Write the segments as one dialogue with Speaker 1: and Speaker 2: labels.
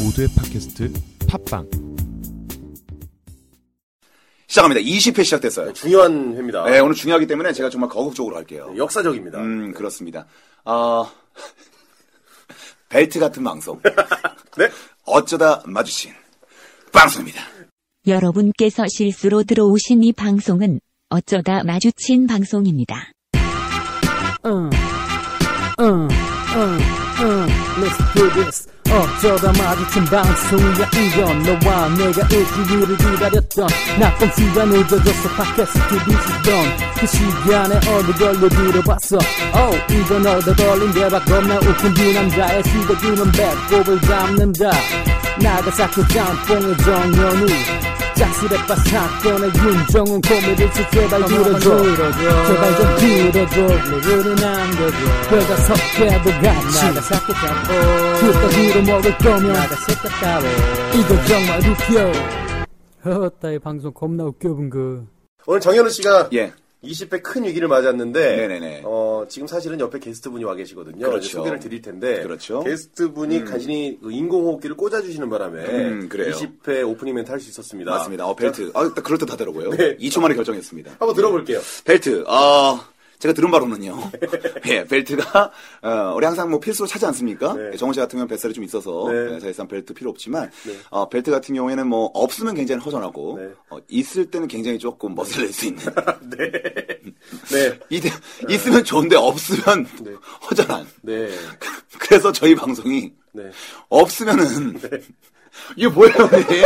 Speaker 1: 모두의 팟캐스트 팟빵
Speaker 2: 시작합니다. 20회 시작됐어요.
Speaker 3: 그렇죠. 중요한 회입니다.
Speaker 2: 네, 오늘 중요하기 때문에 제가 정말 거국적으로 할게요.
Speaker 3: 역사적입니다.
Speaker 2: 음, 그렇습니다. 아, 벨트 같은 방송.
Speaker 3: 네?
Speaker 2: 어쩌다 마주친 방송입니다.
Speaker 4: 여러분께서 실수로 들어오신 이 방송은 어쩌다 마주친 방송입니다.
Speaker 5: Uh, uh, uh, uh, let's do this. Uh, 어쩌다 마주친 방송이야 이건 너와 내가 일주일을 기다렸던 나쁜 시간 늦어져서 팟캐스트 뒤지던 그 시간에 어느 걸로 들어봤어 oh, 이건 얻어 걸린 대박 겁나 웃긴 두 남자의 시도기는 배꼽을 잡는다 나가사키 짬뽕의 정연우 짝수레빠 사건의 윤정은 코미디 씨 제발 들어줘 제발 좀 들어줘 루루는 남겨줘 배가 석회도 같이 나가사키 짬뽕 그따위로 먹을 거면 나가사키 따로 이거 정말 웃겨 허따이 방송 겁나 웃겨 분그
Speaker 3: 오늘 정현우 씨가
Speaker 2: 예.
Speaker 3: 20회 큰 위기를 맞았는데
Speaker 2: 네네네.
Speaker 3: 어, 지금 사실은 옆에 게스트 분이 와 계시거든요.
Speaker 2: 그렇죠.
Speaker 3: 이제 소개를 드릴 텐데
Speaker 2: 그렇죠.
Speaker 3: 게스트 분이 간신히 그 인공호흡기를 꽂아주시는 바람에
Speaker 2: 음, 그래요.
Speaker 3: 20회 오프닝 멘트 할 수 있었습니다.
Speaker 2: 맞습니다. 어,
Speaker 3: 자,
Speaker 2: 벨트. 아, 딱 그럴듯하더라고요.
Speaker 3: 네.
Speaker 2: 2초 만에 결정했습니다. 예.
Speaker 3: 한번 들어볼게요.
Speaker 2: 벨트, 어, 제가 들은 바로는요. 예, 벨트가, 어, 우리 항상 뭐 필수로 차지 않습니까? 예,
Speaker 3: 네.
Speaker 2: 정원 씨 같은 경우는 뱃살이 좀 있어서,
Speaker 3: 네.
Speaker 2: 예, 사실상 벨트 필요 없지만, 어, 벨트 같은 경우에는 뭐, 없으면 굉장히 허전하고,
Speaker 3: 네.
Speaker 2: 어, 있을 때는 굉장히 조금 멋을 낼 수 있는.
Speaker 3: 네.
Speaker 2: 이대, 있으면 좋은데, 없으면 허전한.
Speaker 3: 네.
Speaker 2: 그래서 저희 방송이,
Speaker 3: 네.
Speaker 2: 없으면은, 이게 뭐야, 이게.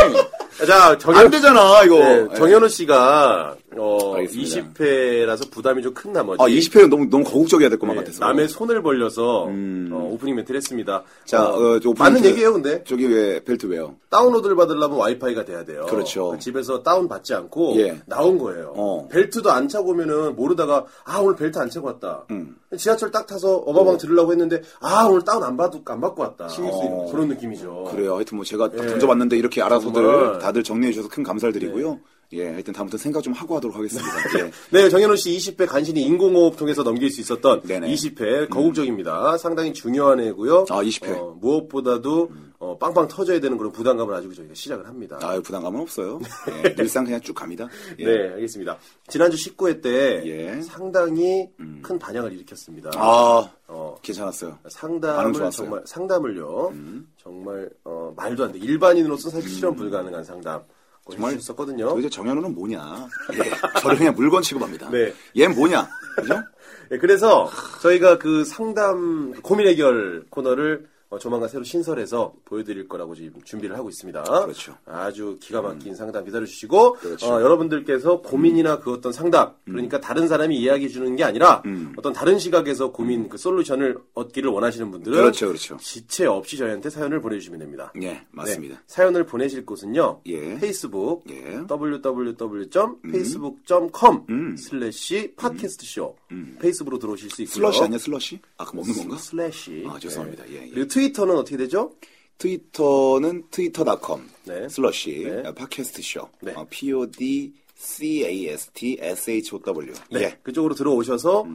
Speaker 3: 아, 자,
Speaker 2: 안
Speaker 3: 정현
Speaker 2: 되잖아, 이거. 예.
Speaker 3: 네, 정현우 씨가 어,
Speaker 2: 알겠습니다.
Speaker 3: 20회라서 부담이 좀 큰 나머지
Speaker 2: 아, 20회는 너무, 너무 거국적이어야 될 것만
Speaker 3: 네,
Speaker 2: 같아서.
Speaker 3: 남의 손을 벌려서 어, 오프닝 멘트를 했습니다.
Speaker 2: 음. 자,
Speaker 3: 어,
Speaker 2: 어, 저 오프닝
Speaker 3: 맞는
Speaker 2: 멘트-
Speaker 3: 얘기예요, 근데.
Speaker 2: 저기 왜, 벨트 왜요?
Speaker 3: 다운로드를 받으려면 와이파이가 돼야 돼요.
Speaker 2: 그렇죠.
Speaker 3: 집에서 다운 받지 않고
Speaker 2: 예.
Speaker 3: 나온 거예요.
Speaker 2: 어.
Speaker 3: 벨트도 안 차고 오면은 모르다가 아 오늘 벨트 안 차고 왔다.
Speaker 2: 음.
Speaker 3: 지하철 딱 타서 어마방 들으려고 했는데 아 오늘 다운 안 받고 안 받고 왔다. 어,
Speaker 2: 있는
Speaker 3: 그런 느낌이죠.
Speaker 2: 그래요. 하여튼 뭐 제가 딱
Speaker 3: 예.
Speaker 2: 던져봤는데 이렇게 알아서들
Speaker 3: 정말.
Speaker 2: 다들 정리해 주셔서 큰 감사를 드리고요. 예, 하여튼 다음부터 생각 좀 하고 하도록 하겠습니다. 예.
Speaker 3: 네, 정현우 씨 20회 간신히 인공호흡 통해서 넘길 수 있었던
Speaker 2: 네네. 음.
Speaker 3: 20회 거국적입니다. 상당히 중요한 해고요.
Speaker 2: 아, 20 회. 음.
Speaker 3: 어, 무엇보다도 어, 빵빵 터져야 되는 그런 부담감을 가지고 저희가 시작을 합니다.
Speaker 2: 아유 부담감은 없어요. 예, 늘상 그냥 쭉 갑니다. 예.
Speaker 3: 네, 알겠습니다. 지난주 19회 때
Speaker 2: 예. 음.
Speaker 3: 상당히 큰 반향을 일으켰습니다.
Speaker 2: 아,
Speaker 3: 어,
Speaker 2: 괜찮았어요. 반응
Speaker 3: 상담을
Speaker 2: 좋았어요. 음.
Speaker 3: 정말 상담을요. 정말 어, 말도 안 돼. 일반인으로서 사실 실현 불가능한 상담. 뭐
Speaker 2: 정말
Speaker 3: 정말 했었거든요.
Speaker 2: 도대체 정현우는 뭐냐? 예, 저를 그냥 물건 취급합니다.
Speaker 3: 네.
Speaker 2: 얘 뭐냐? 그죠?
Speaker 3: 예, 그래서 저희가 그 상담 고민 해결 코너를 어, 조만간 새로 신설해서 보여드릴 거라고 지금 준비를 하고 있습니다.
Speaker 2: 그렇죠. 음.
Speaker 3: 아주 기가 막힌 상담 기다려주시고
Speaker 2: 그렇죠. 음.
Speaker 3: 어, 여러분들께서 고민이나 그 어떤 상담 그러니까 다른 사람이 이야기해 주는 게 아니라
Speaker 2: 음.
Speaker 3: 어떤 다른 시각에서 고민 그 솔루션을 얻기를 원하시는 분들은
Speaker 2: 그렇죠, 그렇죠.
Speaker 3: 지체 없이 저희한테 사연을 보내주시면 됩니다.
Speaker 2: 예, 맞습니다.
Speaker 3: 네, 사연을 보내실 곳은요.
Speaker 2: 예.
Speaker 3: 페이스북
Speaker 2: 예.
Speaker 3: www.facebook.com
Speaker 2: 음.
Speaker 3: 슬래시 팟캐스트쇼 페이스북으로 들어오실 수 있고요.
Speaker 2: 슬러시 아니야 슬러시? 아 그럼 없는 건가?
Speaker 3: 슬래시. 네.
Speaker 2: 아, 죄송합니다. 예, 예.
Speaker 3: 그리고 트위터는 어떻게 되죠?
Speaker 2: 트위터는 트위터.com
Speaker 3: 네.
Speaker 2: 슬러시
Speaker 3: 네.
Speaker 2: 어, 팟캐스트 쇼
Speaker 3: 네.
Speaker 2: 어, pod c a s t s h o w
Speaker 3: 네.
Speaker 2: 예. 음.
Speaker 3: 그쪽으로 들어오셔서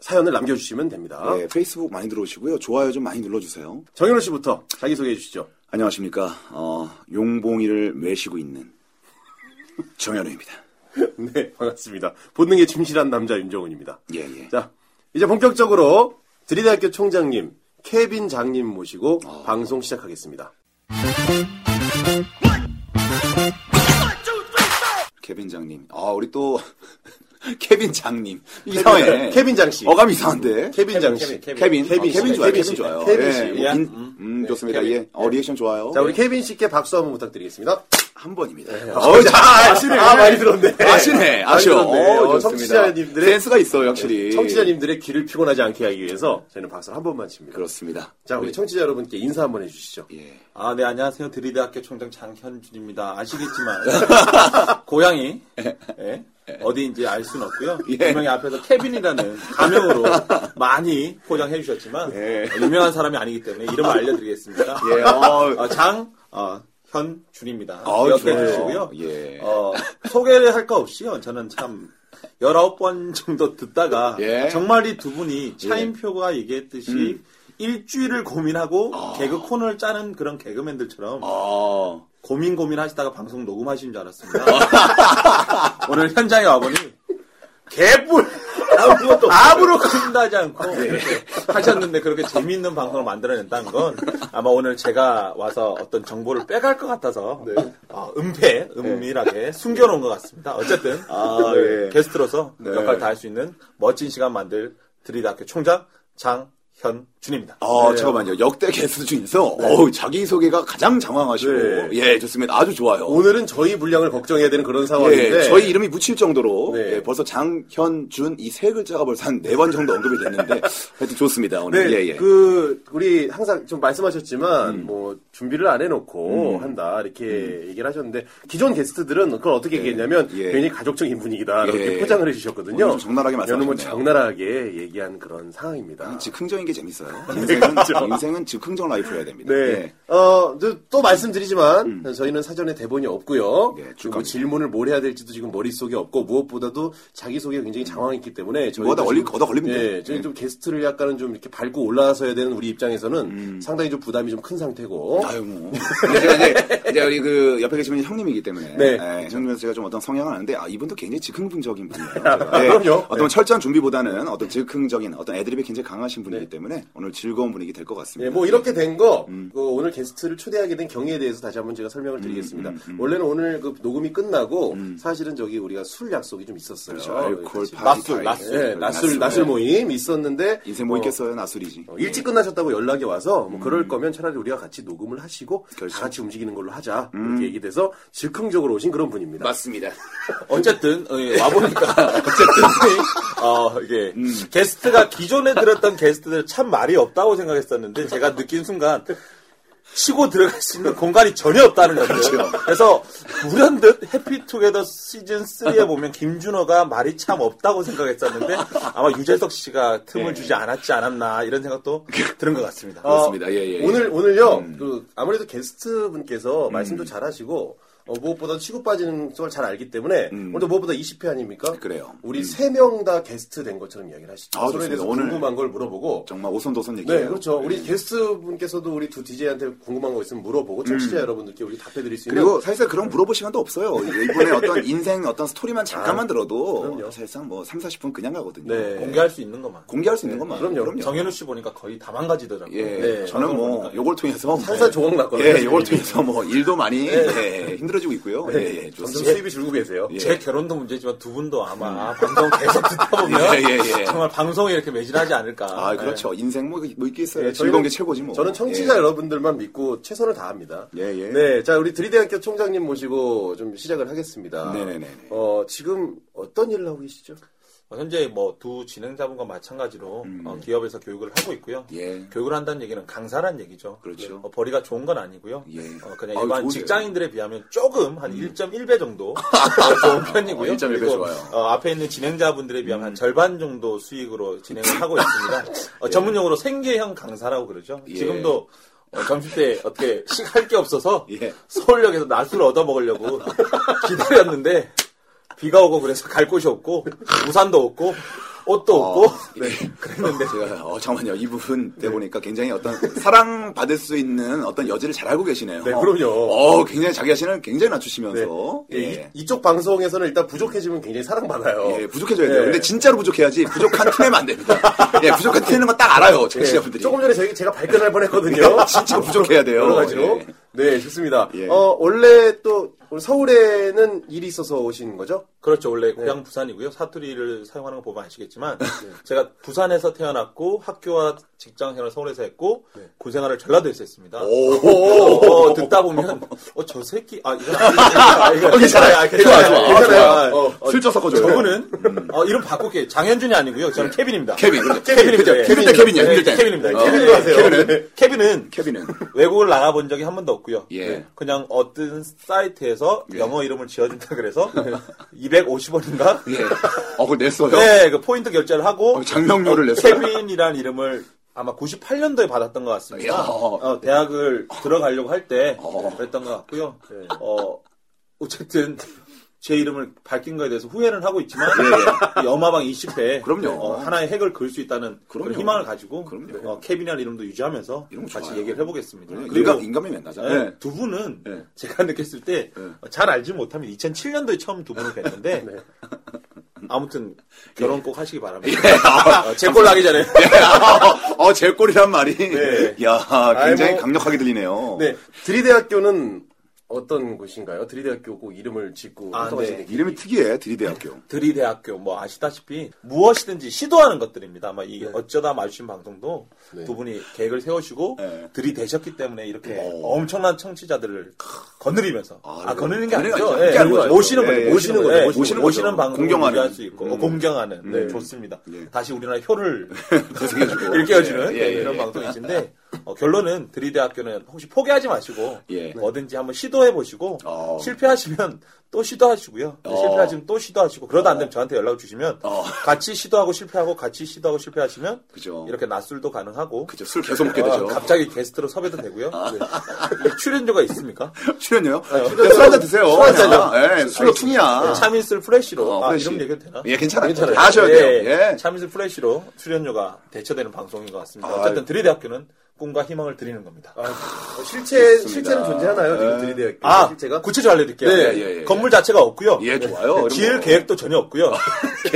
Speaker 3: 사연을 남겨주시면 됩니다.
Speaker 2: 예, 페이스북 많이 들어오시고요. 좋아요 좀 많이 눌러주세요.
Speaker 3: 정현우 씨부터 자기소개해 주시죠.
Speaker 2: 안녕하십니까. 어, 용봉이를 외시고 있는 정현우입니다.
Speaker 3: 네, 반갑습니다. 본능에 충실한 남자 윤정훈입니다.
Speaker 2: 예, 예.
Speaker 3: 자, 이제 본격적으로 드리대학교 총장님, 케빈 장님 모시고
Speaker 2: 아.
Speaker 3: 방송 시작하겠습니다.
Speaker 2: 케빈 장님. 아, 우리 또, 케빈 장님. 이상해.
Speaker 3: 케빈 장 씨.
Speaker 2: 어감이 이상한데.
Speaker 3: 케빈 장 씨.
Speaker 2: 케빈. 케빈,
Speaker 3: 케빈
Speaker 2: 어, 케빈
Speaker 3: 씨.
Speaker 2: 좋아요. 케빈 좋아요.
Speaker 3: 케빈 씨. 케빈
Speaker 2: 예,
Speaker 3: 씨.
Speaker 2: 인- 음, 좋습니다. 예. 어, 리액션 좋아요.
Speaker 3: 자, 우리 케빈 씨께 박수 한번 부탁드리겠습니다.
Speaker 2: 한 번입니다.
Speaker 3: 어, 자, 아시네. 아, 많이 들었네.
Speaker 2: 아시네. 아쉬워.
Speaker 3: 많이 들었네.
Speaker 2: 어,
Speaker 3: 어,
Speaker 2: 좋습니다.
Speaker 3: 청취자님들의- 네,
Speaker 2: 센스가 있어요, 확실히.
Speaker 3: 청취자님들의 귀를 피곤하지 않게 하기 위해서 저희는 박수를 한 번만 칩니다.
Speaker 2: 그렇습니다.
Speaker 3: 자, 우리 청취자 여러분께 인사 한번 해주시죠.
Speaker 2: 예.
Speaker 6: 아, 네, 안녕하세요. 드리대학교 총장 장현준입니다. 아시겠지만, 고향이, 예, 어디인지 알 수는 없고요.
Speaker 2: 예.
Speaker 6: 분명히 앞에서 케빈이라는 가명으로 많이 포장해 주셨지만,
Speaker 2: 예.
Speaker 6: 어, 유명한 사람이 아니기 때문에 이름을 알려드리겠습니다.
Speaker 2: 예, 어,
Speaker 6: 어, 장, 어, 현준입니다.
Speaker 2: 아우, 좋아요.
Speaker 6: 기억해 주시고요.
Speaker 2: 예.
Speaker 6: 어, 소개를 할 거 없이요. 저는 참, 19번 정도 듣다가,
Speaker 2: 예.
Speaker 6: 정말 이 두 분이 차임표가 얘기했듯이, 일주일을 고민하고 개그 코너를 짜는 그런 개그맨들처럼
Speaker 3: 아,
Speaker 2: 어.
Speaker 6: 고민 고민하시다가 방송 녹음하시는 줄 알았습니다. 오늘 현장에 와보니 개뿔 아무것도 아무로 끝나지 않고 하셨는데 그렇게 재미있는 방송을 만들어냈다는 건 아마 오늘 제가 와서 어떤 정보를 빼갈 것 같아서 어, 은폐 은밀하게 숨겨놓은 것 같습니다. 어쨌든
Speaker 2: 아,
Speaker 6: 네,
Speaker 2: 예.
Speaker 6: 게스트로서
Speaker 2: 네.
Speaker 6: 역할 다 할 수 있는 멋진 시간 만들 드리다학교 총장 장현준입니다.
Speaker 3: 네.
Speaker 2: 어, 잠깐만요. 역대 게스트 중에서 어우, 자기 소개가 가장 장황하시고
Speaker 3: 네.
Speaker 2: 예, 좋습니다. 아주 좋아요.
Speaker 3: 오늘은 저희 분량을 걱정해야 되는 그런 상황인데
Speaker 2: 예, 저희 이름이 묻힐 정도로
Speaker 3: 네.
Speaker 2: 예, 벌써 장현준 이 세 글자가 벌써 한 네 번 정도 언급이 됐는데 하여튼 좋습니다 오늘
Speaker 3: 네,
Speaker 2: 예, 음. 예.
Speaker 3: 그 우리 항상 좀 말씀하셨지만 뭐 준비를 안 해놓고
Speaker 2: 음.
Speaker 3: 한다 이렇게 얘기를 하셨는데 기존 게스트들은 그걸 어떻게 얘기했냐면
Speaker 2: 예.
Speaker 3: 굉장히 가족적인 분위기다 이렇게
Speaker 2: 예.
Speaker 3: 포장을 해주셨거든요.
Speaker 2: 오늘 좀 적나라하게
Speaker 3: 저는 뭐
Speaker 2: 말씀하셨네요. 아,
Speaker 3: 적나라하게 얘기한 그런 상황입니다.
Speaker 2: 즉흥적인 게 재밌어요 인생은,
Speaker 3: 그렇죠.
Speaker 2: 인생은 즉흥적 라이프 해야 됩니다
Speaker 3: 네.
Speaker 2: 예.
Speaker 3: 어, 저- 또 말씀드리지만, 저희는 사전에 대본이 없고요.
Speaker 2: 네,
Speaker 3: 그리고
Speaker 2: 음. 축하합니다.
Speaker 3: 질문을 뭘 해야 될지도 지금 머릿속에 없고, 무엇보다도 자기소개가 굉장히 장황했기 때문에, 저희가
Speaker 2: 음. 뭐하다
Speaker 3: 지금-
Speaker 2: 걸리- 얻어 걸립니다.
Speaker 3: 네, 저희
Speaker 2: 네.
Speaker 3: 좀 게스트를 약간은 좀 이렇게 밟고 올라서야 되는 우리 입장에서는 상당히 좀 부담이 좀 큰 상태고.
Speaker 2: 음. 아유 뭐 제가 이제, 이제 우리 그 옆에 계시는 형님이기 때문에
Speaker 3: 네.
Speaker 2: 예, 형님에서 제가 좀 어떤 성향을 아는데 아 이분도 굉장히 즉흥적인 분이에요
Speaker 3: 아,
Speaker 2: 예,
Speaker 3: 그럼요.
Speaker 2: 어떤
Speaker 3: 네.
Speaker 2: 철저한 준비보다는 어떤 즉흥적인 어떤 애드립이 굉장히 강하신 분이기 때문에 오늘 즐거운 분위기 될 것 같습니다
Speaker 3: 예, 네. 뭐 이렇게 된 거,
Speaker 2: 음.
Speaker 3: 그 오늘 게스트를 초대하게 된 경위에 대해서 다시 한번 제가 설명을 드리겠습니다.
Speaker 2: 음,
Speaker 3: 원래는 오늘 그 녹음이 끝나고, 사실은 저기 우리가 술 약속이 좀 있었어요.
Speaker 2: 그렇죠. 알코올
Speaker 3: 같이-
Speaker 2: 파티
Speaker 6: 낮술,
Speaker 2: 타임.
Speaker 6: 낮술.
Speaker 3: 예, 낮술, 낮술 모임 있었는데,
Speaker 2: 인생 뭐
Speaker 3: 어,
Speaker 2: 있겠어요 낮술이지
Speaker 3: 어, 일찍 끝나셨다고 연락이 와서
Speaker 2: 음.
Speaker 3: 뭐 그럴 거면 차라리 우리가 같이 녹음을 하시고
Speaker 2: 그렇죠.
Speaker 3: 다 같이 움직이는 걸로 하자
Speaker 2: 음.
Speaker 3: 이렇게 얘기돼서 즉흥적으로 오신 그런 분입니다.
Speaker 2: 맞습니다
Speaker 6: 어쨌든 어, 예, 와보니까 어쨌든 어 이게 게스트가 기존에 들었던 게스트들 참 말이 없다고 생각했었는데 제가 느낀 순간 치고 들어갈 수 있는 공간이 전혀 없다는 거죠. 그래서 우연듯 해피투게더 시즌 3에 보면 김준호가 말이 참 없다고 생각했었는데 아마 유재석 씨가 틈을 주지 않았지 않았나 이런 생각도 들은 것 같습니다.
Speaker 3: 어,
Speaker 2: 맞습니다. 예, 예, 예.
Speaker 3: 오늘 오늘요. 그 아무래도 게스트 분께서
Speaker 2: 음.
Speaker 3: 말씀도 잘하시고 어, 무엇보다 치고 빠지는 걸 잘 알기 때문에 오늘도 무엇보다 20회 아닙니까?
Speaker 2: 음. 그래요. 음.
Speaker 3: 우리 세 명 다 게스트 된 것처럼 이야기를 하시죠.
Speaker 2: 아,
Speaker 3: 서로에
Speaker 2: 좋습니다.
Speaker 3: 대해서
Speaker 2: 오늘-
Speaker 3: 궁금한 걸 물어보고
Speaker 2: 정말 오손도손 얘기예요
Speaker 3: 네, 그렇죠. 우리 게스트 분께서도 우리 두 DJ한테 궁금한 거 있으면 물어보고 청취자 여러분들께 우리 답해드릴 수 있는
Speaker 2: 음. 그리고 사실상 그런 물어볼 시간도 없어요. 이번에 어떤 인생 어떤 스토리만 잠깐만 들어도
Speaker 3: 네. 아, 그럼요.
Speaker 2: 사실상 뭐 3, 40분 그냥 가거든요.
Speaker 3: 네.
Speaker 6: 어, 공개할 수 있는 것만.
Speaker 2: 공개할 수 있는 것만.
Speaker 3: 그럼요.
Speaker 6: 정현우 씨 보니까 거의 다 망가지더라고요.
Speaker 2: 예,
Speaker 3: 네,
Speaker 2: 저는 뭐
Speaker 6: 보니까.
Speaker 2: 요걸 통해서
Speaker 3: 산사 조각 났거든요. 네.
Speaker 2: 예, 요걸 통해서 뭐 일도 많이 예, 힘들어지고 있고요. 예, 예,
Speaker 3: 점점
Speaker 2: 좋습니다.
Speaker 3: 수입이 줄고 계세요.
Speaker 2: 예.
Speaker 6: 제 결혼도 문제지만 두 분도 아마 방송 계속 듣다 보면
Speaker 2: 예, 예, 예.
Speaker 6: 정말 방송에 이렇게 매진하지 않을까.
Speaker 2: 아, 그렇죠. 인생 뭐, 뭐 있겠어요. 즐거운
Speaker 3: 네. 저희는-
Speaker 2: 게 최고지 뭐.
Speaker 3: 저는 청취자
Speaker 2: 예.
Speaker 3: 여러분들만 믿고 최선을 다합니다.
Speaker 2: 예, 예.
Speaker 3: 네, 자 우리 드리대학교 총장님 모시고 좀 시작을 하겠습니다.
Speaker 2: 네네네네.
Speaker 3: 어 지금 어떤 일을 하고 계시죠?
Speaker 6: 어, 현재 뭐 두 진행자분과 마찬가지로 어, 기업에서 교육을 하고 있고요.
Speaker 2: 음, 네. 예.
Speaker 6: 교육을 한다는 얘기는 강사란 얘기죠.
Speaker 2: 그렇죠.
Speaker 6: 어, 벌이가 좋은 건 아니고요.
Speaker 2: 예.
Speaker 6: 어, 그냥
Speaker 2: 아유,
Speaker 6: 일반
Speaker 2: 좋은데요. 음.
Speaker 6: 직장인들에 비하면 조금 한 1.1배 정도 어, 좋은 편이고요.
Speaker 2: 어, 1.1배
Speaker 6: 그리고,
Speaker 2: 좋아요. 음.
Speaker 6: 어, 앞에 있는 진행자분들에 비하면 한 절반 정도 수익으로 진행을 하고 있습니다. 어, 전문용어로 생계형 강사라고 그러죠.
Speaker 2: 예.
Speaker 6: 지금도 어, 점심 때 어떻게 시할 게 없어서
Speaker 2: 예.
Speaker 6: 서울역에서 낮술 얻어 먹으려고 기다렸는데 비가 오고 그래서 갈 곳이 없고 우산도 없고
Speaker 2: 아.
Speaker 6: 옷도 없고 그랬는데
Speaker 2: 어? 네. 제가, 어, 잠깐만요. 이분 때 보니까 굉장히 어떤 사랑받을 수 있는 어떤 여지를 잘 알고 계시네요.
Speaker 3: 네, 그럼요.
Speaker 2: 어, 굉장히 자기 자신을 굉장히 낮추시면서. 예.
Speaker 3: 네. 이, 쪽 방송에서는 일단 부족해지면 굉장히 사랑받아요.
Speaker 2: 예, 부족해져야 돼요.
Speaker 3: 예.
Speaker 2: 근데 진짜로 부족해야지 부족한 티내면 안 됩니다. 예, 부족한 티내는 건 딱 알아요. 청취자분들이.
Speaker 3: 네.
Speaker 2: 예,
Speaker 3: 조금 전에 저희, 제가 발끈할 뻔했거든요.
Speaker 2: 진짜 부족해야 돼요.
Speaker 3: 여러 가지로.
Speaker 2: 예.
Speaker 3: 네, 좋습니다.
Speaker 2: 예.
Speaker 3: 어 원래 또 오늘 서울에는 일이 있어서 오신 거죠?
Speaker 6: 그렇죠
Speaker 2: 네.
Speaker 6: 원래 고향 부산이고요 사투리를 사용하는 거 보면 아시겠지만 제가 부산에서 태어났고 학교와 직장 생활을 서울에서 했고
Speaker 2: 네.
Speaker 6: 군 생활을 전라도에서 했습니다. 어, 듣다 보면 어 저 새끼 아 이건 아니야 이건
Speaker 2: 어, 괜찮아요.
Speaker 6: 아니야.
Speaker 2: 좋아, 좋아. 네.
Speaker 6: 괜찮아요. 어, 어,
Speaker 2: 슬쩍 섞어줘요.
Speaker 6: 저분은 어, 이름 바꿀게 장현준이 아니고요 저는 케빈입니다.
Speaker 2: 케빈, 그렇죠.
Speaker 6: 케빈입니다.
Speaker 2: 그죠. 힘들 때 케빈이야, 힘들 때.
Speaker 6: 케빈입니다.
Speaker 2: 어,
Speaker 6: 케빈으로 하세요.
Speaker 2: 케빈은?
Speaker 6: 케빈은
Speaker 2: 케빈은.
Speaker 6: 외국을 나가본 적이 한 번도 없고요.
Speaker 2: 예.
Speaker 6: 네. 그냥 어떤 사이트에서 영어 이름을 지어준다 그래서 250원인가?
Speaker 2: 예. 어, 그걸 냈어요.
Speaker 6: 네, 그 포인트 결제를 하고
Speaker 2: 어, 장명료를 냈어요.
Speaker 6: 케빈이라는 이름을 아마 98년도에 받았던 것 같습니다.
Speaker 2: 이야.
Speaker 6: 어, 대학을 들어가려고 할 때
Speaker 2: 어.
Speaker 6: 그랬던 것 같고요. 어, 어쨌든 네. 제 이름을 밝힌 거에 대해서 후회는 하고 있지만 이 엄마방 20회
Speaker 2: 예. 그럼요.
Speaker 6: 하나의 핵을 그을 수 있다는 그런
Speaker 2: 그럼요.
Speaker 6: 희망을 가지고
Speaker 2: 그럼요.
Speaker 6: 어, 케빈이라는 이름도 유지하면서
Speaker 2: 이런 거
Speaker 6: 같이
Speaker 2: 좋아요. 예.
Speaker 6: 얘기를 해보겠습니다.
Speaker 2: 우리가 그러니까 인간이 맨 나잖아요.
Speaker 6: 네, 두 분은
Speaker 2: 네.
Speaker 6: 제가 느꼈을 때 잘
Speaker 2: 네.
Speaker 6: 알지 못하면 2007년도에 처음 두 분을 뵀는데 아무튼 결혼 꼭 하시기 바랍니다. 어, 제 꼴 나기 전에.
Speaker 2: 어, 제 꼴이란 말이.
Speaker 7: 네.
Speaker 2: 야 굉장히
Speaker 7: 아이, 뭐.
Speaker 2: 강력하게 들리네요.
Speaker 7: 네. 드리대학교는 어떤 곳인가요? 드리대학교고 이름을 짓고
Speaker 6: 아,
Speaker 7: 활동하신
Speaker 6: 네.
Speaker 7: 게
Speaker 2: 이름이 특이해, 드리대학교.
Speaker 6: 드리대학교 뭐 아시다시피 무엇이든지 시도하는 것들입니다. 아마
Speaker 2: 네.
Speaker 6: 이 어쩌다 마주친 방송도
Speaker 7: 네.
Speaker 6: 두 분이 계획을 세우시고
Speaker 2: 네.
Speaker 6: 들이대셨기 때문에 이렇게
Speaker 2: 오.
Speaker 6: 엄청난 청취자들을 거느리면서 아,
Speaker 2: 네.
Speaker 6: 거느리는 게
Speaker 2: 거느리는
Speaker 6: 아니죠.
Speaker 2: 게 아니죠.
Speaker 6: 예,
Speaker 2: 그게 아니죠.
Speaker 6: 모시는 거죠.
Speaker 2: 예, 예.
Speaker 6: 모시는 거죠.
Speaker 2: 예, 모시는
Speaker 6: 모시는,
Speaker 2: 거죠.
Speaker 6: 방송을
Speaker 2: 공경하는. 음.
Speaker 6: 공개할 수 있고 어, 공경하는 네, 좋습니다. 다시 우리나라 효를
Speaker 2: 고생해주고.
Speaker 6: 일깨워주는
Speaker 2: 예, 예,
Speaker 6: 이런
Speaker 2: 예.
Speaker 6: 방송이신데 어, 결론은 드리대학교는 혹시 포기하지 마시고
Speaker 2: 예.
Speaker 6: 뭐든지 한번 시도해 보시고
Speaker 2: 어.
Speaker 6: 실패하시면 또 시도하시고요.
Speaker 2: 어.
Speaker 6: 실패하시면 또 시도하시고 그러다 안 되면 저한테 연락 주시면
Speaker 2: 어.
Speaker 6: 같이 시도하고 실패하고 같이 시도하고 실패하시면
Speaker 2: 그죠.
Speaker 6: 이렇게 낮술도 가능하고
Speaker 2: 그죠. 술 계속 먹게
Speaker 6: 어,
Speaker 2: 되죠. 아.
Speaker 6: 갑자기 게스트로 섭외도 되고요. 네. 출연료가 있습니까?
Speaker 2: 출연료요? 네, 술 한잔 드세요. 술 한잔요? 예, 술로
Speaker 6: 네.
Speaker 2: 퉁이야.
Speaker 6: 차민슬 프레쉬로
Speaker 2: 어,
Speaker 6: 아,
Speaker 2: 프레쉬.
Speaker 6: 이런 얘기도 되나?
Speaker 2: 예, 괜찮아요.
Speaker 7: 괜찮아요.
Speaker 2: 다 하셔야 돼요. 예.
Speaker 6: 차민슬 프레쉬로 출연료가 대처되는 방송인 것 같습니다.
Speaker 2: 아유. 예.
Speaker 6: 어쨌든 드리대학교는 꿈과 희망을 드리는 겁니다.
Speaker 7: 아, 실체 실체는 존재하나요?
Speaker 2: 예.
Speaker 7: 지금 드리대학교
Speaker 6: 아,
Speaker 7: 실체가
Speaker 6: 구체적으로 알려드릴게요.
Speaker 2: 네, 예, 예,
Speaker 6: 건물 자체가 없고요.
Speaker 2: 예, 좋아요. 아,
Speaker 6: 지을
Speaker 2: 이런 거.
Speaker 6: 계획도 전혀 없고요.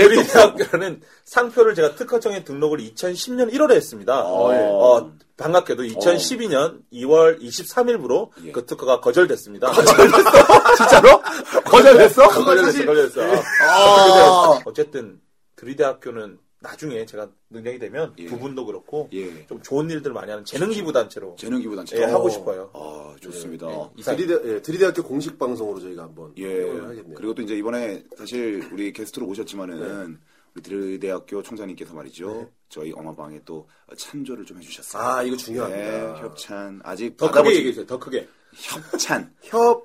Speaker 6: 개리대학교라는 상표를 제가 특허청에 등록을 2010년 1월에 했습니다.
Speaker 2: 예.
Speaker 6: 어, 반갑게도 2012년 2월 23일부로
Speaker 2: 예.
Speaker 6: 그 특허가 거절됐습니다.
Speaker 2: 진짜로? 거절됐어?
Speaker 6: 거절됐어, 거절됐어. 아. 어쨌든 드리대학교는 나중에 제가 능력이 되면 두 분도 그렇고
Speaker 2: 예.
Speaker 6: 좀 좋은 일들 많이 하는 재능기부단체로
Speaker 2: 재능기보단
Speaker 6: 예,
Speaker 2: 진짜.
Speaker 6: 하고 싶어요.
Speaker 2: 아, 좋습니다.
Speaker 3: 네.
Speaker 6: 이상
Speaker 7: 드리대 예, 드리대학교 공식 방송으로 저희가 한번
Speaker 2: 예.
Speaker 7: 해보도록 하겠네요.
Speaker 2: 그리고 또 이제 이번에 사실 우리 게스트로 오셨지만은 우리 드릴대학교 총장님께서 말이죠. 저희 엄마방에 또 참조를 좀 해주셨어요.
Speaker 7: 아, 이거 중요합니다.
Speaker 2: 네, 협찬. 아직
Speaker 6: 더
Speaker 2: 받아보지-
Speaker 6: 크게 얘기해주세요. 더 크게.
Speaker 2: 협찬.
Speaker 7: 협찬.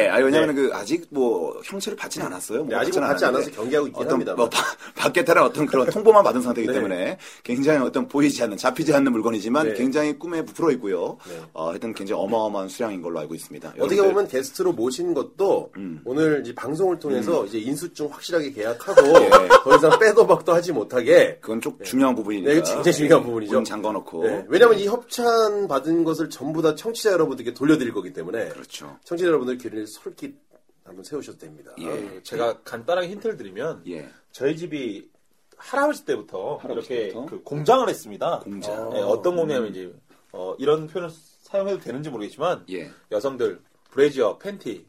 Speaker 2: 예, 아니, 왜냐면 그 아직 뭐 형체를 받진 않았어요.
Speaker 7: 네, 아직은 받지 않아서 경기하고 있긴
Speaker 2: 어떤
Speaker 7: 합니다.
Speaker 2: 뭐 바, 바게타라 어떤 그런 통보만 받은 상태이기 때문에 굉장히 어떤 보이지 않는 잡히지 않는 물건이지만
Speaker 7: 네.
Speaker 2: 굉장히 꿈에 부풀어 있고요.
Speaker 7: 네.
Speaker 2: 어, 하여튼 굉장히 어마어마한 수량인 걸로 알고 있습니다.
Speaker 7: 어떻게
Speaker 2: 여러분들 음.
Speaker 7: 보면 게스트로 모신 것도 오늘 이 방송을 통해서 이제 인수증 확실하게 계약하고
Speaker 2: 예.
Speaker 7: 더 이상 빼도 박도 하지 못하게
Speaker 2: 그건 좀 중요한 부분이니까.
Speaker 7: 네, 이거 굉장히 중요한 부분이죠.
Speaker 2: 문 잠궈놓고.
Speaker 7: 네, 왜냐면 이 협찬 받은 것을 전부 다 청취자 여러분들께 돌려드릴 거기 때문에
Speaker 2: 그렇죠.
Speaker 7: 청취자 여러분들 귀를 솔깃 한번 세우셔도 됩니다. 아,
Speaker 2: 예.
Speaker 6: 제가 간단하게 힌트를 드리면
Speaker 2: 예.
Speaker 6: 저희 집이 할아버지 때부터
Speaker 2: 할아버지
Speaker 6: 이렇게
Speaker 2: 때부터?
Speaker 6: 그 공장을 했습니다.
Speaker 2: 공장. 음.
Speaker 6: 예, 어떤 공장이면 이제 어, 이런 표현을 사용해도 되는지 모르겠지만
Speaker 7: 네.
Speaker 2: 예. 어.
Speaker 6: 여성들 브래지어 팬티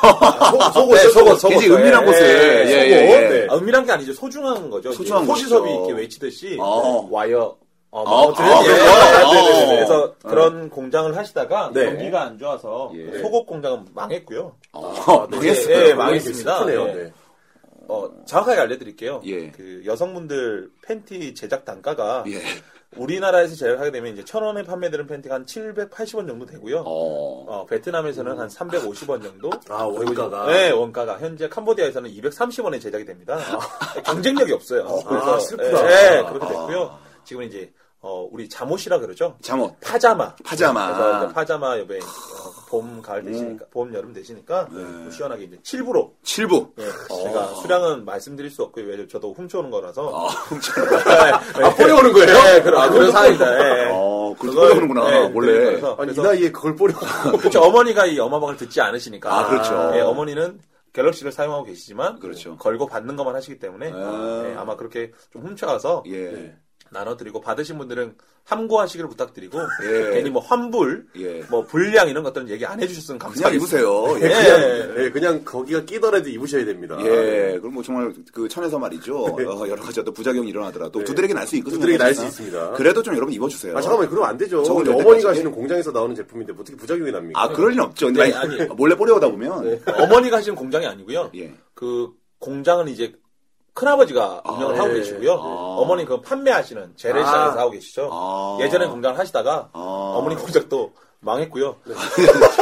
Speaker 7: 아, 소, 고
Speaker 6: 네, 속옷, 속옷.
Speaker 2: 굉장히 은밀한
Speaker 6: 예,
Speaker 2: 곳에.
Speaker 6: 예,
Speaker 2: 예,
Speaker 7: 속옷.
Speaker 2: 예, 예.
Speaker 7: 네.
Speaker 6: 아, 은밀한 게 아니죠 소중한 거죠.
Speaker 2: 소중한
Speaker 6: 이제 소지섭이
Speaker 2: 거죠.
Speaker 6: 이렇게
Speaker 7: 네.
Speaker 6: 외치듯이
Speaker 2: 어.
Speaker 6: 와이어 어,
Speaker 2: 아,
Speaker 6: 뭐
Speaker 2: 아,
Speaker 6: 예.
Speaker 2: 그래요?
Speaker 6: 아, 네, 네,
Speaker 2: 어.
Speaker 6: 네. 그래서 그런 공장을 하시다가
Speaker 7: 네.
Speaker 6: 경기가 안 좋아서 그
Speaker 2: 예.
Speaker 6: 속옷 공장은 망했고요.
Speaker 2: 어, 망했어요.
Speaker 6: 예, 예, 망했습니다.
Speaker 7: 네, 슬프네요.
Speaker 6: 예.
Speaker 7: 네.
Speaker 6: 어, 정확하게 알려드릴게요.
Speaker 2: 예.
Speaker 6: 그 여성분들 팬티 제작 단가가
Speaker 2: 예.
Speaker 6: 우리나라에서 제작하게 되면 이제 천 원에 판매되는 팬티가 한 780원 정도 되고요. 어.
Speaker 2: 어.
Speaker 6: 베트남에서는 한 350원 정도.
Speaker 7: 아,
Speaker 2: 그
Speaker 7: 원가가.
Speaker 6: 네, 원가가 현재 캄보디아에서는 230원에 제작이 됩니다. 네, 경쟁력이 없어요.
Speaker 7: 아, 슬프다.
Speaker 6: 예, 예, 아. 그렇게 됐고요. 지금 이제 어, 우리 잠옷이라 그러죠.
Speaker 2: 잠옷.
Speaker 6: 파자마.
Speaker 2: 파자마.
Speaker 6: 그래서 이제 파자마 여배 어, 봄 가을 되시니까 봄 여름 되시니까 뭐 시원하게 이제 7부로
Speaker 2: 칠부.
Speaker 6: 예, 제가 수량은 말씀드릴 수 없고요. 왜냐면 저도 훔쳐오는 거라서.
Speaker 2: 아, 훔쳐.
Speaker 6: 아,
Speaker 2: 뿌려오는 거예요?
Speaker 6: 예, 그런, 아, 그런 상황이다.
Speaker 7: 네.
Speaker 6: 예.
Speaker 2: 어, 그걸
Speaker 6: 그걸,
Speaker 2: 뿌려오는구나,
Speaker 6: 예,
Speaker 2: 원래.
Speaker 6: 그래서,
Speaker 7: 아니, 이
Speaker 6: 그래서
Speaker 7: 나이에 그걸 뿌려.
Speaker 6: 그렇죠. 어머니가 이 엄마방을 듣지 않으시니까.
Speaker 2: 아, 그렇죠.
Speaker 6: 예, 어머니는 갤럭시를 사용하고 계시지만.
Speaker 2: 그렇죠.
Speaker 6: 걸고 받는 것만 하시기 때문에.
Speaker 2: 아.
Speaker 6: 예, 아마 그렇게 좀 훔쳐가서.
Speaker 2: 예.
Speaker 7: 네.
Speaker 6: 나눠드리고 받으신 분들은 함구하시기를 부탁드리고
Speaker 2: 예.
Speaker 6: 괜히 뭐 환불,
Speaker 2: 예.
Speaker 6: 뭐 불량 이런 것들은 얘기 안 해주셨으면
Speaker 2: 그냥
Speaker 6: 감사하겠습니다.
Speaker 2: 입으세요.
Speaker 6: 예.
Speaker 2: 예.
Speaker 7: 그냥, 예, 그냥 거기가 끼더라도 입으셔야 됩니다.
Speaker 2: 예, 그럼 뭐 정말 그 천에서 말이죠. 어, 여러 가지 어떤 부작용이 일어나더라도 두드러기 날 수 있거든요.
Speaker 7: 네. 두드러기 날수
Speaker 2: 사실상.
Speaker 7: 있습니다.
Speaker 2: 그래도 좀 여러분 입어주세요.
Speaker 7: 아, 잠깐만, 그러면 안 되죠.
Speaker 2: 저건
Speaker 7: 우리
Speaker 2: 절대
Speaker 7: 어머니가
Speaker 2: 빠지게.
Speaker 7: 하시는 공장에서 나오는 제품인데 어떻게 부작용이 납니까?
Speaker 2: 아, 그럴 리는 없죠. 근데
Speaker 6: 네,
Speaker 2: 아니,
Speaker 6: 아니.
Speaker 2: 몰래 뿌려오다 보면.
Speaker 7: 네.
Speaker 6: 예, 어머니가 하시는 공장이 아니고요.
Speaker 2: 예.
Speaker 6: 그 공장은 이제 큰아버지가 운영을
Speaker 7: 아,
Speaker 6: 하고
Speaker 7: 예.
Speaker 6: 계시고요. 어머니 그 판매하시는 재래시장에서 하고 계시죠.
Speaker 2: 아.
Speaker 6: 예전에 공장을 하시다가
Speaker 2: 아.
Speaker 6: 어머니 공장도 망했고요.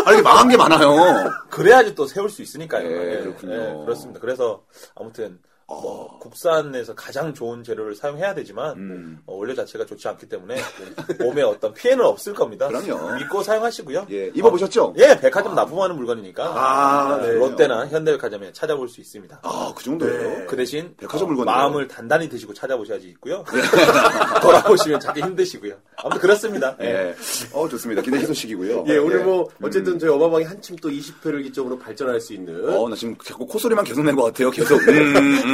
Speaker 2: 아, 이게 망한 게 많아요.
Speaker 6: 그래야지 또 세울 수 있으니까요.
Speaker 2: 예, 그렇군요. 어.
Speaker 6: 그렇습니다. 그래서 아무튼 뭐 국산에서 가장 좋은 재료를 사용해야 되지만
Speaker 2: 음.
Speaker 6: 어, 원료 자체가 좋지 않기 때문에 뭐 몸에 어떤 피해는 없을 겁니다.
Speaker 2: 그럼요.
Speaker 6: 믿고 사용하시고요.
Speaker 2: 예, 입어보셨죠?
Speaker 6: 어, 예, 백화점 납품하는 물건이니까
Speaker 2: 아, 네.
Speaker 6: 롯데나 현대백화점에 찾아볼 수 있습니다.
Speaker 2: 아, 그 정도예요.
Speaker 7: 네,
Speaker 6: 그 대신
Speaker 2: 백화점
Speaker 6: 어,
Speaker 2: 물건이네요.
Speaker 6: 마음을 단단히 드시고 찾아보셔야지 있고요. 돌아보시면 자기 힘드시고요. 아무튼 그렇습니다. 예.
Speaker 2: 예. 어, 좋습니다. 기대 소식이고요.
Speaker 7: 네. 예, 오늘 뭐
Speaker 2: 음.
Speaker 7: 어쨌든 저희 어마방이 한층 또 20회를 기점으로 발전할 수 있는
Speaker 2: 어, 나 지금 자꾸 콧소리만 계속 낸 것 같아요. 계속.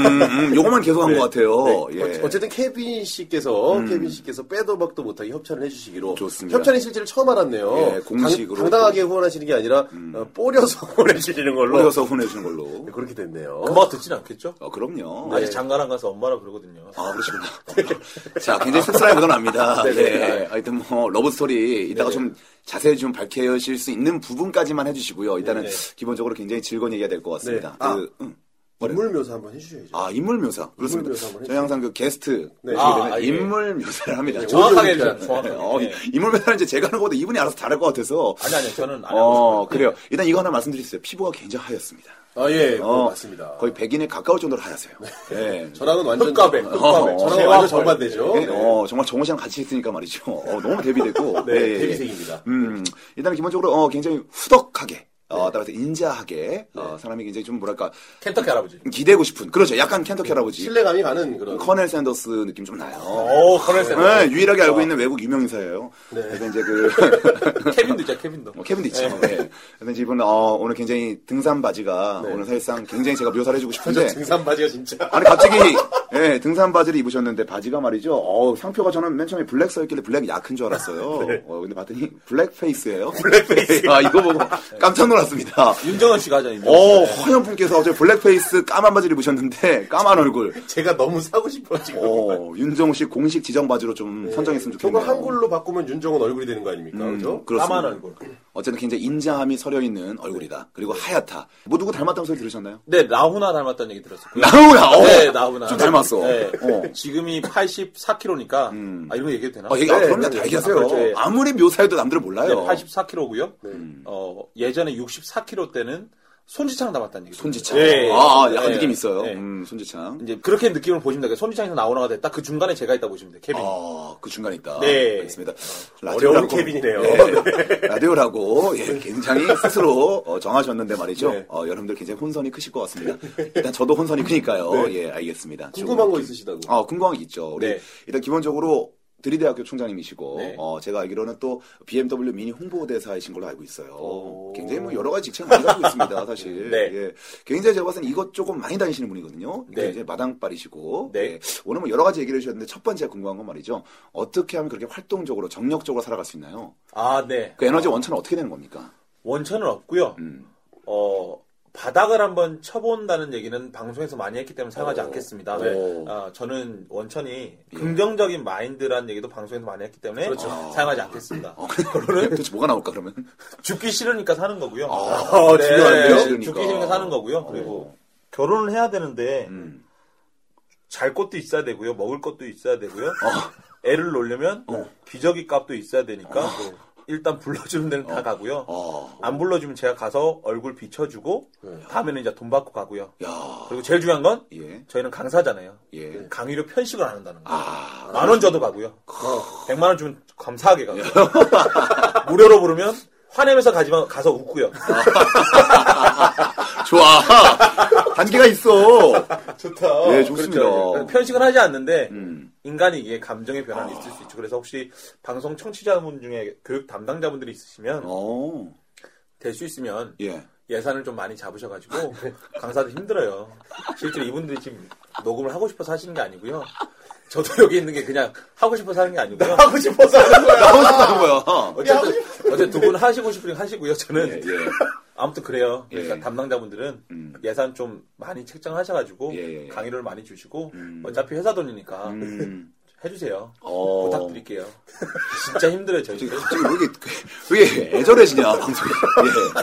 Speaker 2: 음, 음, 음, 요거만 계속 한 것 같아요.
Speaker 7: 네.
Speaker 2: 예.
Speaker 7: 어- 어쨌든 케빈 씨께서 케빈 씨께서 빼도 박도 못하게 협찬을 해주시기로
Speaker 2: 좋습니다.
Speaker 7: 협찬의 실질을 처음 알았네요.
Speaker 2: 예, 공식으로.
Speaker 7: 당, 당하게 후원하시는 게 아니라 어, 뽀려서 보내주시는 걸로
Speaker 2: 올려서 보내주는 걸로.
Speaker 7: 네, 그렇게 됐네요.
Speaker 6: 엄마 듣진 않겠죠?
Speaker 2: 어, 그럼요.
Speaker 7: 네.
Speaker 6: 아직 장가랑 가서 엄마라 그러거든요.
Speaker 2: 아, 그러시구나. 자, 굉장히 씁쓸한 묻어납니다.
Speaker 7: 네네.
Speaker 2: 네. 하여튼 뭐, 러브스토리, 이따가
Speaker 6: 네.
Speaker 2: 좀 자세히 좀 밝혀질 수 있는 부분까지만 해주시고요. 일단은
Speaker 6: 네네.
Speaker 2: 기본적으로 굉장히 즐거운 얘기가 될 것 같습니다.
Speaker 7: 네. 아.
Speaker 2: 그, 응.
Speaker 7: 인물 묘사 한번 해주셔야죠.
Speaker 2: 아, 인물 묘사. 그렇습니다.
Speaker 7: 묘사 한번
Speaker 2: 저희 항상 그 게스트.
Speaker 7: 네.
Speaker 2: 모시게 되면
Speaker 6: 아, 예. 네,
Speaker 2: 인물 묘사를 합니다.
Speaker 6: 정확하게
Speaker 7: 오디오
Speaker 6: 해주세요. 정확하게.
Speaker 2: 어,
Speaker 6: 예.
Speaker 2: 인물 묘사는 이제 제가 하는 것보다 이분이 알아서 다를 것 같아서.
Speaker 6: 아니 아니 저는 안
Speaker 2: 어,
Speaker 6: 하고 싶어요.
Speaker 2: 그래요. 일단 이거 하나 말씀드리겠어요. 피부가 굉장히 하얗습니다.
Speaker 7: 아, 예,
Speaker 6: 네,
Speaker 7: 그거
Speaker 2: 어,
Speaker 7: 맞습니다.
Speaker 2: 거의 백인에 가까울 정도로 하얗어요. 예.
Speaker 7: 저랑은 완전
Speaker 6: 흑과백, 흑과백.
Speaker 7: 저랑은 완전
Speaker 6: 제와 벌.
Speaker 7: 정반대죠.
Speaker 2: 어, 네, 어, 정말 정호 씨랑 같이 있으니까 말이죠. 어, 너무 대비되고.
Speaker 7: 네,
Speaker 2: 예, 예.
Speaker 7: 대비생입니다.
Speaker 2: 음, 일단 기본적으로 어, 굉장히 후덕하게,
Speaker 7: 네.
Speaker 2: 어, 따라서 인자하게, 어, 사람이 굉장히 좀 뭐랄까,
Speaker 6: 켄터키 할아버지.
Speaker 2: 기대고 싶은, 그렇죠. 약간 켄터키 할아버지.
Speaker 7: 신뢰감이 가는 그런
Speaker 2: 커넬 샌더스 느낌 좀 나요.
Speaker 7: 어,
Speaker 6: 오, 커넬 샌더스.
Speaker 2: 네, 유일하게
Speaker 7: 아.
Speaker 2: 알고 있는 외국 유명 인사예요.
Speaker 7: 네.
Speaker 2: 그래서 이제 그
Speaker 6: 케빈도 있죠, 케빈도.
Speaker 2: 뭐 케빈도 있죠. 네. 그래서 이제 이분 어, 오늘 굉장히 등산 바지가
Speaker 7: 네.
Speaker 2: 오늘 사실상 굉장히 제가 묘사를 해주고
Speaker 7: 저
Speaker 2: 싶은데
Speaker 7: 등산 바지가 진짜
Speaker 2: 아니 갑자기 예, 등산 바지를 입으셨는데 바지가 말이죠. 어, 상표가 저는 맨 처음에 블랙 써 있길래 블랙 야크인 줄 알았어요. 어, 근데 봤더니 블랙 페이스예요. 블랙 페이스. 아 이거 보고 깜짝 놀랐습니다.
Speaker 6: 윤정은 씨가 하죠, 윤정은 씨.
Speaker 2: 어, 허연분께서 저 블랙 페이스 까만 바지를 입으셨는데 까만 얼굴.
Speaker 7: 제가 너무 사고 싶어 지금.
Speaker 2: 어, 윤정우 씨 공식 지정 바지로 좀 선정했으면
Speaker 7: 저거
Speaker 2: 좋겠네요. 음,
Speaker 7: 한글로 바꾸면 윤정은 얼굴이 되는 거 아닙니까? 음, 그죠?
Speaker 2: 그렇습니다.
Speaker 6: 까만 얼굴.
Speaker 2: 어쨌든 굉장히 인자함이 서려 있는 얼굴이다. 그리고 하얗다. 뭐 누구 닮았다는 소리 들으셨나요?
Speaker 6: 네, 라후나 닮았다는 얘기 들었었고요.
Speaker 2: 나훈아. 어.
Speaker 6: 네, 나훈아.
Speaker 2: 좀 닮았어.
Speaker 6: 네.
Speaker 2: 어.
Speaker 6: 지금이 84kg니까, 아, 이런 거 얘기해도 되나?
Speaker 2: 어, 얘기, 아,
Speaker 7: 네,
Speaker 2: 그럼요.
Speaker 7: 네,
Speaker 2: 다
Speaker 7: 네.
Speaker 2: 얘기하세요.
Speaker 6: 아, 그렇죠. 예.
Speaker 2: 아무리 묘사해도 남들은 몰라요. 네.
Speaker 6: 84kg고요. 어, 예전에 64kg 때는 손지창 닮았다는 얘기.
Speaker 2: 손지창.
Speaker 7: 네.
Speaker 6: 예.
Speaker 2: 아, 아, 약간
Speaker 6: 예.
Speaker 2: 느낌 있어요.
Speaker 6: 예.
Speaker 2: 음, 손지창.
Speaker 6: 이제 그렇게 느낌을 보시면 돼요. 손지창에서 나오나가 됐다. 그 중간에 제가 있다 보시면 돼요. 케빈.
Speaker 2: 아, 그 중간에 있다.
Speaker 6: 네.
Speaker 2: 알겠습니다.
Speaker 7: 어려운 케빈이네요.
Speaker 2: 네. 라디오라고, 예, 굉장히 스스로 어, 정하셨는데 말이죠.
Speaker 7: 네.
Speaker 2: 어, 여러분들 굉장히 혼선이 크실 것 같습니다. 일단 저도 혼선이 크니까요. 예, 알겠습니다.
Speaker 7: 네. 궁금한
Speaker 2: 조금
Speaker 7: 거 있으시다고.
Speaker 2: 아, 궁금한 게 있죠. 우리
Speaker 6: 네.
Speaker 2: 일단 기본적으로 드리대학교 총장님이시고,
Speaker 6: 네.
Speaker 2: 어, 제가 알기로는 또 BMW 미니 홍보대사이신 걸로 알고 있어요. 굉장히 뭐 여러 가지 직책 많이 가지고 있습니다, 사실.
Speaker 6: 네.
Speaker 2: 예. 굉장히 제가 봤을 땐 이것 조금 많이 다니시는 분이거든요.
Speaker 6: 네.
Speaker 2: 굉장히 마당발이시고,
Speaker 6: 네.
Speaker 2: 예. 오늘 뭐 여러 가지 얘기를 해주셨는데, 첫 번째 궁금한 건 말이죠. 어떻게 하면 그렇게 활동적으로, 정력적으로 살아갈 수 있나요?
Speaker 6: 아, 네.
Speaker 2: 그 에너지 원천은 어떻게 되는 겁니까?
Speaker 6: 원천은 없고요.
Speaker 2: 음.
Speaker 6: 어, 바닥을 한번 쳐본다는 얘기는 방송에서 많이 했기
Speaker 2: 어.
Speaker 6: 때문에 사용하지 않겠습니다. 왜?
Speaker 2: 오.
Speaker 6: 어, 저는 원천이
Speaker 2: 예.
Speaker 6: 긍정적인 마인드라는 얘기도 방송에서 많이 했기 때문에
Speaker 2: 그렇죠.
Speaker 6: 어, 사용하지 않겠습니다.
Speaker 2: 어. 그거는 도대체 뭐가 나올까, 그러면?
Speaker 6: 죽기 싫으니까 사는 거고요. 네.
Speaker 2: 아, 중요한데요? 그러니까. 네.
Speaker 6: 죽기 싫으니까 사는 거고요. 그리고 결혼을 해야 되는데
Speaker 2: 음.
Speaker 6: 잘 것도 있어야 되고요. 먹을 것도 있어야 되고요. 애를 놀려면
Speaker 2: 어.
Speaker 6: 기저귀 값도 있어야 되니까 일단 불러주는 데는 다 가고요.
Speaker 2: 어. 네.
Speaker 6: 안 불러주면 제가 가서 얼굴 비춰주고 다음에는 이제 돈 받고 가고요.
Speaker 2: 야
Speaker 6: 그리고 제일 중요한 건
Speaker 2: 예.
Speaker 6: 저희는 강사잖아요. 그
Speaker 2: 예.
Speaker 6: 강의료 편식을 안 한다는 거.
Speaker 2: 아, 그렇죠.
Speaker 6: 만 원 줘도 가고요. 백만 원 주면 감사하게 가고요.
Speaker 2: 예.
Speaker 6: 무료로 부르면 화내면서 가지만 가서 웃고요.
Speaker 2: 좋아. 단계가 있어.
Speaker 7: 좋다. 그렇죠.
Speaker 2: 예, 좋습니다.
Speaker 6: 그러니까 편식은 하지 않는데
Speaker 2: 음. 아.
Speaker 6: 인간이 이게 감정의 변화는 있을 수 있죠. 그래서 혹시 방송 청취자분 중에 교육 담당자분들이 있으시면
Speaker 2: 어,
Speaker 6: 될 수 있으면
Speaker 2: 예.
Speaker 6: 예산을 좀 많이 잡으셔가지고 강사도 힘들어요. 실제로 이분들이 지금 녹음을 하고 싶어서 하시는 게 아니고요. 저도 여기 있는 게 그냥 하고 싶어서 하는 게
Speaker 2: 네,
Speaker 6: 아니고요.
Speaker 7: 하고 싶어서 하는 거야.
Speaker 2: 나오셨다고요
Speaker 6: 어쨌든, 어쨌든 두 분 하시고 싶으면 하시고요. 저는
Speaker 2: 예, 예.
Speaker 6: 아무튼 그래요.
Speaker 2: 예.
Speaker 6: 그러니까 담당자분들은
Speaker 2: 음.
Speaker 6: 예산 좀 많이 책정하셔가지고
Speaker 2: 예, 예, 예.
Speaker 6: 강의를 많이 주시고
Speaker 2: 음.
Speaker 6: 어차피 회사 돈이니까
Speaker 2: 음.
Speaker 6: 해주세요.
Speaker 2: 어.
Speaker 6: 부탁드릴게요. 진짜 힘들어요 저희.
Speaker 2: 그, 갑자기 왜 이게, 왜 이게 애절해지냐, 방송이. 예.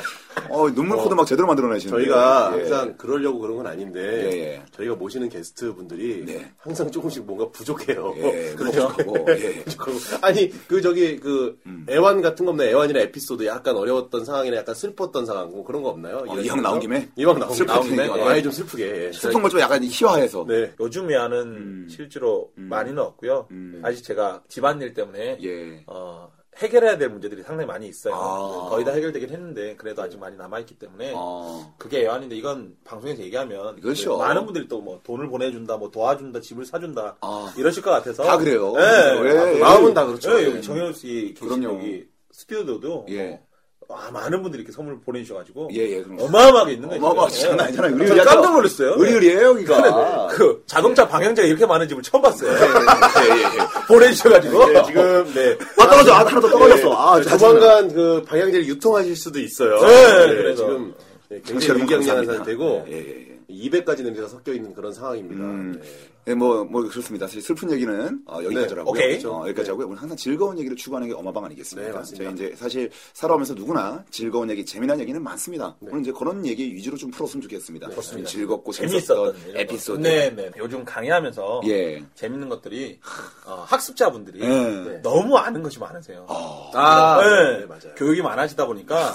Speaker 2: 어, 눈물 코드 막 제대로 만들어내시는.
Speaker 7: 저희가
Speaker 2: 예.
Speaker 7: 항상 그러려고 그런 건 아닌데
Speaker 2: 예, 예.
Speaker 7: 저희가 모시는 게스트 분들이
Speaker 2: 네.
Speaker 7: 항상 조금씩 뭔가 부족해요.
Speaker 2: 예,
Speaker 7: 그렇죠.
Speaker 2: 부족하고, 예.
Speaker 7: 부족하고. 아니 그 저기 그 애완 같은 거 없나요? 애완이나 에피소드 약간 어려웠던 상황이나 약간 슬펐던 상황 뭐 그런 거 없나요?
Speaker 2: 어, 이왕 나온 김에?
Speaker 7: 이왕 나온 김에
Speaker 2: 슬픈
Speaker 7: 나온 김에
Speaker 2: 얘기.
Speaker 7: 아예 좀 슬프게. 예.
Speaker 2: 소통걸좀 약간 희화해서.
Speaker 7: 네.
Speaker 6: 요즘 외화는
Speaker 2: 음.
Speaker 6: 실제로 많이는 없고요. 아직 제가 집안일 때문에
Speaker 2: 예.
Speaker 6: 어, 해결해야 될 문제들이 상당히 많이 있어요.
Speaker 2: 아.
Speaker 6: 거의 다 해결되긴 했는데 그래도 아직 많이 남아있기 때문에
Speaker 2: 어.
Speaker 6: 그게 애환인데 이건 방송에서 얘기하면
Speaker 2: 그렇죠.
Speaker 6: 그 많은 분들이 또 뭐 돈을 보내준다, 뭐 도와준다, 집을 사준다
Speaker 2: 아.
Speaker 6: 이러실 것 같아서
Speaker 2: 다 그래요.
Speaker 6: 예.
Speaker 2: 예,
Speaker 6: 아,
Speaker 2: 예.
Speaker 7: 마음은 다 그렇죠.
Speaker 6: 예, 여기 정현우 씨 계신
Speaker 2: 그럼요.
Speaker 6: 여기 스튜디오도
Speaker 2: 예.
Speaker 6: 뭐, 아, 많은 분들이 이렇게 선물 보내주셔가지고
Speaker 2: 예, 예, 그럼.
Speaker 6: 어마어마하게 있는 거예요.
Speaker 2: 어마어마한
Speaker 6: 지금.
Speaker 2: 장난 아니잖아요.
Speaker 6: 예.
Speaker 2: 의리,
Speaker 6: 저 깜짝 놀랐어요. 예.
Speaker 2: 의리의리해요, 여기가.
Speaker 6: 그 자동차 방향제가 이렇게 많은 집을 처음 봤어요.
Speaker 2: 예, 예, 예.
Speaker 6: 보내주셔가지고
Speaker 7: 예, 지금 네.
Speaker 2: 아, 떨어져. 아, 하나 더 떨어졌어. 아,
Speaker 7: 조만간 그 방향제를 유통하실 수도 있어요.
Speaker 6: 네,
Speaker 7: 네,
Speaker 6: 그래서.
Speaker 7: 지금 네, 굉장히
Speaker 2: 정치여러분
Speaker 7: 위기양양한
Speaker 2: 감사합니다.
Speaker 7: 상태고
Speaker 2: 예, 예, 예.
Speaker 7: 200가지 냄새가 섞여 있는 그런 상황입니다.
Speaker 2: 음.
Speaker 7: 네.
Speaker 2: 예, 뭐, 뭐, 그렇습니다. 사실 슬픈 얘기는 어, 여기까지라고요.
Speaker 6: 네, 오케이.
Speaker 2: 어, 여기까지 하고요. 오늘 항상 즐거운 얘기를 추구하는 게 어마방 아니겠습니까?
Speaker 7: 네, 맞습니다.
Speaker 2: 저희 이제 사실 살아오면서 누구나 즐거운 얘기, 재미난 얘기는 많습니다. 오늘 이제 그런 얘기 위주로 좀 풀었으면 좋겠습니다.
Speaker 6: 좋습니다.
Speaker 2: 즐겁고
Speaker 6: 재밌었던
Speaker 2: 재밌었던
Speaker 6: 이런
Speaker 2: 에피소드.
Speaker 6: 거. 네, 네. 요즘 강의하면서
Speaker 2: 예.
Speaker 6: 재밌는 것들이 어, 학습자분들이
Speaker 2: 예.
Speaker 6: 네. 너무 아는 것이 많으세요.
Speaker 7: 아,
Speaker 6: 네.
Speaker 7: 네, 맞아요.
Speaker 6: 교육이 많아지다 보니까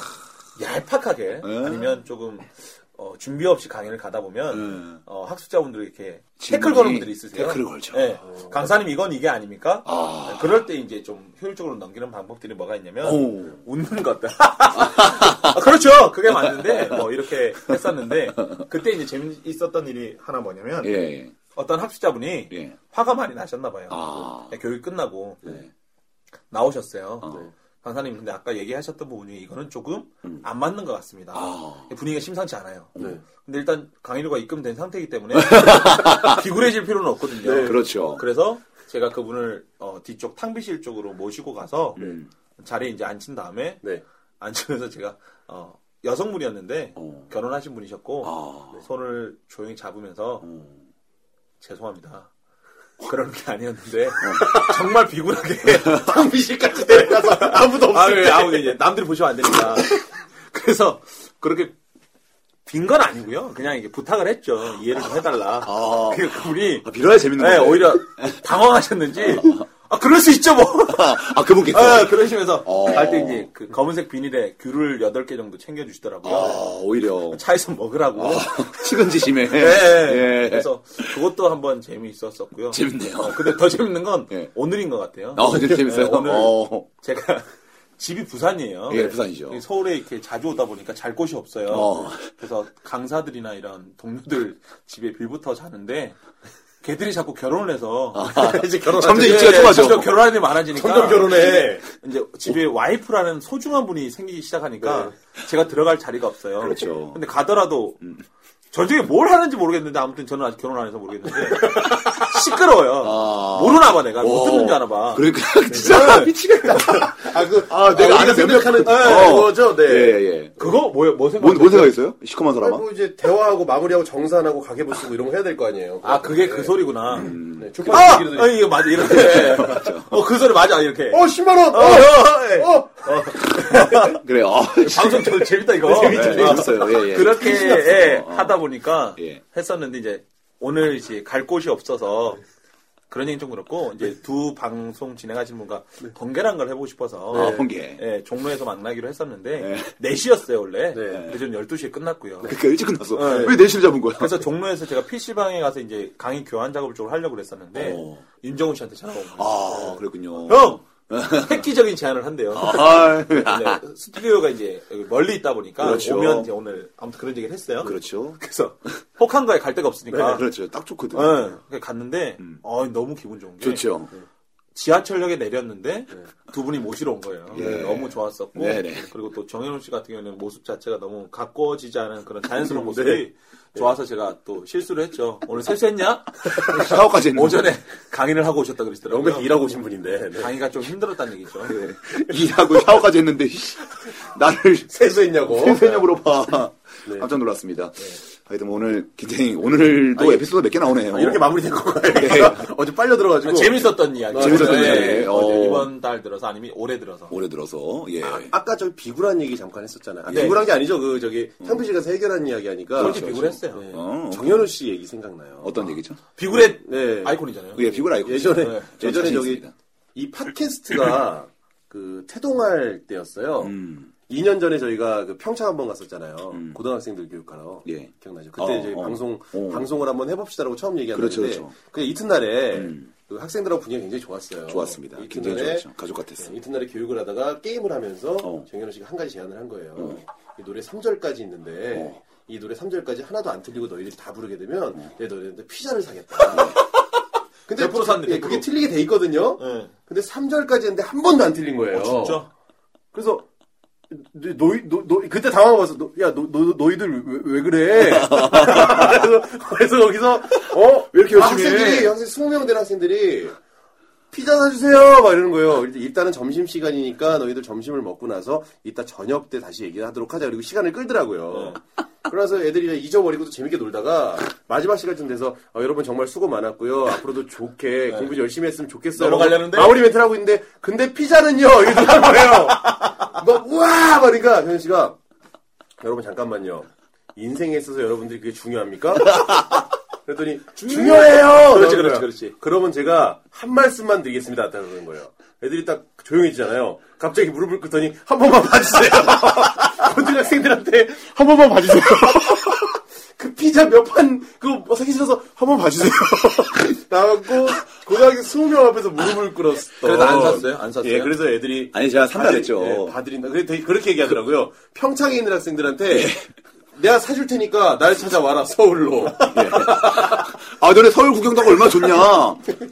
Speaker 6: 얄팍하게
Speaker 2: 예.
Speaker 6: 아니면 조금 어, 준비 없이 강의를 가다 보면 어, 학습자분들이 이렇게
Speaker 2: 질문이-
Speaker 6: 태클 거는 분들이 있으세요.
Speaker 2: 예. 태클을 걸죠.
Speaker 6: 네. 강사님 이건 이게 아닙니까?
Speaker 2: 아.
Speaker 6: 네, 그럴 때 이제 좀 효율적으로 넘기는 방법들이 뭐가 있냐면
Speaker 2: 오.
Speaker 6: 웃는 것들. 아, 그렇죠. 그게 맞는데 뭐 이렇게 했었는데 그때 이제 재미있었던 일이 하나 뭐냐면
Speaker 2: 예.
Speaker 6: 어떤 학습자분이
Speaker 2: 예.
Speaker 6: 화가 많이 나셨나 봐요.
Speaker 2: 아.
Speaker 6: 네, 교육 끝나고
Speaker 2: 네.
Speaker 6: 나오셨어요.
Speaker 2: 어.
Speaker 6: 네. 강사님 근데 아까 얘기하셨던 부분 중에 이거는 조금 안 맞는 것 같습니다.
Speaker 2: 음. 아.
Speaker 6: 분위기가 심상치 않아요.
Speaker 7: 네.
Speaker 6: 근데 일단 강의료가 입금된 상태이기 때문에 비굴해질 필요는 없거든요.
Speaker 2: 그렇죠.
Speaker 6: 네. 그래서 제가 그분을 어, 뒤쪽 탕비실 쪽으로 모시고 가서
Speaker 2: 음.
Speaker 6: 자리에 이제 앉힌 다음에
Speaker 7: 네.
Speaker 6: 앉으면서 제가 어, 여성분이었는데
Speaker 2: 어.
Speaker 6: 결혼하신 분이셨고
Speaker 2: 아. 어.
Speaker 6: 손을 조용히 잡으면서 죄송합니다. 그런 게 아니었는데
Speaker 2: 어.
Speaker 6: 정말 비굴하게
Speaker 7: 탕비실까지 내려가서 아무도
Speaker 6: 아,
Speaker 7: 없을
Speaker 6: 왜,
Speaker 2: 예,
Speaker 7: 때.
Speaker 6: 아우, 네, 이제 남들이 보시면 안 되니까. 그래서, 그렇게 빈 건 아니고요. 그냥 이게 부탁을 했죠. 이해를 좀 해달라.
Speaker 2: 아.
Speaker 6: 그러 그분이,
Speaker 2: 아, 빌어야 재밌는
Speaker 6: 네,
Speaker 2: 거예요.
Speaker 6: 오히려 당황하셨는지, 아, 그럴 수 있죠, 뭐.
Speaker 2: 아, 그분께서.
Speaker 6: 아, 그러시면서,
Speaker 2: 어.
Speaker 6: 갈 때 이제 그 검은색 비닐에 귤을 8개 정도 챙겨주시더라고요.
Speaker 2: 아, 오히려. 아,
Speaker 6: 차에서 먹으라고.
Speaker 2: 식은지 심해.
Speaker 6: 예, 예.
Speaker 2: 예.
Speaker 6: 그래서 그것도 한번 재미있었었고요.
Speaker 2: 재밌네요.
Speaker 6: 어, 근데 더 재밌는 건
Speaker 2: 예.
Speaker 6: 오늘인 것 같아요.
Speaker 2: 어, 진짜 재밌어요.
Speaker 6: 네, 오늘
Speaker 2: 어.
Speaker 6: 제가 집이 부산이에요.
Speaker 2: 예, 부산이죠.
Speaker 6: 서울에 이렇게 자주 오다 보니까 잘 곳이 없어요.
Speaker 2: 어.
Speaker 6: 그래서 강사들이나 이런 동료들 집에 빌부터 자는데 걔들이 자꾸 결혼을 해서
Speaker 7: 이제 결혼
Speaker 2: 아, 점점
Speaker 6: 예,
Speaker 2: 입지가 좁아져.
Speaker 6: 점점 결혼할 일이 많아지니까
Speaker 7: 점점 결혼해.
Speaker 6: 이제 집에 와이프라는 소중한 분이 생기기 시작하니까 제가 들어갈 자리가 없어요.
Speaker 2: 네. 그렇죠. 음.
Speaker 6: 근데 가더라도 저 중에 뭘 하는지 모르겠는데 아무튼 저는 아직 결혼 안 해서 모르겠는데 시끄러워요.
Speaker 2: 아.
Speaker 6: 모르나 봐 내가
Speaker 2: 오.
Speaker 6: 못 듣는 줄 알아 봐.
Speaker 2: 그러니까 진짜 미치겠다.
Speaker 7: 아, 그, 아, 내가
Speaker 2: 아,
Speaker 7: 아는 생각하는
Speaker 2: 어.
Speaker 7: 거죠? 네.
Speaker 2: 예, 예.
Speaker 6: 그거 뭐뭐 뭐 생각?
Speaker 2: 뭔, 뭔 생각했어요? 시커먼 사람아?
Speaker 7: 그리고 뭐 이제 대화하고 마무리하고 정산하고 가계부 쓰고 이런 거 해야 될 거 아니에요.
Speaker 6: 아 그게
Speaker 2: 네.
Speaker 6: 그 소리구나.
Speaker 2: 음.
Speaker 7: 네.
Speaker 6: 아,
Speaker 7: 주파수 기기로도
Speaker 6: 아, 이거 맞아 이렇게. 어 그 소리 맞아 이렇게.
Speaker 7: 어, 10만원!
Speaker 6: 어,
Speaker 7: 어!
Speaker 6: 예.
Speaker 7: 어!
Speaker 2: 그래요. 어,
Speaker 6: 방송 저 재밌다 이거.
Speaker 2: 재밌죠,
Speaker 6: 어.
Speaker 2: 재밌었어요. 예, 예.
Speaker 6: 그렇게
Speaker 2: 신났어.
Speaker 6: 예,
Speaker 2: 어.
Speaker 6: 하다 보니까
Speaker 2: 예.
Speaker 6: 했었는데 이제 오늘 이제 갈 곳이 없어서 그런 얘기 좀 그렇고 이제
Speaker 2: 네.
Speaker 6: 두 방송 진행하시는 분과 번개란 걸 해보고 싶어서
Speaker 2: 아, 번개. 네.
Speaker 6: 예, 종로에서 만나기로 했었는데 4시였어요 원래. 그래서 저는 12시에 끝났고요.
Speaker 2: 그러니까 일찍 끝났어.
Speaker 6: 예.
Speaker 2: 왜 4시를 잡은 거야?
Speaker 6: 그래서 종로에서 제가 PC방에 가서 이제 강의 교환 작업을 좀 하려고 그랬었는데
Speaker 2: 어.
Speaker 6: 윤정훈 씨한테 전화가 온 거예요.
Speaker 2: 아, 그랬군요.
Speaker 6: 형! 획기적인 제안을 한대요.
Speaker 2: 아,
Speaker 6: 근데 스튜디오가 이제 여기 멀리 있다 보니까
Speaker 2: 그렇죠.
Speaker 6: 오면 이제 오늘 아무튼 그런 얘기를 했어요.
Speaker 2: 그렇죠.
Speaker 6: 그래서 혹한가에 갈 데가 없으니까.
Speaker 2: 네, 그렇죠. 딱 좋거든.
Speaker 6: 예, 그래서 갔는데 어, 너무 기분 좋은 게
Speaker 2: 좋죠.
Speaker 6: 지하철역에 내렸는데 두 분이 모시러 온 거예요.
Speaker 2: 예.
Speaker 6: 너무 좋았었고
Speaker 2: 네, 네.
Speaker 6: 그리고 또 정현우 씨 같은 경우는 에 모습 자체가 너무 가꿔지지 않은 그런
Speaker 2: 음,
Speaker 6: 자연스러운 모습이
Speaker 2: 네.
Speaker 6: 좋아서 제가 또 실수를 했죠. 오늘 세수했냐?
Speaker 2: 사업까지 했는데.
Speaker 6: 오전에 강의를 하고 오셨다 그러시더라고요.
Speaker 7: 영국에서 일하고 오신 분인데. 네.
Speaker 6: 강의가 좀 힘들었다는 얘기죠.
Speaker 2: 일하고 샤워까지 했는데, 씨, 나를
Speaker 6: 뭐?
Speaker 7: 세수했냐고.
Speaker 2: 세세녀으로 봐. 깜짝 놀랐습니다. 하여튼 뭐 오늘 굉장히 오늘도
Speaker 3: 아니,
Speaker 2: 에피소드 몇 개 나오네요.
Speaker 3: 아, 이렇게 마무리된 건가요?
Speaker 2: 네.
Speaker 3: 어제 빨려 들어가지고.
Speaker 6: 아, 재밌었던 이야기.
Speaker 2: 재밌었던
Speaker 6: 네.
Speaker 2: 이야기.
Speaker 6: 어제
Speaker 2: 어.
Speaker 6: 이번 달 들어서 아니면 올해 들어서.
Speaker 2: 올해 들어서 예.
Speaker 3: 아까 저기 비굴한 얘기 잠깐 했었잖아요. 아,
Speaker 6: 네.
Speaker 3: 비굴한 게 아니죠. 그 저기 상표 씨가 해결한 이야기 하니까.
Speaker 6: 솔직히 비굴했어요.
Speaker 3: 네.
Speaker 2: 어.
Speaker 3: 정현우 씨 얘기 생각나요.
Speaker 2: 어떤 얘기죠?
Speaker 6: 비굴의
Speaker 3: 네.
Speaker 6: 아이콘이잖아요.
Speaker 2: 예, 비굴 아이콘.
Speaker 3: 예전에
Speaker 6: 네.
Speaker 3: 예전에
Speaker 2: 자신
Speaker 3: 저기
Speaker 2: 있습니다.
Speaker 3: 이 팟캐스트가 그 태동할 때였어요.
Speaker 2: 음.
Speaker 3: 2년 전에 저희가 그 평창 한번 갔었잖아요. 고등학생들 교육하러
Speaker 2: 예.
Speaker 3: 기억나죠? 그때
Speaker 2: 어,
Speaker 3: 이제
Speaker 2: 어.
Speaker 3: 방송
Speaker 2: 어.
Speaker 3: 방송을 한번 해봅시다라고 처음 얘기하는데
Speaker 2: 그렇죠,
Speaker 3: 그
Speaker 2: 그렇죠. 음.
Speaker 3: 이튿날에 그 학생들하고 분위기 가 굉장히 좋았어요.
Speaker 2: 좋았습니다. 굉장히
Speaker 3: 이튿날에
Speaker 2: 좋았죠. 가족 같았어.
Speaker 3: 네, 이튿날에 교육을 하다가 게임을 하면서
Speaker 2: 어.
Speaker 3: 정현우 씨가 한 가지 제안을 한 거예요. 이 노래 3절까지 있는데
Speaker 2: 어.
Speaker 3: 이 노래 3절까지 하나도 안 틀리고 너희들이 다 부르게 되면 내 너희들한테 피자를 사겠다.
Speaker 2: 네.
Speaker 3: 근데
Speaker 6: 100% 샀네,
Speaker 3: 예,
Speaker 6: 100%.
Speaker 3: 그게 틀리게 돼 있거든요.
Speaker 6: 네.
Speaker 3: 근데 3절까지 했는데 한 번도 안 틀린 거예요.
Speaker 6: 어, 진짜?
Speaker 3: 그래서 너희 너, 너- 그때 당황해서 너, 야, 너, 너, 너희들 왜, 왜 그래? 그래서, 그래서 거기서 어 왜 이렇게 열심히 학생들이 학생 20명 된 학생들이 피자 사주세요 막 이러는 거예요. 일단- 일단은 점심 시간이니까 너희들 점심을 먹고 나서 이따 저녁 때 다시 얘기하도록 하자. 그리고 시간을 끌더라고요. 그래서 애들이 이제 잊어버리고 또 재밌게 놀다가 마지막 시간쯤 돼서 어, 여러분 정말 수고 많았고요. 앞으로도 좋게 공부 열심히 했으면 좋겠어요.
Speaker 6: 넘어가려는데?
Speaker 3: 마무리 멘트를 하고 있는데 근데 피자는요 이러는 거예요. 막 우와 말니까 현현 씨가 여러분 잠깐만요. 인생에 있어서 여러분들이 그게 중요합니까? 그랬더니 중요해요. 그러는
Speaker 6: 그렇지, 그렇지,
Speaker 3: 거예요.
Speaker 6: 그렇지.
Speaker 3: 그러면 제가 한 말씀만 드리겠습니다. 딱 그러는 거예요. 애들이 딱 조용해지잖아요. 갑자기 무릎을 꿇더니 한 번만 봐주세요. 건들 학생들한테 한 번만 봐주세요. 그 피자 몇 판 그거 뭐 사기 싫어서 한 번 봐주세요. 나갖고 고등학교 20명 앞에서 무릎을 꿇었어.
Speaker 6: 그래서 안 샀어요? 안 샀어요? 어.
Speaker 3: 예, 그래서 애들이
Speaker 2: 아니, 제가 산다
Speaker 3: 받을-
Speaker 2: 그랬죠.
Speaker 3: 예, 받으린다. 그래, 되게 그렇게 얘기하더라고요. 평창에 있는
Speaker 2: 예.
Speaker 3: 학생들한테 내가 사줄 테니까 날 찾아와라 서울로.
Speaker 2: 아, 너네 서울 구경도 하고 얼마나 좋냐.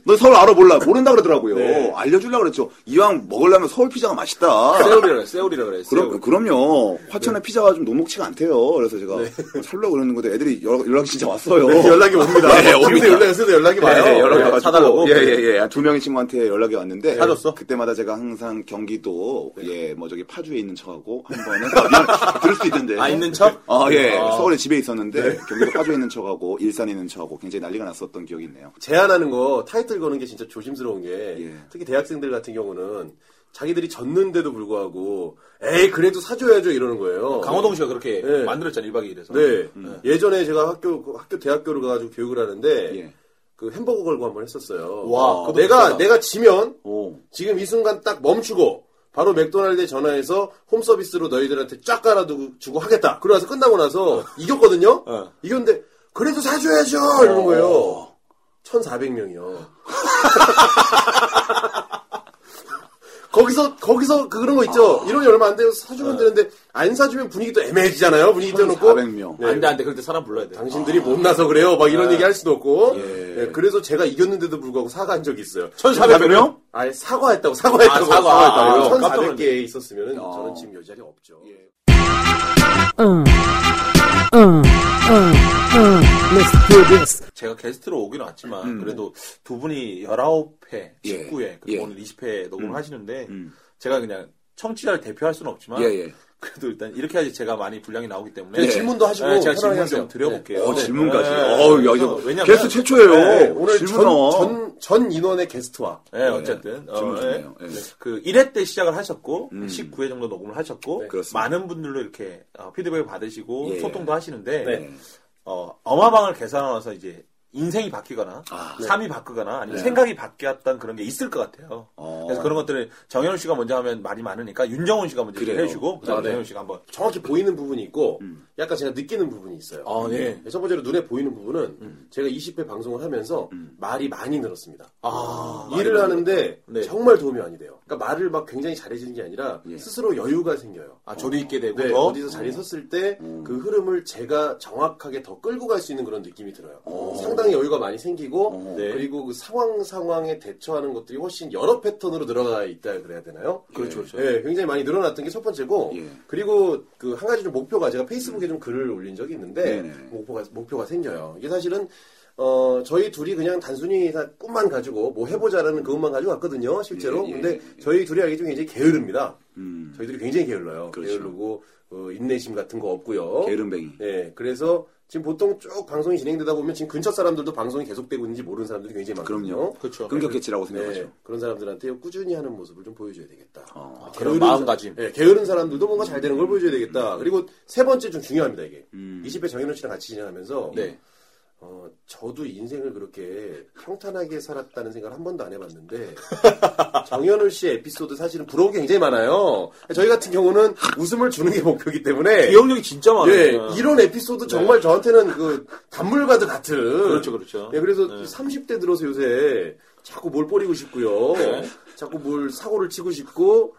Speaker 2: 너 서울 알아 몰라. 모른다 그러더라고요.
Speaker 3: 네.
Speaker 2: 알려주려고 그랬죠. 이왕 먹으려면 서울 피자가 맛있다.
Speaker 6: 세월이라 그래, 세월이라 그래.
Speaker 2: 그럼,
Speaker 6: 세월.
Speaker 2: 그럼요. 화천의
Speaker 3: 네.
Speaker 2: 피자가 좀 녹록치가 않대요. 그래서 제가 뭐 살려고 그랬는 건데 애들이 연락, 연락이 진짜 왔어요.
Speaker 3: 연락이 옵니다.
Speaker 2: 네, 옵니다.
Speaker 3: 요새 연락 요새 연락이 와요.
Speaker 2: 네, 연락이
Speaker 6: 네,
Speaker 2: 와가지고.
Speaker 6: 사달라고?
Speaker 2: 예, 예, 예. 두 명의 친구한테 연락이 왔는데.
Speaker 6: 사줬어?
Speaker 2: 그때마다 제가 항상 경기도, 예, 뭐 저기 파주에 있는 척하고 한 번은. 아, 미안, 들을 수 있던데.
Speaker 6: 아, 있는 척?
Speaker 2: 아, 예.
Speaker 6: 아.
Speaker 2: 서울에 집에 있었는데, 경기도 파주에 있는 척하고, 일산에 있는 척하고, 굉장히 난리가 났었던 기억이 있네요.
Speaker 3: 제안하는 거 타이틀 거는 게 진짜 조심스러운 게
Speaker 2: 예.
Speaker 3: 특히 대학생들 같은 경우는 자기들이 졌는데도 불구하고 에이 그래도 사줘야죠 이러는 거예요.
Speaker 6: 강호동 씨가 그렇게
Speaker 3: 네.
Speaker 6: 만들었잖아, 1박 2일에서. 음.
Speaker 3: 네 예전에 제가 학교 그 학교 대학교를 가가지고 교육을 하는데
Speaker 2: 예.
Speaker 3: 그 햄버거 걸고 한번 했었어요.
Speaker 6: 와, 그것도
Speaker 3: 내가
Speaker 6: 좋다.
Speaker 3: 내가 지면
Speaker 2: 오.
Speaker 3: 지금 이 순간 딱 멈추고 바로 맥도날드에 전화해서 홈 서비스로 너희들한테 쫙 깔아두고 주고 하겠다. 그러고 나서 끝나고 나서 이겼거든요.
Speaker 6: 어.
Speaker 3: 이겼는데 그래도 사줘야죠 이러는 거예요. 1,400명이요. 거기서 거기서 그- 그런 거
Speaker 6: 아.
Speaker 3: 있죠. 이론이 얼마 안 돼서
Speaker 6: 어.
Speaker 3: 사주면 되는데 안 사주면 분위기 또 애매해지잖아요. 분위기 떼놓고
Speaker 2: 400명.
Speaker 3: 네.
Speaker 6: 안 돼, 안 돼. 그럴 때 사람 불러야 돼. 아.
Speaker 3: 당신들이 못나서 그래요. 막 이런 얘기 할 수도 없고. 예, 그래서 제가 이겼는데도 불구하고 사과한 적이 있어요.
Speaker 6: 1,400 명?
Speaker 3: 아니, 사과했다고, 사과했다고.
Speaker 6: 아, 사과. 아, 깜짝
Speaker 3: 1,400개 있었으면은 저는 지금 요 자리에 없죠.
Speaker 6: 예.
Speaker 5: 응, 응, 응, 응. Let's do this.
Speaker 6: 제가 게스트로 오긴 왔지만 그래도 두 분이 19회,
Speaker 2: 음. 예.
Speaker 6: 19회, 그리고
Speaker 2: 예.
Speaker 6: 오늘 20회 녹음을 하시는데
Speaker 2: 음.
Speaker 6: 제가 그냥 청취자를 대표할 수는 없지만
Speaker 2: 예, 예.
Speaker 6: 그래도 일단 이렇게 해야지 제가 많이 분량이 나오기 때문에
Speaker 3: 네, 질문도 하시고
Speaker 6: 네, 제가
Speaker 3: 편하게
Speaker 6: 질문 좀
Speaker 3: 하세요.
Speaker 6: 드려볼게요.
Speaker 2: 어,
Speaker 6: 네.
Speaker 2: 질문까지.
Speaker 6: 네.
Speaker 2: 어우, 야, 이거
Speaker 6: 그래서 왜냐면-
Speaker 2: 게스트 최초예요.
Speaker 3: 네, 오늘
Speaker 2: 질문
Speaker 3: 전,
Speaker 2: 나와.
Speaker 3: 전, 전 인원의 게스트와.
Speaker 6: 네, 어쨌든 어,
Speaker 2: 질문
Speaker 6: 예.
Speaker 2: 좋네요. 예.
Speaker 6: 그 1회 때 시작을 하셨고 19회 정도 녹음을 하셨고
Speaker 2: 네, 그렇습니다.
Speaker 6: 많은 분들로 이렇게 어, 피드백을 받으시고
Speaker 2: 예.
Speaker 6: 소통도 하시는데
Speaker 3: 네.
Speaker 6: 어, 어마방을 계산하면서 이제 인생이 바뀌거나
Speaker 2: 아.
Speaker 3: 네.
Speaker 6: 삶이 바뀌거나 아니면 생각이 바뀌었던 그런 게 있을 것 같아요.
Speaker 2: 어.
Speaker 6: 그래서 그런 것들을 정현우 씨가 먼저 하면 말이 많으니까 윤정훈 씨가 먼저
Speaker 2: 그래요.
Speaker 6: 얘기를 해주고 그다음에
Speaker 3: 아, 네.
Speaker 6: 정현우 씨가 한번
Speaker 3: 정확히 보이는 부분이 있고, 약간 제가 느끼는 부분이 있어요.
Speaker 6: 음. 아, 음. 네.
Speaker 3: 첫 번째로 눈에 보이는 부분은 제가 20회 방송을 하면서 말이 많이 늘었습니다.
Speaker 6: 음. 아,
Speaker 3: 일을 하는데
Speaker 6: 네.
Speaker 3: 정말 도움이 많이 돼요. 그러니까 말을 막 굉장히 잘해지는 게 아니라
Speaker 6: 예.
Speaker 3: 스스로 여유가 생겨요.
Speaker 6: 아, 조리 있게 되고
Speaker 3: 네,
Speaker 6: 더
Speaker 3: 어디서 자리 섰을 때 그 흐름을 제가 정확하게 더 끌고 갈 수 있는 그런 느낌이 들어요. 상당히 여유가 많이 생기고
Speaker 6: 네.
Speaker 3: 그리고 그 상황 상황에 대처하는 것들이 훨씬 여러 패턴으로 들어가 있다 그래야 되나요?
Speaker 6: 그렇죠, 그렇죠.
Speaker 3: 네, 굉장히 많이 늘어났던 게 첫 번째고
Speaker 2: 예.
Speaker 3: 그리고 그 한 가지 좀 목표가 제가 페이스북에 좀 글을 올린 적이 있는데
Speaker 2: 네네.
Speaker 3: 목표가 목표가 생겨요. 이게 사실은 어, 저희 둘이 그냥 단순히 다 꿈만 가지고 뭐 해보자라는 그것만 가지고 왔거든요, 실제로.
Speaker 2: 예, 예,
Speaker 3: 근데
Speaker 2: 예.
Speaker 3: 저희 둘이 알기 중에 이제 게으릅니다.
Speaker 2: 음.
Speaker 3: 저희들이 굉장히 게을러요.
Speaker 2: 그렇죠.
Speaker 3: 게으르고, 어, 인내심 같은 거 없고요.
Speaker 2: 게으름뱅이.
Speaker 3: 예, 그래서 지금 보통 쭉 방송이 진행되다 보면 지금 근처 사람들도 방송이 계속되고 있는지 모르는 사람들이 굉장히 많거든요.
Speaker 2: 그럼요.
Speaker 6: 그렇죠.
Speaker 2: 끊겼겠지라고 생각하죠.
Speaker 3: 네, 그런 사람들한테 꾸준히 하는 모습을 좀 보여줘야 되겠다.
Speaker 2: 어.
Speaker 6: 그런
Speaker 3: 게으른
Speaker 6: 마음가짐.
Speaker 3: 사- 예, 게으른 사람들도 뭔가 잘 되는 걸 보여줘야 되겠다. 그리고 세 번째 좀 중요합니다, 이게.
Speaker 2: 음.
Speaker 3: 20회 정현우 씨랑 같이 진행하면서
Speaker 6: 네.
Speaker 3: 어, 저도 인생을 그렇게 평탄하게 살았다는 생각을 한 번도 안 해봤는데 정현우 씨 에피소드 사실은 부러운 게 굉장히 많아요. 저희 같은 경우는 웃음을 주는 게 목표이기 때문에
Speaker 6: 기억력이 진짜 많아요. 네.
Speaker 3: 예,
Speaker 6: 그냥.
Speaker 3: 이런 에피소드 정말 저한테는 그 단물과도 같은
Speaker 6: 그렇죠, 그렇죠.
Speaker 3: 예, 그래서
Speaker 6: 네.
Speaker 3: 30대 들어서 요새 자꾸 뭘 뿌리고 싶고요.
Speaker 6: 네.
Speaker 3: 자꾸 뭘 사고를 치고 싶고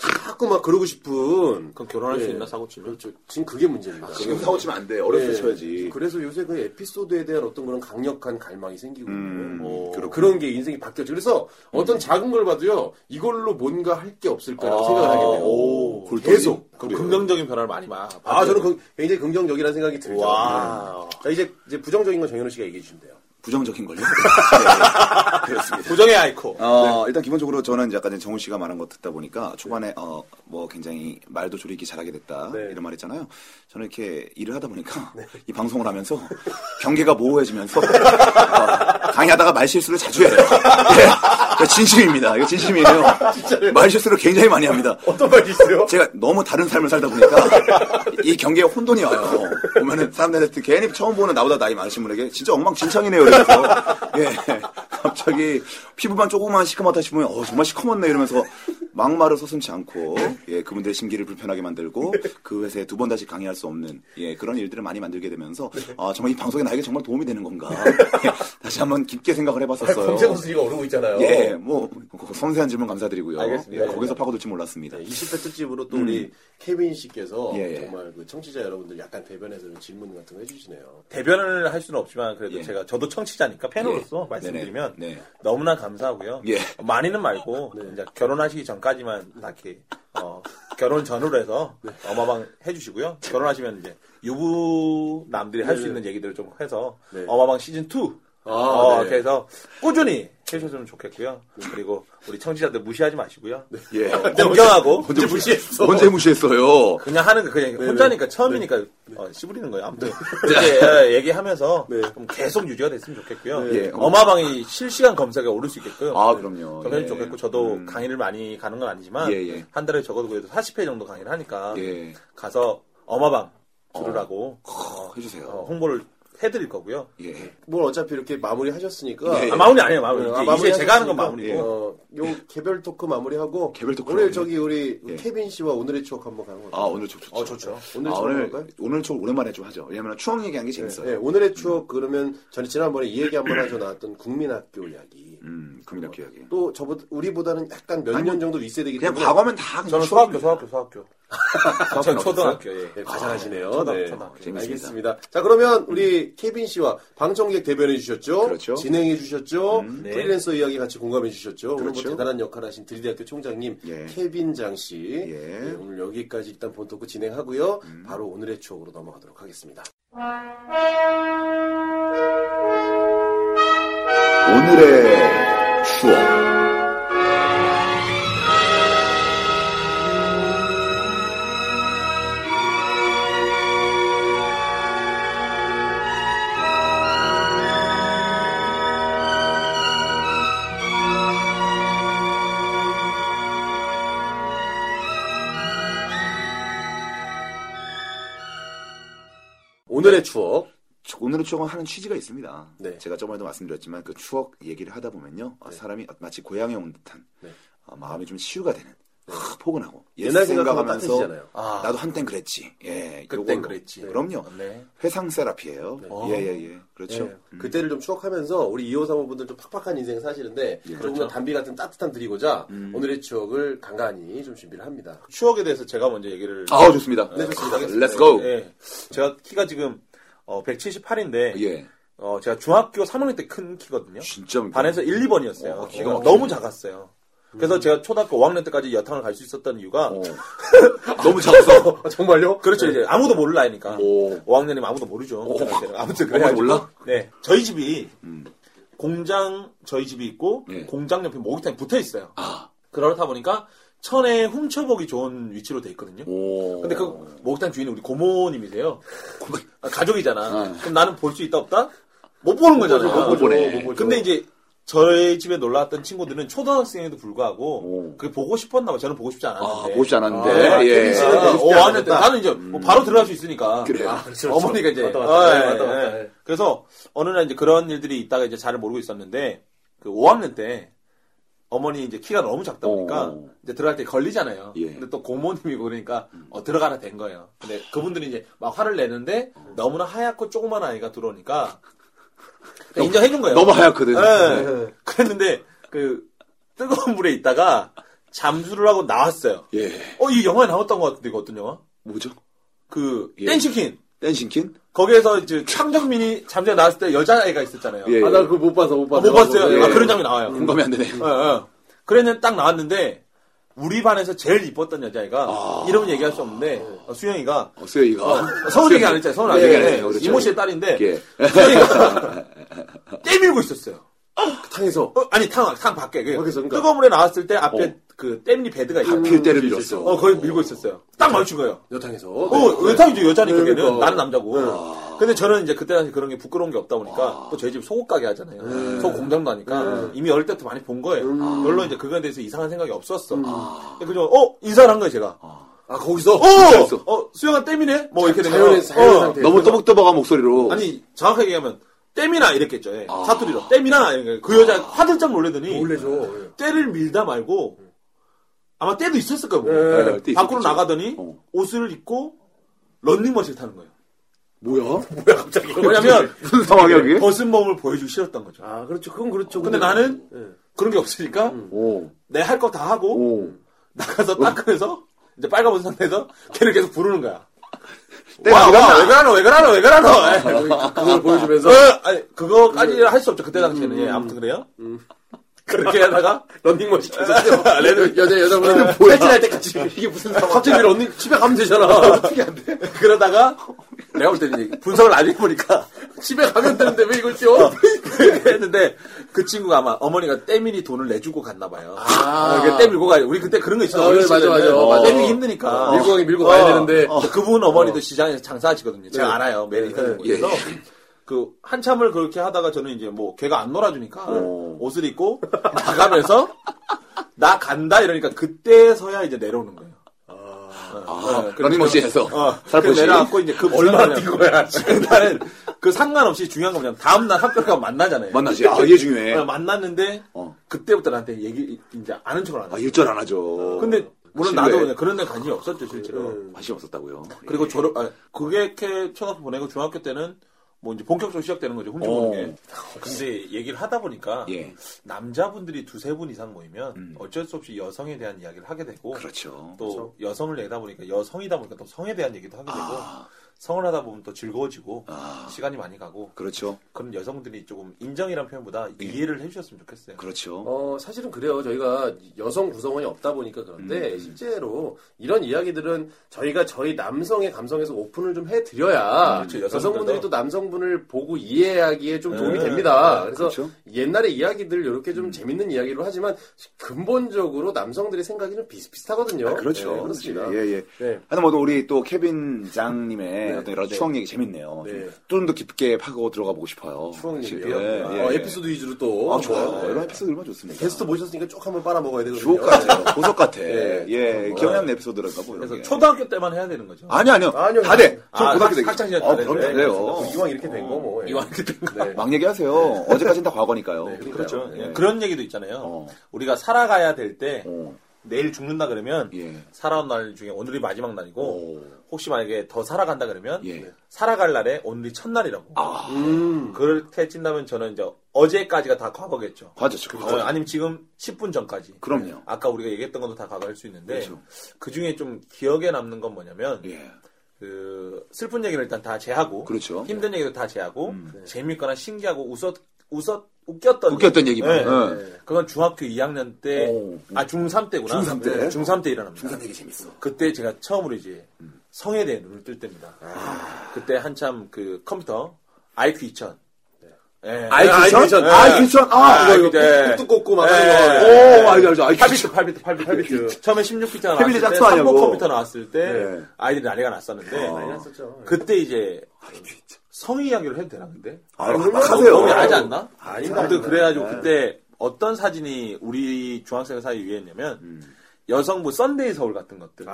Speaker 3: 자꾸 막 그러고 싶은
Speaker 6: 그럼 결혼할 수
Speaker 3: 예.
Speaker 6: 있나 사고 치면?
Speaker 3: 그렇죠. 아, 지금 그게 문제입니다.
Speaker 6: 아,
Speaker 2: 지금 사고 치면 안 돼. 어렸을 때
Speaker 3: 예.
Speaker 2: 쳐야지.
Speaker 3: 그래서 요새 그 에피소드에 대한 어떤 그런 강력한 갈망이 생기고
Speaker 2: 음,
Speaker 3: 있는 어,
Speaker 2: 그렇군요. 음.
Speaker 3: 그런 게 인생이 바뀌었죠. 그래서 어떤 작은 걸 봐도요, 이걸로 뭔가 할 게 없을까라고
Speaker 6: 아,
Speaker 3: 생각을 하게 돼요.
Speaker 6: 오,
Speaker 2: 골똘히.
Speaker 3: 계속.
Speaker 6: 그럼 긍정적인 변화를 많이 마.
Speaker 3: 아, 저는
Speaker 2: 네.
Speaker 3: 그- 굉장히 긍정적이라는 생각이 들죠.
Speaker 6: 와.
Speaker 3: 음. 자, 이제, 이제 부정적인 건 정현우 씨가 얘기해 주시면 돼요.
Speaker 2: 부정적인 걸요? 그렇습니다.
Speaker 6: 고정의 아이콘.
Speaker 2: 어, 일단 기본적으로 저는 약간 이제 정훈 씨가 말한 거 듣다 보니까 초반에 어, 뭐 굉장히 말도 조리기 잘하게 됐다
Speaker 3: 네.
Speaker 2: 이런 말 했잖아요. 저는 이렇게 일을 하다 보니까 이 방송을 하면서 경계가 모호해지면서 어, 강의하다가 말 실수를 자주 해요. 예, 진심입니다. 이거 진심이에요. 말 실수를 굉장히 많이 합니다.
Speaker 3: 어떤 말이 있어요?
Speaker 2: 제가 너무 다른 삶을 살다 보니까 이 경계에 혼돈이 와요. 보면은 사람들한테 괜히 처음 보는 나보다 나이 많으신 분에게 진짜 엉망진창이네요. 이러면서 예. 갑자기 피부만 조금만 시커멓다 싶으면 어 정말 시커멓네 이러면서 막말을 서슴지 않고 예 그분들의 심기를 불편하게 만들고 그 회사에 두 번 다시 강의할 수 없는 예 그런 일들을 많이 만들게 되면서 아 정말 이 방송이 나에게 정말 도움이 되는 건가 예, 다시 한번 깊게 생각을 해봤었어요.
Speaker 3: 검색 어수리가 오르고 있잖아요.
Speaker 2: 예, 뭐 섬세한 질문 감사드리고요.
Speaker 3: 알겠습니다. 네.
Speaker 2: 예, 거기서 파고들지 몰랐습니다.
Speaker 3: 20회 특집으로 또 우리 케빈 씨께서
Speaker 2: 음. 예, 예.
Speaker 3: 정말 그 청취자 여러분들 약간 대변해서 좀 질문 같은 거 해주시네요.
Speaker 6: 대변을 할 수는 없지만 그래도
Speaker 2: 예.
Speaker 6: 제가 저도 청취자니까 팬으로서
Speaker 2: 예.
Speaker 6: 말씀드리면
Speaker 2: 네네. 네.
Speaker 6: 너무나 감사하고요.
Speaker 2: 예. 네.
Speaker 6: 많이는 말고 이제 결혼하시기 전까지만 딱히 어, 결혼 전후로 해서
Speaker 2: 네.
Speaker 6: 어마방 해주시고요. 결혼하시면 이제 유부남들이 할 수
Speaker 2: 네.
Speaker 6: 있는 얘기들을 좀 해서
Speaker 3: 네.
Speaker 6: 어마방 시즌 2
Speaker 3: 아,
Speaker 6: 어,
Speaker 3: 네.
Speaker 6: 그래서 꾸준히 해주셨으면 좋겠고요.
Speaker 2: 네.
Speaker 6: 그리고 우리 청취자들 무시하지 마시고요.
Speaker 2: 예.
Speaker 6: 공경하고
Speaker 2: 언제 무시했어? 언제 무시했어요?
Speaker 6: 그냥 하는 거 그냥 혼자니까 처음이니까 어, 씨부리는 거예요. 아무튼 이렇게 예, 얘기하면서 좀 계속 유지가 됐으면 좋겠고요.
Speaker 2: 예.
Speaker 6: 어마방이 실시간 검색에 오를 수 있게끔
Speaker 2: 아, 그럼요.
Speaker 6: 그러면
Speaker 2: 예.
Speaker 6: 좋겠고 저도
Speaker 2: 음.
Speaker 6: 강의를 많이 가는 건 아니지만
Speaker 2: 예, 예.
Speaker 6: 한 달에 적어도 그래도 40회 정도 강의를 하니까
Speaker 2: 예.
Speaker 6: 가서 어마방 들으라고
Speaker 2: 어, 해주세요.
Speaker 6: 어, 홍보를 해드릴 거고요.
Speaker 2: 예.
Speaker 3: 뭘 어차피 이렇게 마무리 하셨으니까.
Speaker 2: 예.
Speaker 6: 아, 마무리 아니에요 마무리.
Speaker 3: 어,
Speaker 6: 이제,
Speaker 3: 마무리
Speaker 6: 이제 제가 하는 건
Speaker 3: 하셨으니까,
Speaker 6: 마무리고
Speaker 3: 어, 요 개별 토크 마무리하고
Speaker 2: 어, 개별 토크
Speaker 3: 오늘
Speaker 2: 마무리.
Speaker 3: 저기 우리
Speaker 2: 예.
Speaker 3: 케빈 씨와 오늘의 추억 한번 가는 거죠.
Speaker 2: 아, 오늘 좀 좋죠.
Speaker 6: 어, 좋죠.
Speaker 3: 오늘
Speaker 2: 아,
Speaker 3: 추억
Speaker 2: 오늘,
Speaker 3: 할까요?
Speaker 2: 오늘 좀 오랜만에 좀 하죠. 왜냐면 추억 얘기한 게 재밌어요.
Speaker 3: 예, 오늘의 추억 그러면 전에 지난번에 이 얘기 한번 하죠 나왔던 국민학교 이야기.
Speaker 2: 음, 금이렇게 이야기.
Speaker 3: 또 저보다 우리보다는 약간 몇 년 정도 윗세대이기
Speaker 2: 그냥
Speaker 3: 때문에
Speaker 2: 과거면 다 그냥
Speaker 6: 저는 소학교
Speaker 2: 추억입니다.
Speaker 6: 소학교 소학교. 저는 초등학교. 예.
Speaker 3: 네, 과장하시네요.
Speaker 6: 초등학교,
Speaker 3: 네.
Speaker 6: 초등학교.
Speaker 2: 아, 재밌습니다.
Speaker 3: 알겠습니다. 자, 그러면 우리 케빈 씨와 방청객 대변해 주셨죠?
Speaker 2: 그렇죠. 음,
Speaker 3: 진행해 주셨죠?
Speaker 6: 네.
Speaker 3: 프리랜서 이야기 같이 공감해 주셨죠? 오늘 뭐
Speaker 2: 그렇죠.
Speaker 3: 대단한 역할 하신 드리대학교 총장님
Speaker 2: 예.
Speaker 3: 케빈 장 씨.
Speaker 2: 예. 음.
Speaker 3: 네, 오늘 여기까지 일단 본토크 진행하고요. 바로 오늘의 추억으로 넘어가도록 하겠습니다.
Speaker 2: 오늘의 추억.
Speaker 3: 오늘의 추억.
Speaker 2: 오늘의 추억은 하는 취지가 있습니다.
Speaker 3: 네.
Speaker 2: 제가 저번에도 말씀드렸지만 그 추억 얘기를 하다 보면요. 아, 사람이 마치 고향에 온 듯한
Speaker 3: 네.
Speaker 2: 아, 마음이 좀 치유가 되는 아, 포근하고
Speaker 3: 옛날 생각하면 따뜻해지잖아요.
Speaker 6: 아.
Speaker 2: 나도 한땐 그랬지. 예,
Speaker 6: 그땐
Speaker 2: 요걸로.
Speaker 6: 그랬지.
Speaker 2: 그럼요.
Speaker 6: 네.
Speaker 2: 회상 세라피예요. 예예예. 그렇죠.
Speaker 3: 네. 그때를 좀 추억하면서 우리 2호 3호분들 좀 팍팍한 인생 사시는데
Speaker 2: 예,
Speaker 3: 조금 더
Speaker 2: 그렇죠.
Speaker 3: 담비 같은 따뜻함 드리고자
Speaker 2: 음.
Speaker 3: 오늘의 추억을 간간히 좀 준비를 합니다.
Speaker 6: 추억에 대해서 제가 먼저 얘기를
Speaker 2: 아 좋습니다.
Speaker 3: 네, 좋습니다.
Speaker 2: Let's go.
Speaker 6: 예. 제가 키가 지금 어, 178인데
Speaker 2: 예.
Speaker 6: 어, 제가 중학교 3학년 때 큰 키거든요.
Speaker 2: 진짜
Speaker 6: 반에서 1, 2번이었어요.
Speaker 2: 어, 키가 막히네.
Speaker 6: 너무 작았어요. 그래서 제가 초등학교 5학년 때까지 여탕을 갈 수 있었던 이유가
Speaker 2: 어. 너무 작아서.
Speaker 3: 정말요?
Speaker 6: 그렇죠
Speaker 2: 네.
Speaker 6: 이제 아무도 모를 나이니까
Speaker 2: 오.
Speaker 6: 5학년이면 아무도 모르죠. 그때는. 아무튼
Speaker 2: 어. 아무도
Speaker 6: 그래가지고
Speaker 2: 몰라?
Speaker 6: 네 저희 집이
Speaker 2: 음.
Speaker 6: 공장 저희 집이 있고
Speaker 2: 예.
Speaker 6: 공장 옆에 목욕탕이 붙어 있어요.
Speaker 2: 아.
Speaker 6: 그렇다 보니까 천에 훔쳐보기 좋은 위치로 돼 있거든요.
Speaker 2: 오.
Speaker 6: 근데 그 목욕탕 주인이 우리 고모님이세요. 아, 가족이잖아.
Speaker 2: 네.
Speaker 6: 그럼 나는 볼 수 있다 없다? 못 보는 거잖아요.
Speaker 3: 뭐,
Speaker 2: 보죠, 못 보네.
Speaker 6: 못 보죠. 근데 이제 저희 집에 놀러 왔던 친구들은 초등학생에도 불구하고
Speaker 2: 오.
Speaker 6: 그게 보고 싶었나 봐. 저는 보고 싶지
Speaker 2: 아,
Speaker 6: 않았는데.
Speaker 2: 보지 않았는데.
Speaker 6: 아,
Speaker 2: 예.
Speaker 6: 아, 어, 왔는데 나는 이제 뭐 바로 들어갈 수 있으니까. 아,
Speaker 2: 그래요. 그렇죠.
Speaker 6: 어머니가 이제
Speaker 3: 맞다, 맞다.
Speaker 6: 어, 예,
Speaker 3: 맞다, 맞다.
Speaker 6: 예. 그래서 어느 날 이제 그런 일들이 있다가 이제 잘 모르고 있었는데 그 5학년 때 어머니 이제 키가 너무 작다 보니까
Speaker 2: 어.
Speaker 6: 이제 들어갈 때 걸리잖아요.
Speaker 2: 예. 음.
Speaker 6: 근데 또 고모님이고 그러니까 어, 들어가라 된 거예요. 근데 그분들이 이제 막 화를 내는데
Speaker 2: 어.
Speaker 6: 너무나 하얗고 조그만 아이가 들어오니까 그냥 인정해준 거예요.
Speaker 2: 너무 하얗거든.
Speaker 6: 예. 그랬는데 그 뜨거운 물에 있다가 잠수를 하고 나왔어요.
Speaker 2: 예.
Speaker 6: 어, 이 영화에 나왔던 것 같은데 이거 어떤 영화?
Speaker 2: 뭐죠?
Speaker 6: 그
Speaker 2: 예.
Speaker 6: 댄시킨.
Speaker 2: 댄싱킨?
Speaker 6: 거기에서 이제 창정민이 잠재 나왔을 때 여자애가 있었잖아요.
Speaker 2: 예.
Speaker 3: 아, 나 그거 못 봐서 못
Speaker 6: 아,
Speaker 3: 봐서.
Speaker 6: 못 봤어요.
Speaker 2: 예.
Speaker 6: 아, 그런 장면 나와요.
Speaker 2: 공감이 안 되네.
Speaker 6: 예, 예. 그랬는데 딱 나왔는데 우리 반에서 제일 이뻤던 여자애가
Speaker 2: 아.
Speaker 6: 이름은 얘기할 수 없는데 어, 수영이가
Speaker 2: 어, 수영이가.
Speaker 6: 서울 얘기 안 했잖아요. 서울 안
Speaker 2: 예,
Speaker 6: 했잖아요.
Speaker 2: 예, 그렇죠.
Speaker 6: 이모 씨의 딸인데
Speaker 2: 예.
Speaker 6: 수영이가 떼밀고 있었어요.
Speaker 3: 탕에서.
Speaker 6: 어, 아니 탕, 탕 밖에 그
Speaker 3: 거기서 그러니까.
Speaker 6: 뜨거운 물에 나왔을 때 앞에
Speaker 2: 어.
Speaker 6: 그 떼밀이 배드가 있어요.
Speaker 2: 하필 때를 밀었어.
Speaker 6: 어, 거기 밀고 있었어요.
Speaker 2: 아.
Speaker 6: 딱 마주친 거예요.
Speaker 3: 여탕에서.
Speaker 6: 어, 외탕이죠 여자니
Speaker 3: 네,
Speaker 6: 그게는
Speaker 3: 그러니까.
Speaker 6: 나는 남자고. 근데 저는 이제 그때 당시 그런 게 부끄러운 게 없다 보니까 또 저희 집 속옷 가게 하잖아요.
Speaker 3: 네.
Speaker 6: 속옷 공장도 하니까 이미 어릴 때부터 많이 본 거예요.
Speaker 3: 음.
Speaker 6: 별로 이제 그거에 대해서 이상한 생각이 없었어. 근데 그저 어 인사를 한 거예요 제가.
Speaker 3: 아, 거기서?
Speaker 6: 어, 어 수영아 땜이네? 뭐 이렇게 되면
Speaker 3: 자연의, 자연의 상태.
Speaker 2: 너무 떠벅떠벅한 목소리로.
Speaker 6: 아. 아니 정확하게 얘기하면 땜이나 이랬겠죠. 예. 사투리로 땜이나 이런 거. 그 여자 화들짝 놀래더니
Speaker 3: 아. 놀래죠. 예.
Speaker 6: 때를 밀다 말고 아마 때도 있었을 거예요. 뭐. 네.
Speaker 3: 예, 때
Speaker 2: 있었겠죠.
Speaker 6: 밖으로 나가더니
Speaker 2: 어.
Speaker 6: 옷을 입고 런닝머신을 타는 거예요.
Speaker 2: 뭐야?
Speaker 6: 왜냐면
Speaker 2: 무슨 상황이야, 그게?
Speaker 6: 벗은 몸을 보여주기 싫었던 거죠.
Speaker 3: 아, 음. 그렇죠. 그건 그렇죠.
Speaker 6: 근데 나는
Speaker 3: 예.
Speaker 6: 그런 게 없으니까
Speaker 2: 오.
Speaker 6: 내 할 거 다 하고
Speaker 2: 오.
Speaker 6: 나가서 닦으면서 이제 빨간 옷 상태에서 걔를 계속 부르는 거야.
Speaker 2: 때가
Speaker 6: 와, 와,
Speaker 2: 밀었나?
Speaker 6: 왜 그러노, 왜 그러노, 왜 그러노.
Speaker 3: 그걸 보여주면서. 음.
Speaker 6: 어, 아니, 그거까지 할 수 없죠. 그때 당시에는. 예, 아무튼 그래요. 그렇게 하다가 아,
Speaker 3: 런닝머신 계속. 레드 여자, 여자분은 탈진할 때까지. 이게 무슨 상황. 갑자기 런닝, 집에 가면 되잖아. 어떻게 안 돼?
Speaker 6: 그러다가 내가 볼 때는 이제 분석을 안 해보니까
Speaker 3: 집에 가면 되는데 왜 이걸 띄워?
Speaker 6: 했는데 그 친구가 아마 어머니가 때밀이 돈을 내주고 갔나 봐요. 아, 그 때밀고 가. 우리 그때 그런 거 있어.
Speaker 3: 아, 네,
Speaker 6: 어린
Speaker 3: 맞아,
Speaker 6: 시절에는.
Speaker 3: 맞아.
Speaker 6: 어,
Speaker 3: 맞아.
Speaker 6: 때밀기 힘드니까.
Speaker 3: 어, 밀고 가긴 밀고 가야 되는데. 네.
Speaker 6: 그분 어머니도 시장에서 장사하시거든요. 제가 알아요. 매일 있다는
Speaker 2: 예.
Speaker 6: 곳에서. 그 한참을 그렇게 하다가 저는 이제 뭐 걔가 안 놀아주니까
Speaker 3: 어.
Speaker 6: 옷을 입고 나가면서 나 간다 이러니까 그때서야 이제 내려오는 거예요.
Speaker 2: 아,
Speaker 6: 네,
Speaker 2: 러닝머신에서.
Speaker 6: 어, 그
Speaker 2: 살포시.
Speaker 6: 내려왔고 이제 그 얼마나 뛴 거야. 일단은 그 상관없이 중요한 건 뭐냐면 다음 날 학교 가면 만나잖아요.
Speaker 2: 만나지. 아, 이게 중요해.
Speaker 6: 어, 만났는데
Speaker 2: 어.
Speaker 6: 그때부터 나한테 얘기 이제 아는 척을 안
Speaker 2: 아,
Speaker 6: 해.
Speaker 2: 일절 안 하죠.
Speaker 6: 근데 물론
Speaker 2: 실례.
Speaker 6: 나도 그냥 그런 데 관심이 없었죠 실제로.
Speaker 2: 관심 없었다고요. 예.
Speaker 6: 그리고 졸업 아 그게 이렇게 초등학교 보내고 중학교 때는 뭐 이제 본격적으로 시작되는 거죠
Speaker 2: 어.
Speaker 6: 훔쳐보는 게. 근데 얘기를 하다 보니까
Speaker 2: 예. 음.
Speaker 6: 남자분들이 두세 분 이상 모이면 어쩔 수 없이 여성에 대한 이야기를 하게 되고
Speaker 2: 그렇죠.
Speaker 6: 또 여성을 내다 보니까 여성이다 보니까 또 성에 대한 얘기도 하게 되고
Speaker 2: 아.
Speaker 6: 성을 하다 보면 또 즐거워지고 시간이 많이 가고
Speaker 2: 그렇죠.
Speaker 6: 아, 그런 여성들이 조금 인정이란 표현보다 이해를 해주셨으면 좋겠어요.
Speaker 2: 예. 그렇죠.
Speaker 3: 어, 사실은 그래요. 저희가 여성 구성원이 없다 보니까 그런데 실제로 이런 이야기들은 저희가 저희 남성의 감성에서 오픈을 좀 해드려야
Speaker 6: 그렇죠. 여성분들도.
Speaker 3: 여성분들이 또 남성분을 보고 이해하기에 좀 도움이
Speaker 6: 네.
Speaker 3: 됩니다. 그래서
Speaker 2: 그렇죠.
Speaker 3: 옛날의 이야기들 이렇게 좀 재밌는 이야기로 하지만 근본적으로 남성들의 생각이 좀 비슷비슷하거든요.
Speaker 2: 그렇죠.
Speaker 3: 네, 그렇습니다.
Speaker 2: 예, 예.
Speaker 3: 네.
Speaker 2: 하여튼 뭐, 우리 또 케빈 장님의 어떤 여러 추억 얘기 재밌네요.
Speaker 3: 네.
Speaker 2: 좀 더 깊게 파고 들어가 보고 싶어요.
Speaker 3: 추억님이요.
Speaker 2: 사실. 예, 예.
Speaker 3: 어, 에피소드 위주로 또.
Speaker 2: 아, 좋아요.
Speaker 3: 네.
Speaker 2: 이런 에피소드 얼마나 좋습니다.
Speaker 3: 게스트 모셨으니까 쭉 한번 빨아먹어야 되거든요.
Speaker 2: 주옥 같아요. 보석 같아.
Speaker 3: 예.
Speaker 2: 예, 기억에 남는 에피소드랄까 보요.
Speaker 6: 그래서 초등학교 때만 해야 되는 거죠.
Speaker 2: 아니, 아니요.
Speaker 3: 아니요.
Speaker 2: 다 돼.
Speaker 6: 아,
Speaker 2: 저 고등학교
Speaker 6: 학-
Speaker 2: 때.
Speaker 6: 학창시절
Speaker 2: 어,
Speaker 6: 다
Speaker 2: 그럼 다
Speaker 6: 돼.
Speaker 2: 돼요.
Speaker 3: 뭐 이왕 이렇게 된 거 뭐. 예.
Speaker 6: 이왕 이렇게 된 거.
Speaker 3: 네.
Speaker 2: 막 얘기하세요. 어제까지는 다 과거니까요.
Speaker 6: 그렇죠.
Speaker 2: 예.
Speaker 6: 그런 얘기도 있잖아요.
Speaker 2: 어.
Speaker 6: 우리가 살아가야 될 때
Speaker 2: 어.
Speaker 6: 내일 죽는다 그러면
Speaker 2: 예.
Speaker 6: 살아온 날 중에 오늘이 마지막 날이고
Speaker 2: 오.
Speaker 6: 혹시 만약에 더 살아간다 그러면
Speaker 2: 예.
Speaker 6: 살아갈 날에 오늘이 첫날이라고.
Speaker 2: 아,
Speaker 3: 음.
Speaker 6: 그렇게 찐다면 저는 이제 어제까지가 다 과거겠죠.
Speaker 2: 그 과저죠.
Speaker 6: 어, 아니면 지금 10분 전까지.
Speaker 2: 그럼요.
Speaker 6: 아까 우리가 얘기했던 것도 다 과거일 수 있는데
Speaker 2: 그렇죠.
Speaker 6: 그 중에 좀 기억에 남는 건 뭐냐면
Speaker 2: 예.
Speaker 6: 그 슬픈 얘기를 일단 다 제하고
Speaker 2: 그렇죠. 음.
Speaker 6: 힘든 얘기도 다 제하고 재밌거나 네. 신기하고 웃었 웃었 웃겼던
Speaker 2: 웃겼던 얘기만.
Speaker 6: 네.
Speaker 2: 어.
Speaker 6: 그건 중학교 2학년 때,
Speaker 2: 오.
Speaker 6: 아, 중3 때구나. 네,
Speaker 2: 중3 때?
Speaker 6: 중3 때 일어납니다.
Speaker 2: 중산 얘기 재밌어.
Speaker 6: 그때 제가 처음으로 이제 성에 대해 눈을 뜰 때입니다.
Speaker 2: 아.
Speaker 6: 그때 한참 그 컴퓨터, IQ 2000. 예.
Speaker 2: 아이
Speaker 3: 아이,
Speaker 2: 귀천?
Speaker 3: 귀천.
Speaker 2: 아이 귀천? 아,
Speaker 6: 아,
Speaker 2: 이거 이거.
Speaker 6: 네.
Speaker 3: 뚝 꽂고 막
Speaker 6: 네.
Speaker 3: 하는 거.
Speaker 2: 오, 알죠, 알죠. 아이 귀천.
Speaker 6: 8비트, 8비트, 8비트, 8비트. 처음에 16비트 나왔을
Speaker 2: 패밀리
Speaker 6: 때,
Speaker 2: 짝수 아니냐고.
Speaker 6: 3보 컴퓨터 나왔을 때,
Speaker 2: 네.
Speaker 6: 아이들이 난리가 났었는데,
Speaker 2: 난리
Speaker 3: 났었죠.
Speaker 6: 그때 이제, 성의 이야기를 해도 되나, 근데?
Speaker 2: 아, 막
Speaker 6: 너무, 너무
Speaker 2: 하세요.
Speaker 6: 야하지 않나?
Speaker 3: 아닙니다.
Speaker 6: 아무튼 그래가지고 그때 어떤 사진이 우리 중학생 사이에 유행했냐면
Speaker 2: 음.
Speaker 6: 여성분 썬데이 서울 같은 것들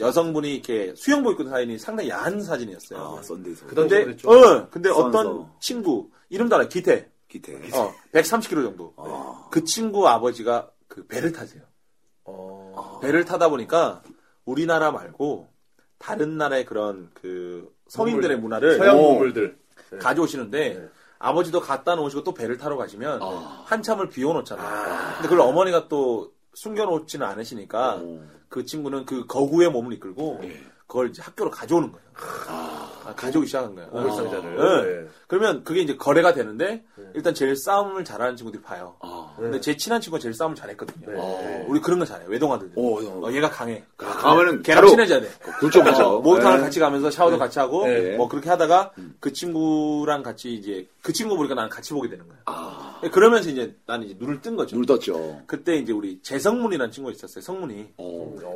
Speaker 6: 여성분이 이렇게 수영복 입고 있는 사진이 상당히 야한 사진이었어요.
Speaker 2: 아, 썬데이서.
Speaker 3: 그 당시에
Speaker 6: 근데
Speaker 3: 그랬죠.
Speaker 6: 어 근데 어떤
Speaker 2: 선서.
Speaker 6: 친구 이름도 알아 기태
Speaker 2: 기태.
Speaker 6: 어 130kg 정도
Speaker 2: 아.
Speaker 6: 그 친구 아버지가 그 배를 타세요.
Speaker 3: 어.
Speaker 6: 배를 타다 보니까 우리나라 말고 다른 나라의 그런 그 성인들의 문화를
Speaker 3: 서양
Speaker 6: 오,
Speaker 3: 동물들.
Speaker 6: 네. 가져오시는데 아버지도 갖다 놓으시고 또 배를 타러 가시면 한참을 비워놓잖아요. 근데 그걸 어머니가 또 숨겨놓지는 않으시니까 그 친구는 그 거구의 몸을 이끌고 그걸 이제 학교로 가져오는 거예요. 아, 가져오기 시작한 거예요.
Speaker 3: 오물 상자를.
Speaker 6: 네.
Speaker 3: 네.
Speaker 6: 그러면 그게 이제 거래가 되는데 일단 제일 싸움을 잘하는 친구들이 봐요. 근데 제 친한 친구가 제일 싸움을 잘했거든요.
Speaker 3: 네.
Speaker 6: 우리 그런 거 잘해요. 외동아들.
Speaker 2: 예. 오, 외동아들.
Speaker 6: 어, 얘가 강해.
Speaker 2: 가면은
Speaker 6: 걔랑
Speaker 2: 바로
Speaker 6: 친해져야 돼.
Speaker 2: 굴쪽 가죠.
Speaker 6: 어, 목욕탕을
Speaker 2: 네.
Speaker 6: 같이 가면서 샤워도 같이 하고
Speaker 2: 네.
Speaker 6: 뭐 그렇게 하다가 그 친구랑 같이 이제 그 친구 보니까 나는 같이 보게 되는 거야. 네, 그러면서 이제 나는 이제 눈을 뜬 거죠.
Speaker 2: 눈 아, 떴죠.
Speaker 6: 그때 이제 우리 재성문이라는 친구가 있었어요. 성문이.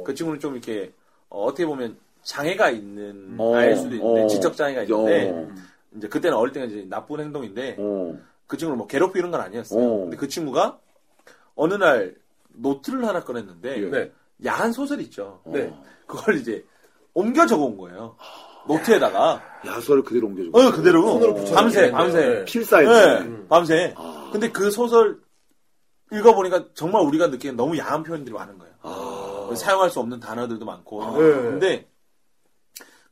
Speaker 6: 그 친구는 좀 이렇게 어, 떻게 보면 장애가 있는
Speaker 2: 어.
Speaker 6: 아이일 수도 있는데
Speaker 2: 어.
Speaker 6: 지적 장애가 있는데
Speaker 2: 어.
Speaker 6: 이제 그때는 어릴 때는 이제 나쁜 행동인데
Speaker 2: 어.
Speaker 6: 그 친구를 뭐 괴롭히는 건 아니었어요.
Speaker 2: 어.
Speaker 6: 근데 그 친구가 어느 날 노트를 하나 꺼냈는데
Speaker 2: 예. 어.
Speaker 3: 네.
Speaker 6: 야한 소설 있죠.
Speaker 3: 네.
Speaker 6: 그걸 이제 옮겨 적어온 거예요.
Speaker 2: 아.
Speaker 6: 노트에다가
Speaker 2: 야수를 그대로 옮겨주고.
Speaker 6: 어 그대로
Speaker 3: 붙여넣기
Speaker 6: 밤새
Speaker 3: 했네.
Speaker 6: 밤새
Speaker 3: 네.
Speaker 2: 필사에.
Speaker 6: 네,
Speaker 2: 네.
Speaker 6: 밤새 근데 그 소설 읽어보니까 정말 우리가 느끼는 너무 야한 표현들이 많은 거예요.
Speaker 2: 아.
Speaker 6: 사용할 수 없는 단어들도 많고 근데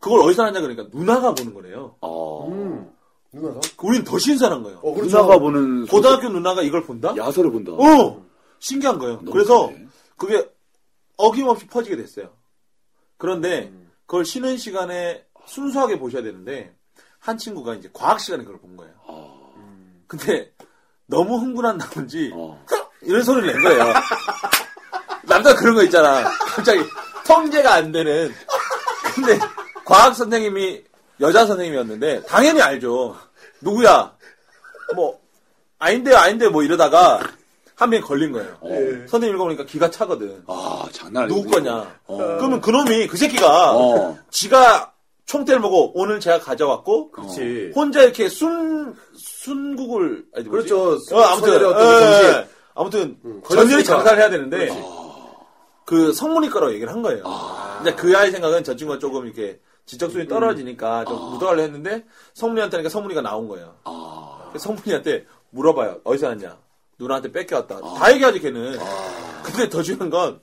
Speaker 6: 그걸 어디서 하냐 그러니까 누나가 보는 거래요.
Speaker 2: 어.
Speaker 3: 음. 누나가?
Speaker 6: 우린 더 신선한 거예요.
Speaker 3: 어, 그렇죠.
Speaker 2: 누나가 보는
Speaker 6: 고등학교 누나가 이걸 본다?
Speaker 2: 야설을 본다.
Speaker 6: 어! 신기한 거예요.
Speaker 2: 너무
Speaker 6: 그래서
Speaker 2: 신기해.
Speaker 6: 그게 어김없이 퍼지게 됐어요. 그런데 그걸 쉬는 시간에 순수하게 보셔야 되는데 한 친구가 이제 과학 시간에 그걸 본 거예요.
Speaker 2: 어.
Speaker 6: 근데 너무 흥분한다든지
Speaker 2: 어.
Speaker 6: 이런 소리를 낸 거예요. 남자 그런 거 있잖아. 갑자기 통제가 안 되는. 근데 과학 선생님이 여자 선생님이었는데 당연히 알죠. 누구야? 뭐 아닌데요, 아닌데 뭐 이러다가 한 명이 걸린 거예요. 선생님 읽어보니까 기가 차거든.
Speaker 2: 아, 장난 어. 아니야.
Speaker 6: 누구 거냐?
Speaker 2: 어.
Speaker 6: 그러면 그놈이 그 새끼가
Speaker 2: 어.
Speaker 6: 지가 총대를 보고 오늘 제가 가져왔고
Speaker 3: 그렇지.
Speaker 6: 혼자 이렇게 순 순국을 아니 뭐지?
Speaker 3: 그렇죠.
Speaker 6: 어, 아무튼
Speaker 3: 선열의 어떤
Speaker 6: 예,
Speaker 3: 정신. 음,
Speaker 6: 예. 아무튼
Speaker 3: 걸렸으니까.
Speaker 6: 전열이 장사를 해야 되는데 그 성문이과라고 얘기를 한 거예요. 근데 그 아이 생각은 저 친구가 조금 이렇게
Speaker 3: 음.
Speaker 6: 지적 수준이 떨어지니까
Speaker 3: 아.
Speaker 6: 좀 묻어가려 했는데 성문이한테 하니까 성문이가 나온 거예요.
Speaker 3: 아.
Speaker 6: 그래서 성문이한테 물어봐요. 어디서 났냐? 누나한테 뺏겨왔다.
Speaker 3: 아.
Speaker 6: 다 얘기하지 걔는. 근데 더 중요한 건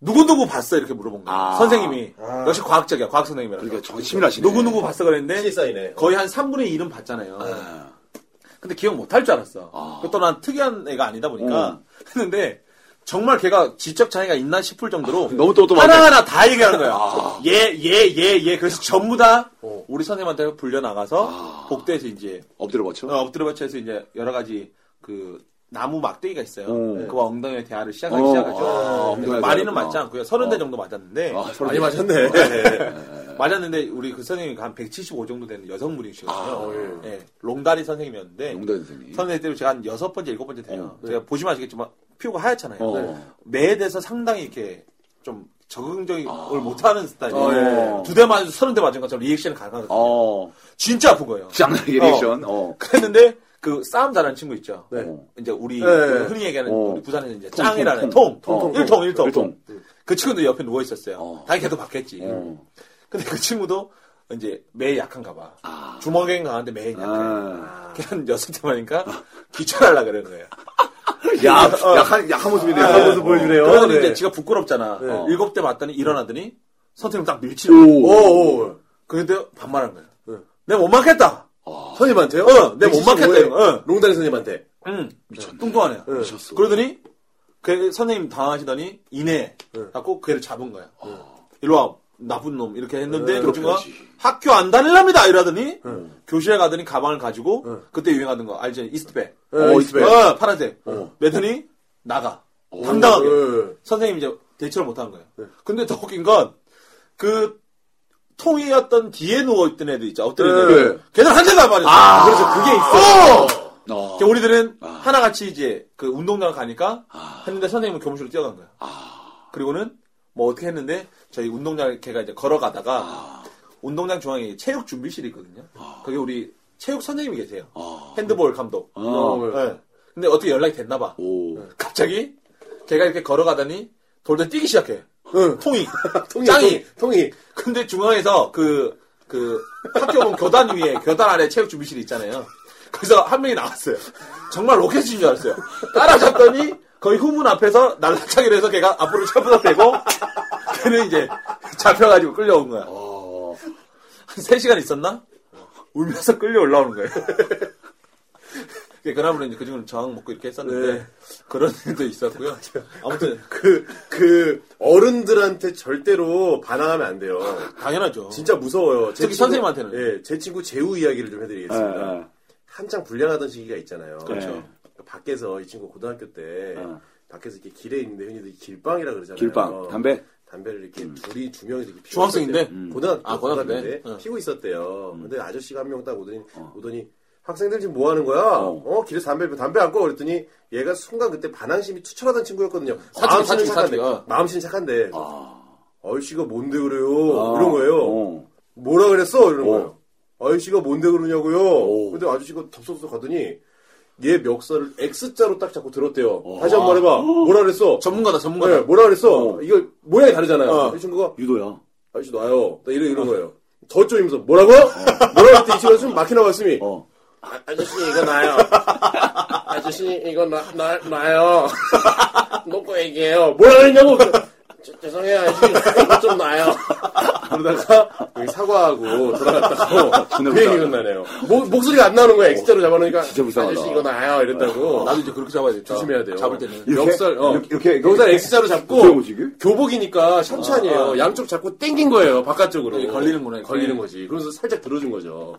Speaker 6: 누구누구 봤어 이렇게 물어본 거예요.
Speaker 2: 아.
Speaker 6: 선생님이 역시 과학적이야. 과학 선생님이라서.
Speaker 2: 그러니까 정말 치밀하시네.
Speaker 6: 누구누구 봤어 그랬는데
Speaker 3: CSI네.
Speaker 6: 거의 한 3분의 1은 봤잖아요.
Speaker 2: 아.
Speaker 6: 근데 기억 못 할 줄 알았어.
Speaker 2: 아.
Speaker 6: 그것도 난 특이한 애가 아니다 보니까 했는데 정말 걔가 지적 장애가 있나 싶을 정도로
Speaker 2: 너무 똑똑한데.
Speaker 6: 하나하나 다 얘기하는 거야. 예, 얘, 얘, 얘, 얘. 그래서 전부 다 우리 선생님한테 불려 나가서 복도에서 이제
Speaker 2: 엎드려 맞춰.
Speaker 6: 어, 엎드려 받쳐서 이제 여러 가지 그 나무 막대기가 있어요.
Speaker 2: 어.
Speaker 6: 그와 엉덩이의 대화를 시작하기
Speaker 2: 어.
Speaker 6: 시작하죠.
Speaker 2: 아, 엉덩이가
Speaker 6: 많이는
Speaker 2: 그렇구나.
Speaker 6: 음. 맞지 않고요. 어. 서른 대 정도 맞았는데
Speaker 2: 아, 서른
Speaker 3: 많이
Speaker 2: 대.
Speaker 3: 마셨네.
Speaker 6: 맞았는데 우리 그 선생님이 한 175 정도 되는 여성분이시거든요. 예. 롱다리 선생님이었는데
Speaker 2: 용단 선생님.
Speaker 6: 선생님 때로 제가 한 여섯 번째 일곱 번째 돼요. 제가 보시면 아시겠지만 피부가 하얗잖아요.
Speaker 2: 어.
Speaker 6: 매에 대해서 상당히 이렇게 좀 적응적인 걸 못하는 스타일이에요.
Speaker 2: 어, 예.
Speaker 6: 두 대 맞은 서른 대 맞은 것처럼 리액션이 강하거든요.
Speaker 2: 어.
Speaker 6: 진짜 아픈 거예요.
Speaker 2: 장난 리액션. 어.
Speaker 6: 그랬는데 그 싸움 잘하는 친구 있죠.
Speaker 2: 네.
Speaker 6: 이제 우리
Speaker 3: 네.
Speaker 6: 그 흔히 얘기하는
Speaker 2: 어.
Speaker 6: 우리 부산에서 이제
Speaker 2: 통,
Speaker 6: 짱이라는
Speaker 2: 통,
Speaker 6: 통,
Speaker 2: 통, 통,
Speaker 6: 일통, 일통,
Speaker 2: 일통.
Speaker 6: 그 친구도 옆에 누워 있었어요.
Speaker 2: 어.
Speaker 6: 당연히 걔도 봤겠지.
Speaker 2: 어.
Speaker 6: 근데 그 친구도 이제 매 약한가 봐. 주먹엔 강한데 매 약해.
Speaker 2: 아.
Speaker 6: 걔는 여섯 대 맞으니까 기절하려 그러는 거예요.
Speaker 2: 야, 약한 약한 모습이네요.
Speaker 6: 아,
Speaker 3: 약한 모습 보여주네요.
Speaker 6: 그러더니
Speaker 3: 네.
Speaker 6: 이제 지가 부끄럽잖아. 어.
Speaker 3: 네.
Speaker 6: 일곱 대 맞더니 일어나더니 선생님 딱 밀치는 거야.
Speaker 2: 오.
Speaker 3: 오, 오.
Speaker 6: 근데 반말한 거야. 내가 못 맞겠다.
Speaker 3: 선생님한테요?
Speaker 6: 어, 내가 못 맞겠다, 이거. 어.
Speaker 3: 롱다리 선생님한테.
Speaker 6: 응. 뚱뚱하네.
Speaker 2: 미쳤어.
Speaker 6: 그러더니 그 선생님 당하시더니 이내 갖고 걔를 잡은 거야. 일로 와. 나쁜 놈 이렇게 했는데 그 친구가
Speaker 3: 괴롭혀야지.
Speaker 6: 학교 안 다닐랍니다 이러더니 교실에 가더니 가방을 가지고 그때 유행하던 거 알지 이스트백
Speaker 3: 어, 이스트백.
Speaker 6: 어, 파란색 매더니 나가 당당하게
Speaker 3: 예.
Speaker 6: 선생님이 이제 대처를 못한 거예요 근데 더 웃긴 건 그 통이었던 뒤에 누워있던 애들 있죠 엎드린 애들
Speaker 3: 네.
Speaker 6: 걔들 한 대도 안 맞았어 아~ 그래서 그게 있어
Speaker 2: 어.
Speaker 6: 그러니까 우리들은 하나같이 이제 그 운동장을 가니까
Speaker 2: 아.
Speaker 6: 했는데 선생님은 교무실로 뛰어간 거야. 그리고는 뭐 어떻게 했는데 저희 운동장 걔가 이제 걸어가다가
Speaker 2: 아.
Speaker 6: 운동장 중앙에 체육 준비실이 있거든요. 거기 우리 체육 선생님이 계세요. 핸드볼 감독.
Speaker 2: 아. 어.
Speaker 6: 네. 근데 어떻게 연락이 됐나 봐.
Speaker 2: 오.
Speaker 6: 갑자기 걔가 이렇게 걸어가다니 돌돌 뛰기 시작해. 통이.
Speaker 3: 통이,
Speaker 6: 짱이.
Speaker 3: 통, 통이.
Speaker 6: 근데 중앙에서 그, 그, 학교 보면 교단 위에, 교단 아래 체육준비실이 있잖아요. 거기서 한 명이 나왔어요. 정말 로켓인 줄 알았어요. 따라잡더니 거의 후문 앞에서 날라차기로 해서 걔가 앞으로 쳐부터 대고 걔는 이제 잡혀가지고 끌려온 거야. 한 3시간 있었나? 울면서 끌려 올라오는 거예요. 그나마 이제 그 친구는 저항 먹고 이렇게 했었는데 그런 일도 있었고요. 아무튼
Speaker 3: 네. 그, 그, 어른들한테 절대로 반항하면 안 돼요.
Speaker 6: 당연하죠.
Speaker 3: 진짜 무서워요. 제
Speaker 6: 특히 선생님한테는.
Speaker 3: 예, 제 친구 재우 이야기를 좀 해드리겠습니다.
Speaker 2: 예, 예.
Speaker 3: 한창 불량하던 시기가 있잖아요. 네.
Speaker 2: 그렇죠.
Speaker 3: 밖에서 이 친구 고등학교 때
Speaker 2: 어.
Speaker 3: 밖에서 이렇게 길에 있는데 흔히들 길빵이라 그러잖아요.
Speaker 2: 길빵, 담배. 음.
Speaker 3: 담배를 이렇게 둘이 두 명이서 이렇게 피우고
Speaker 6: 중학생인데?
Speaker 3: 있었대요.
Speaker 6: 음.
Speaker 3: 고등학교
Speaker 6: 아, 고등학교인데?
Speaker 3: 고등학교인데
Speaker 6: 어.
Speaker 3: 피고 있었대요.
Speaker 2: 음.
Speaker 3: 근데 아저씨가 한 명 딱 오더니
Speaker 2: 어.
Speaker 3: 오더니 학생들 지금 뭐 하는 거야? 어, 길에서 담배 피워, 담배 안 꺼? 그랬더니 얘가 순간 그때 반항심이 투철하던 친구였거든요.
Speaker 6: 사춘기,
Speaker 3: 마음씨는
Speaker 6: 사춘기,
Speaker 3: 착한데,
Speaker 6: 사춘기, 어.
Speaker 3: 마음씨는 착한데. 아저씨가 뭔데 그래요?
Speaker 2: 아.
Speaker 3: 이런 거예요.
Speaker 2: 어.
Speaker 3: 뭐라 그랬어? 이러는
Speaker 2: 어.
Speaker 3: 거예요. 아저씨가 뭔데 그러냐고요. 근데 아저씨가 덥석덥석 가더니 얘 멱살을 X자로 딱 잡고 들었대요. 다시 한 번 말해봐. 뭐라 그랬어?
Speaker 6: 전문가다,
Speaker 3: 네,
Speaker 6: 전문가다.
Speaker 3: 뭐라 그랬어? 이거 모양이 다르잖아요. 이 친구가
Speaker 2: 유도야.
Speaker 3: 아저씨 놔요. 나 이런 이런 거예요. 더 쪼이면서 뭐라고? 뭐라 그랬더니 이 친구가 좀 막히나 말씀이
Speaker 2: 어.
Speaker 3: 아, 아저씨 이거 나요. 아저씨 이거 나, 나, 나요. 먹고 얘기해요. 뭐라 그랬냐고. 죄- 죄송해요 아저씨 이거 좀 나요. 그러다가 여기 사과하고 돌아갔다고
Speaker 2: 존나
Speaker 3: 그 얘기가
Speaker 2: 불쌍하다.
Speaker 3: 나네요. 목, 목소리가 안 나오는 거야. 엑스자로 잡아놓으니까
Speaker 2: 불쌍하다.
Speaker 3: 아저씨 이거 나요 이랬다고.
Speaker 6: 나도 이제 그렇게 잡아야 돼.
Speaker 3: 조심해야 돼요.
Speaker 6: 어. 잡을 때는.
Speaker 2: 이렇게?
Speaker 3: 멱살, 어.
Speaker 2: 이렇게, 이렇게, 이렇게.
Speaker 3: 멱살 X자로 잡고,
Speaker 2: 뭐지게?
Speaker 3: 교복이니까 셔츠 아니에요. 양쪽 잡고 땡긴 거예요, 바깥쪽으로.
Speaker 6: 이게 걸리는구나, 이렇게.
Speaker 3: 걸리는 거지. 그래서 살짝 들어준 거죠.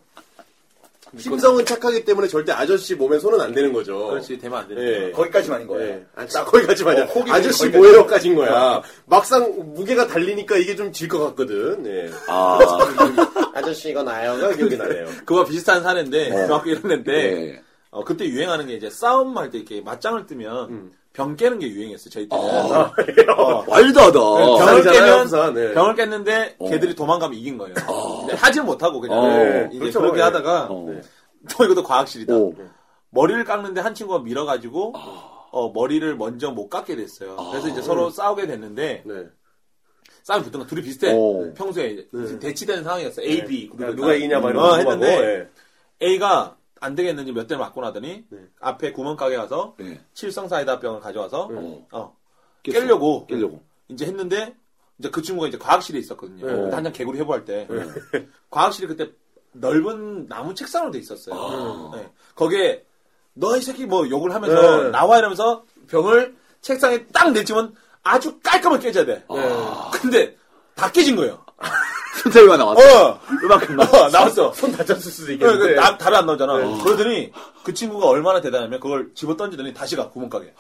Speaker 3: 심성은 착하기 때문에 절대 아저씨 몸에 손은 안 대는 거죠.
Speaker 6: 그렇지, 되면 안 되는 네. 거야.
Speaker 3: 예.
Speaker 2: 거기까지만인 거예요.
Speaker 3: 예. 아, 딱 거기까지만.
Speaker 2: 어, 코기
Speaker 3: 아저씨
Speaker 2: 거기까지.
Speaker 3: 모해로까지인 거야. 막상 무게가 달리니까 이게 좀 질 것 같거든. 예.
Speaker 2: 아.
Speaker 3: 아저씨 이거 나요가 기억이 나네요.
Speaker 6: 그와 비슷한 사례인데 중학교 1학년 때
Speaker 2: 예.
Speaker 6: 어, 그때 유행하는 게 이제 싸움 할 때 이렇게 맞짱을 뜨면 병 깨는 게 유행했어요. 저희 때는.
Speaker 2: 아, 와일드하다.
Speaker 6: 병을
Speaker 3: 부산이잖아요,
Speaker 6: 깨면
Speaker 3: 부산, 네.
Speaker 6: 병을 깼는데 걔들이 도망가면 이긴 거예요. 근데 하질 못하고 그냥
Speaker 2: 어.
Speaker 6: 네. 이제
Speaker 3: 그렇죠.
Speaker 6: 그렇게
Speaker 3: 예.
Speaker 6: 하다가
Speaker 2: 어.
Speaker 6: 또 이것도 과학실이다.
Speaker 2: 오.
Speaker 6: 머리를 깎는데 한 친구가 밀어가지고 어, 머리를 먼저 못 깎게 됐어요. 그래서 이제 서로 싸우게 됐는데
Speaker 3: 네.
Speaker 6: 싸움이 붙던 거 둘이 비슷해.
Speaker 2: 어.
Speaker 6: 평소에 이제 대치되는 상황이었어. 요 A, B. 그리고
Speaker 3: 그러니까 누가 뭐, 예. 이기냐 말이야.
Speaker 6: 어, 했는데 A가 안 되겠는지 몇 대를 맞고 나더니
Speaker 3: 네.
Speaker 6: 앞에 구멍가게 가서
Speaker 2: 네.
Speaker 6: 칠성사이다 병을 가져와서
Speaker 3: 네.
Speaker 6: 어,
Speaker 2: 깼어.
Speaker 6: 깨려고
Speaker 2: 깨려고.
Speaker 6: 이제 했는데 이제 그 친구가 이제 과학실에
Speaker 3: 네.
Speaker 6: 있었거든요. 그때 한창 개구리 해부할 때 과학실이 그때 넓은 나무 책상으로 돼 있었어요. 네. 거기에 너 이 새끼 뭐 욕을 하면서
Speaker 3: 아. 네.
Speaker 6: 나와 이러면서 병을 책상에 딱 내치면 아주 깔끔하게 깨져야 돼.
Speaker 3: 아.
Speaker 6: 근데 다 깨진 거예요.
Speaker 2: 손잡이가 나왔어.
Speaker 6: 어,
Speaker 2: 이만큼 나.
Speaker 6: 어, 나왔어.
Speaker 3: 손 다쳤을 수도
Speaker 6: 그, 그,
Speaker 3: 있겠는데. 네.
Speaker 6: 나, 다리 안 나오잖아. 그러더니 그 친구가 얼마나 대단하면 그걸 집어 던지더니 다시 가 구멍가게.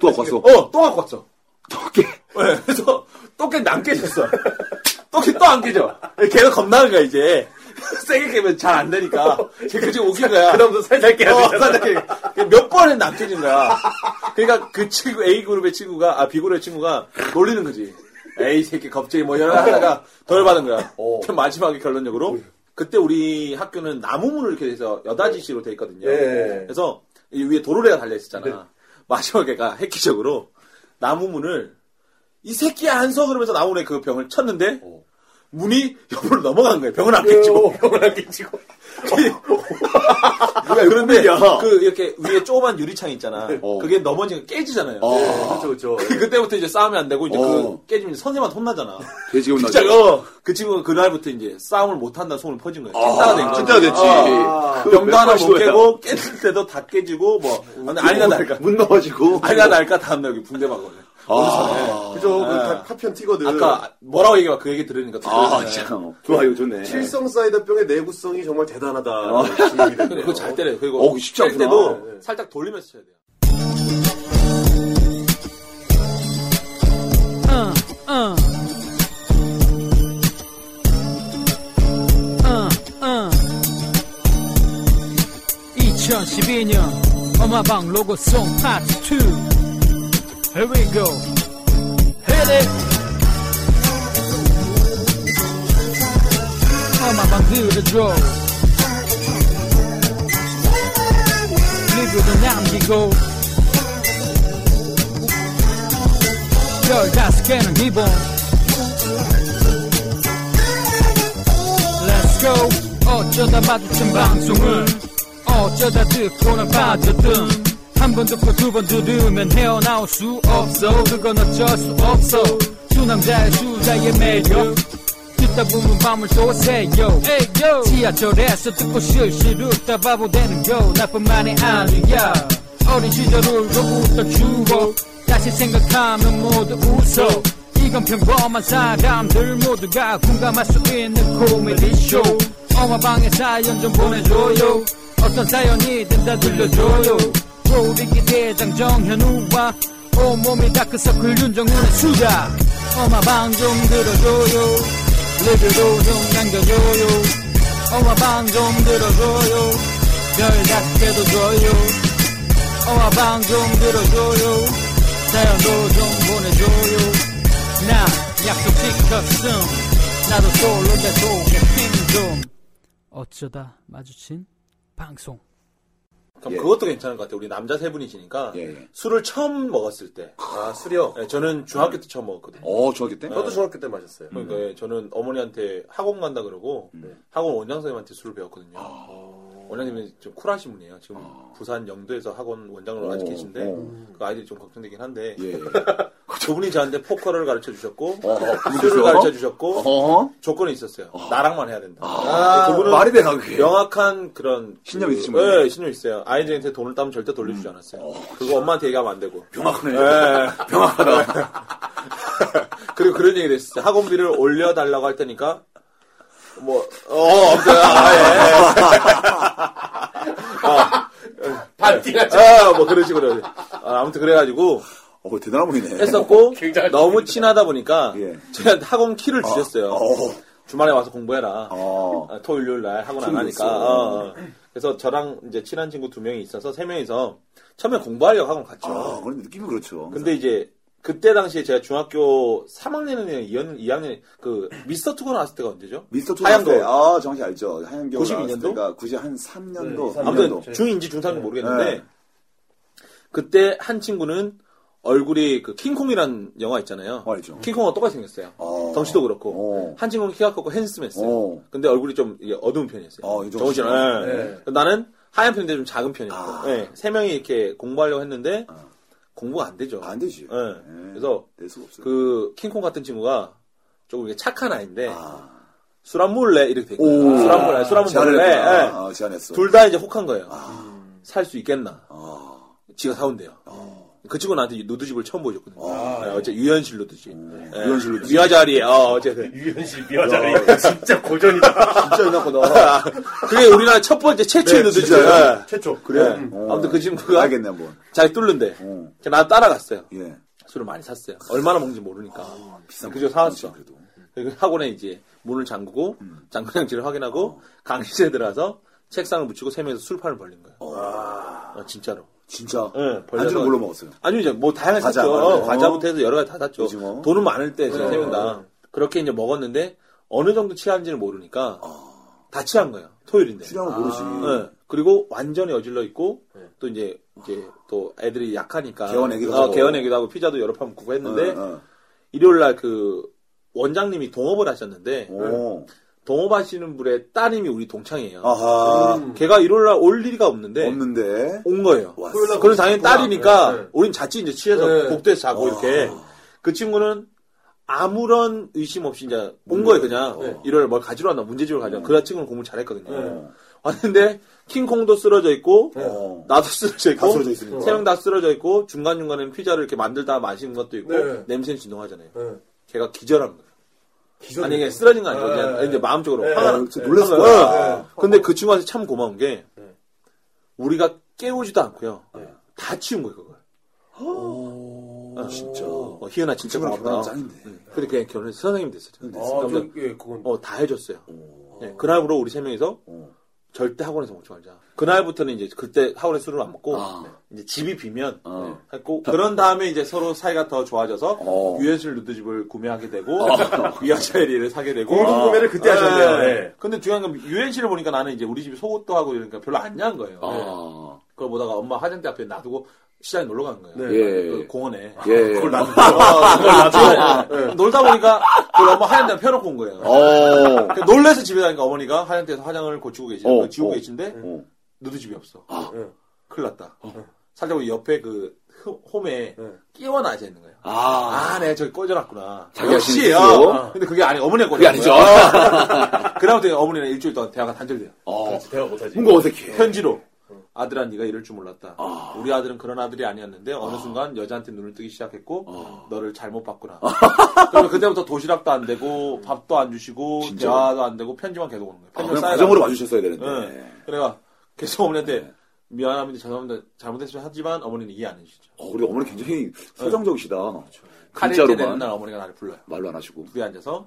Speaker 2: 또 갖고 왔어.
Speaker 6: 어, 또 갖고 왔어.
Speaker 2: 어떻게?
Speaker 6: 네, 그래서 또 깨, 안 깨졌어. 또 깨, 또안 깨져. 걔가 겁나는 거야, 이제. 세게 깨면 잘 안 되니까. 걔그 지금 웃긴 거야.
Speaker 3: 그다음부터 살살 깨야
Speaker 6: 어,
Speaker 3: 되잖아.
Speaker 6: 맞아. 걔- 몇 번은 안 깨진 거야. 그러니까 그 친구, A 그룹의 친구가, 아, B 그룹의 친구가 놀리는 거지. 에이, 새끼, 겁쟁이 뭐, 이런
Speaker 3: 어.
Speaker 6: 하다가 덜 받은 거야. 그 마지막에 결론적으로. 그때 우리 학교는 나무문을 이렇게 해서 여다지시로 돼 있거든요.
Speaker 3: 예.
Speaker 6: 그래서 이 위에 도로레가 달려있었잖아. 마지막에가 획기적으로 나무문을 이 새끼야 한서 그러면서 나무문에 그 병을 쳤는데 문이 옆으로 넘어간 거예요. 병은 안 깨지고.
Speaker 3: 병을 안 깨치고.
Speaker 6: 그런데
Speaker 2: 꿈이야.
Speaker 6: 그 이렇게 위에 조그만 유리창 있잖아. 그게 넘어지니까 깨지잖아요.
Speaker 3: 그렇죠, 그렇죠.
Speaker 6: 그때부터 이제 싸우면 안 되고 이제
Speaker 2: 어.
Speaker 6: 그 깨지면 선생님한테 혼나잖아.
Speaker 2: 돼지 혼나지.
Speaker 6: 진짜 어, 그 친구가 그날부터 이제 싸움을 못 한다 소문을 퍼진 거예요. 어. 찐따가 된 거야.
Speaker 2: 진짜 아. 됐지. 그 음.
Speaker 6: 병도 하나
Speaker 2: 몇
Speaker 6: 못
Speaker 2: 번씩
Speaker 6: 깨고 깼을 때도 다 깨지고 뭐 아니, 아니나 날까
Speaker 2: 문 넣어지고. 뭐
Speaker 6: 아니나 날까 그 다음날 여기 붕대 맞고
Speaker 2: 아,
Speaker 3: 그죠? 그
Speaker 6: 네.
Speaker 3: 다 파편 튀거든.
Speaker 6: 아까 뭐라고 얘기해 봐. 그 얘기 들으니까 또
Speaker 2: 아,
Speaker 6: 그러네.
Speaker 2: 참. 좋아요, 좋네.
Speaker 3: 칠성 사이다병의 내구성이 정말 대단하다. 지금 이랬네요.
Speaker 6: 그거 잘 때려요. 그리고
Speaker 2: 어우, 쉽지
Speaker 6: 칠
Speaker 2: 않구나. 예,
Speaker 6: 때도 살짝 돌리면서 쳐야 돼요.
Speaker 5: 어, 어. 어, 어. 2012년 엄마방 로고송 파트 2 Here we go Hit it 엄마방 들어줘 리뷰도 남기고 열다섯 개는 기본 Let's go 어쩌다 마주친 방송은 어쩌다 듣고는 빠졌든 한 번 듣고 두 번 들으면 헤어나올 수 없어 그건 어쩔 수 없어 두 남자의 수다의 매력 듣다 보면 밤을 쏘세요 지하철에서 듣고 실실 웃다 바보 되는 거 나뿐만이 아니야 어린 시절 울고 웃던 추억 다시 생각하면 모두 웃어 이건 평범한 사람들 모두가 공감할 수 있는 코미디 쇼 엄마방에 사연 좀 보내줘요 어떤 사연이든 다 들려줘요 조리기 대장 정현우와 온몸이 다크서클 윤정훈의 수다 엄마방 좀 들어줘요 리뷰도 좀 남겨줘요 엄마방 좀 들어줘요 별 다섯 개도 줘요 엄마 어, 방좀 들어줘요 사연도 좀 보내줘요 나 약속 지켰음 나도 솔로 내 속에 힘좀 어쩌다 마주친 방송
Speaker 6: 그럼
Speaker 2: 예.
Speaker 6: 그것도 괜찮을 것 같아요. 우리 남자 세 분이시니까
Speaker 2: 예, 예.
Speaker 6: 술을 처음 먹었을 때.
Speaker 3: 아, 수려.
Speaker 6: 예, 저는 중학교 때 처음 먹었거든요.
Speaker 2: 어, 저기 때?
Speaker 3: 저도 네. 중학교 때 마셨어요.
Speaker 6: 그러니까 예, 저는 어머니한테 학원 간다 그러고
Speaker 2: 음. 네.
Speaker 6: 학원 원장 선생님한테 술을 배웠거든요.
Speaker 2: 아.
Speaker 6: 원장님이 좀 쿨하신 분이에요. 지금 부산 영도에서 학원 원장으로 아직
Speaker 2: 오,
Speaker 6: 계신데
Speaker 2: 오.
Speaker 6: 그 아이들이 좀 걱정되긴 한데 그
Speaker 2: 예. 예.
Speaker 6: 저분이 저한테 포커를 가르쳐 주셨고
Speaker 2: 어,
Speaker 6: 술을
Speaker 2: 그래서?
Speaker 6: 가르쳐 주셨고
Speaker 2: 어허.
Speaker 6: 조건이 있었어요. 나랑만 해야 된다.
Speaker 2: 아,
Speaker 6: 그분은
Speaker 2: 말이 되나, 그게?
Speaker 6: 명확한 그런
Speaker 2: 신념이 있으신
Speaker 6: 분
Speaker 2: 분이네요. 음.
Speaker 6: 네, 신념 있어요. 아이들한테 돈을 따면 절대 돌려주지 않았어요. 그거 엄마한테 얘기하면 안 되고.
Speaker 2: 병화하네.
Speaker 6: 예.
Speaker 2: 병화하다.
Speaker 6: 그리고 그런 얘기를 했어요. 학원비를 올려달라고 할 테니까 뭐, 어, 아무튼, 아, 예.
Speaker 3: 반띵하죠.
Speaker 6: 아, 뭐 그런 식으로. 아, 아무튼 그래가지고
Speaker 2: 어, 대단한 분이네.
Speaker 6: 했었고
Speaker 3: 굉장히
Speaker 6: 너무 친하다 보니까
Speaker 2: 예.
Speaker 6: 제가 학원 키를 주셨어요.
Speaker 2: 어.
Speaker 6: 주말에 와서 공부해라.
Speaker 2: 어.
Speaker 6: 아, 토요일 요일 날 학원 안
Speaker 2: 친구
Speaker 6: 하니까.
Speaker 2: 있어.
Speaker 6: 어, 어. 그래서 저랑 이제 친한 친구 두 명이 있어서 세 명이서 처음에 공부하려고 학원 갔죠.
Speaker 2: 아, 그런 느낌이 그렇죠.
Speaker 6: 근데 이제 그때 당시에 제가 중학교 3학년이나 2학년, 2학년 그 미스터 투고 나왔을 때가 언제죠?
Speaker 2: 미스터 투
Speaker 6: 하얀 거.
Speaker 2: 아, 정확히 알죠. 하얀 경
Speaker 6: 92 년도?
Speaker 2: 그러니까 90, 한 3년도.
Speaker 3: 네,
Speaker 6: 아무튼
Speaker 2: 3년도.
Speaker 6: 중인지 중상인지 모르겠는데
Speaker 2: 네.
Speaker 6: 그때 한 친구는 얼굴이 그 킹콩이란 영화 있잖아요.
Speaker 2: 어, 알죠.
Speaker 6: 킹콩하고 똑같이 생겼어요.
Speaker 2: 어.
Speaker 6: 덩치도 그렇고 네.
Speaker 2: 어.
Speaker 6: 한 친구는 키가 크고 핸스맨했어요.
Speaker 2: 어.
Speaker 6: 근데 얼굴이 좀 이게 어두운 편이었어요.
Speaker 2: 어, 이정우
Speaker 6: 정우 씨는,
Speaker 2: 씨는.
Speaker 6: 예. 근데 나는 하얀 편인데 좀 작은 편이었고
Speaker 2: 아.
Speaker 6: 예. 세 명이 이렇게 공부하려고 했는데 공부가 안 되죠.
Speaker 2: 안 되지.
Speaker 6: 예. 그래서
Speaker 2: 낼 수가 없어요.
Speaker 6: 그 킹콩 같은 친구가 조금 이게 착한 아이인데
Speaker 2: 아.
Speaker 6: 술 안 먹을래 이렇게 돼
Speaker 2: 오.
Speaker 6: 있어요. 술 안 먹을래, 술 안 먹을래.
Speaker 2: 제안했구나.
Speaker 6: 예.
Speaker 2: 아, 제안했어.
Speaker 6: 둘 다 이제 혹한 거예요. 살 수 있겠나?
Speaker 2: 아.
Speaker 6: 지가 사온대요. 그 친구 는 나한테 누드집을 처음 보여줬거든요.
Speaker 2: 아. 음,
Speaker 6: 어, 제 유현실 누드집. 예.
Speaker 2: 유현실 누드집.
Speaker 6: 미화자리, 어, 어쨌든.
Speaker 3: 유현실 미화자리 진짜 고전이다.
Speaker 2: 진짜 유나구나.
Speaker 6: 아, 그게 우리나라 첫 번째 최초의 누드집.
Speaker 2: 네, 진짜요?
Speaker 6: 예.
Speaker 3: 최초.
Speaker 2: 그래.
Speaker 6: 예.
Speaker 2: 어.
Speaker 6: 아무튼 그 친구가
Speaker 2: 알겠네, 뭐. 한번.
Speaker 6: 잘 뚫는데.
Speaker 2: 어.
Speaker 6: 그래서 나 따라갔어요.
Speaker 2: 예.
Speaker 6: 술을 많이 샀어요. 얼마나 먹는지 모르니까.
Speaker 2: 아, 비싼
Speaker 6: 아, 그죠,
Speaker 2: 거.
Speaker 6: 사왔어.
Speaker 2: 그래도.
Speaker 6: 그리고 학원에 이제 문을 잠그고
Speaker 2: 음.
Speaker 6: 잠그장치를
Speaker 2: 어.
Speaker 6: 확인하고 강의실에 들어가서 책상을 붙이고 세 명이서 술판을 벌린 거예요. 어, 진짜로.
Speaker 2: 진짜.
Speaker 6: 예, 벌려서-
Speaker 2: 안주는 뭘로 먹었어요?
Speaker 6: 아니 이제 뭐 다양하게
Speaker 2: 과자, 뭐. 네.
Speaker 6: 샀죠.
Speaker 2: 어.
Speaker 6: 과자부터 해서 여러 가지 다 샀죠.
Speaker 2: 오징어.
Speaker 6: 돈은 많을 때 제가 세운다. 그렇게 이제 먹었는데 어느 정도 취한지는 모르니까
Speaker 2: 어.
Speaker 6: 다 취한 거예요. 토요일인데.
Speaker 2: 취향을 모르지.
Speaker 6: 아.
Speaker 2: 네.
Speaker 6: 예. 그리고 완전히 어질러 있고 또 이제 이제 또 애들이 약하니까
Speaker 2: 개원하기도
Speaker 6: 어,
Speaker 2: 하고.
Speaker 6: 개원하기도 하고 피자도 여러 판 먹고 했는데
Speaker 2: 어, 어.
Speaker 6: 일요일 날 그 원장님이 동업을
Speaker 2: 어.
Speaker 6: 하셨는데
Speaker 2: 예. 오.
Speaker 6: 동업하시는 분의 따님이 우리 동창이에요.
Speaker 2: 아하.
Speaker 3: 음.
Speaker 6: 걔가 일요일 날 올 일이가 없는데
Speaker 2: 없는데.
Speaker 6: 온 거예요.
Speaker 2: 왔어.
Speaker 6: 그럼 당연히 딸이니까
Speaker 3: 네, 네.
Speaker 6: 우린 자취 이제 취해서
Speaker 2: 아.
Speaker 3: 네.
Speaker 6: 복도에서 자고
Speaker 2: 와.
Speaker 6: 이렇게 그 친구는 아무런 의심 없이 이제
Speaker 2: 음.
Speaker 6: 온 거예요 그냥
Speaker 3: 네.
Speaker 6: 이럴 뭘 가지러 왔나 문제집을 가져왔나 그래 친구는 공부 를 잘했거든요 왔는데 킹콩도 쓰러져 있고
Speaker 3: 네.
Speaker 2: 어.
Speaker 6: 나도 쓰러져
Speaker 2: 다
Speaker 6: 있고
Speaker 2: 쓰러져
Speaker 3: 어.
Speaker 2: 있으니까.
Speaker 6: 세 명 다 쓰러져 있고 중간 중간에 피자를 이렇게 만들다 마시는 것도 있고
Speaker 7: 네.
Speaker 6: 냄새는 진동하잖아요
Speaker 7: 네.
Speaker 6: 걔가 기절한 거예요
Speaker 7: 기절.
Speaker 6: 아니 이게 쓰러진 거 아니고 그냥
Speaker 7: 네.
Speaker 6: 이제 마음적으로
Speaker 2: 예.
Speaker 7: 네.
Speaker 6: 화가 나-
Speaker 2: 진짜 놀랐을
Speaker 6: 화가
Speaker 2: 거야.
Speaker 6: 나- 근데 그 친구한테 참 고마운 게 우리가 깨우지도 않고요
Speaker 2: 예.
Speaker 6: 다 치운 거예요 그걸
Speaker 3: 아,
Speaker 2: 아, 진짜.
Speaker 6: 어, 희은아 진짜
Speaker 2: 친구랑
Speaker 6: 고맙다
Speaker 2: 결혼하면 짱인데.
Speaker 6: 응. 근데 그냥 결혼해서 선생님 됐어요
Speaker 7: 아,
Speaker 6: 남자.
Speaker 7: 좀, 예, 그건.
Speaker 6: 어, 다 해줬어요. 네, 그날부로 우리 세 명이서 절대 학원에서 먹지 말자. 그날부터는 이제 그때 학원에 술을 안 먹고
Speaker 2: 아.
Speaker 6: 이제 집이 비면 네,
Speaker 2: 어.
Speaker 6: 했고 그런 다음에 이제 서로 사이가 더 좋아져서
Speaker 2: 어.
Speaker 6: 유현실 누드집을 구매하게 되고 위아차이리를 사게 되고
Speaker 7: 공동
Speaker 6: 아.
Speaker 7: 어. 구매를 그때
Speaker 6: 네.
Speaker 7: 하셨네요. 네.
Speaker 6: 근데 중요한 건 유현실을 보니까 나는 이제 우리 집이 속옷도 하고 이러니까 별로 안 야한 거예요. 네.
Speaker 2: 아.
Speaker 6: 그걸 보다가 엄마 화장대 앞에 놔두고 시장에 놀러 간 거예요.
Speaker 7: 네.
Speaker 2: 예.
Speaker 6: 그 공원에.
Speaker 2: 예.
Speaker 7: 그걸 놔두고.
Speaker 6: 아, 네. 놀다 보니까 그걸 엄마 화장대 앞에 펴놓고 온 거예요.
Speaker 2: 어.
Speaker 6: 그러니까 놀래서 집에 가니까 어머니가 화장대에서 화장을 고치고 계시는
Speaker 2: 어,
Speaker 6: 거 지우고
Speaker 2: 어.
Speaker 6: 계신데
Speaker 2: 어.
Speaker 6: 너도 집이 없어.
Speaker 2: 아. 어.
Speaker 7: 응.
Speaker 3: 예.
Speaker 6: 큰일 났다. 어. 살자고 옆에 그 흐- 홈에
Speaker 2: 네.
Speaker 7: 응.
Speaker 6: 끼워 놔져 있는 거예요.
Speaker 2: 아.
Speaker 6: 아, 내가 저기 꽂아놨구나.
Speaker 2: 자기 자신이
Speaker 6: 역시,
Speaker 2: 스스로?
Speaker 6: 어. 근데 그게 아니, 어머니가
Speaker 2: 그게
Speaker 6: 꽂아놨어.
Speaker 2: 아니죠.
Speaker 6: 그다음부터 어머니랑 일주일 동안 대화가 단절돼요.
Speaker 2: 어.
Speaker 7: 대화 못하지.
Speaker 2: 뭔가 예. 어색해.
Speaker 6: 편지로. 아들아, 네가 이럴 줄 몰랐다. 우리 아들은 그런 아들이 아니었는데 어느 순간 여자한테 눈을 뜨기 시작했고
Speaker 2: 아.
Speaker 6: 너를 잘못 봤구나. 그러면 그때부터 도시락도 안 되고 밥도 안 주시고
Speaker 2: 진짜로?
Speaker 6: 대화도 안 되고 편지만 계속 오는 거예요.
Speaker 2: 아,
Speaker 6: 편지만
Speaker 2: 그냥
Speaker 6: 쌓여가지고.
Speaker 2: 과정으로 봐주셨어야 되는데.
Speaker 6: 네. 그래가 계속 어머니한테 미안합니다 죄송합니다 잘못했으면 하지만 어머니는 이해 안 해주시죠
Speaker 2: 어, 우리 어머니
Speaker 6: 예.
Speaker 2: 굉장히 서정적이시다.
Speaker 6: 카레 때 되는 어.
Speaker 2: 진짜로만
Speaker 6: 날 어머니가 나를 불러요
Speaker 2: 말로 안 하시고.
Speaker 6: 둘이 앉아서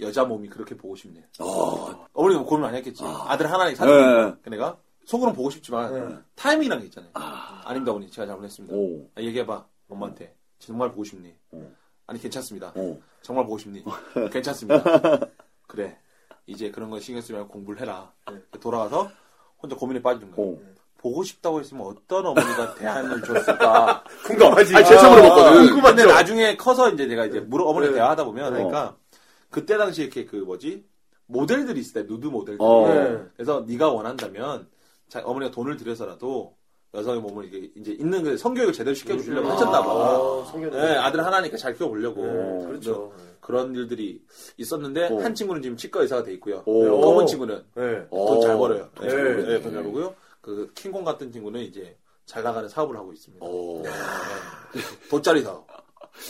Speaker 6: 여자 몸이 그렇게 보고 싶네
Speaker 2: 어.
Speaker 6: 어머니가 고민 많이 했겠지 아. 들 하나를 사는
Speaker 2: 네.
Speaker 6: 그 내가 속으로는 보고 싶지만 타이밍이란 게 네. 있잖아요 아. 닙니다 어머니 제가 잘못했습니다
Speaker 2: 오.
Speaker 6: 아, 얘기해봐 엄마한테 정말 보고 싶니 아니 괜찮습니다
Speaker 2: 어.
Speaker 6: 정말 보고 싶니 괜찮습니다 그래 이제 그런 거 신경 쓰지 말고 공부를 해라 돌아와서 혼자 고민에 빠지는 거예요
Speaker 2: 어.
Speaker 6: 보고 싶다고 했으면 어떤 어머니가 대안을 줬을까.
Speaker 7: 궁금하지.
Speaker 2: 아니, 제가 네. 물어봤거든.
Speaker 6: 근데
Speaker 7: 궁금한데.
Speaker 6: 나중에 커서 이제 내가 이제 물어, 어머니 대화하다 보면, 그러니까, 그때 당시에 이렇게 그 뭐지, 모델들이 있을 때, 누드 모델들.
Speaker 2: 어.
Speaker 7: 네.
Speaker 6: 그래서 네가 원한다면, 자, 어머니가 돈을 들여서라도 여성의 몸을 이게 이제 있는 그 성교육을 제대로
Speaker 2: 음.
Speaker 3: 아,
Speaker 6: 시켜주려고 하셨나 봐.
Speaker 7: 성견.
Speaker 6: 네, 아들 하나니까 잘
Speaker 3: 네,
Speaker 6: 키워보려고.
Speaker 7: 그렇죠.
Speaker 6: 그런 일들이 있었는데,
Speaker 2: 네, 어.
Speaker 6: 한 친구는 지금 치과 의사가 돼 있고요.
Speaker 2: 오.
Speaker 6: 검은 친구는
Speaker 7: 네.
Speaker 6: 돈 잘
Speaker 2: 어.
Speaker 6: 벌어요.
Speaker 2: 돈
Speaker 6: 예
Speaker 2: 잘 벌어요.
Speaker 6: 예, 돈 잘 벌고요. 그 킹콩 같은 친구는 이제 잘 나가는 사업을 하고 있습니다.
Speaker 2: 어.
Speaker 6: 돗자리 사업.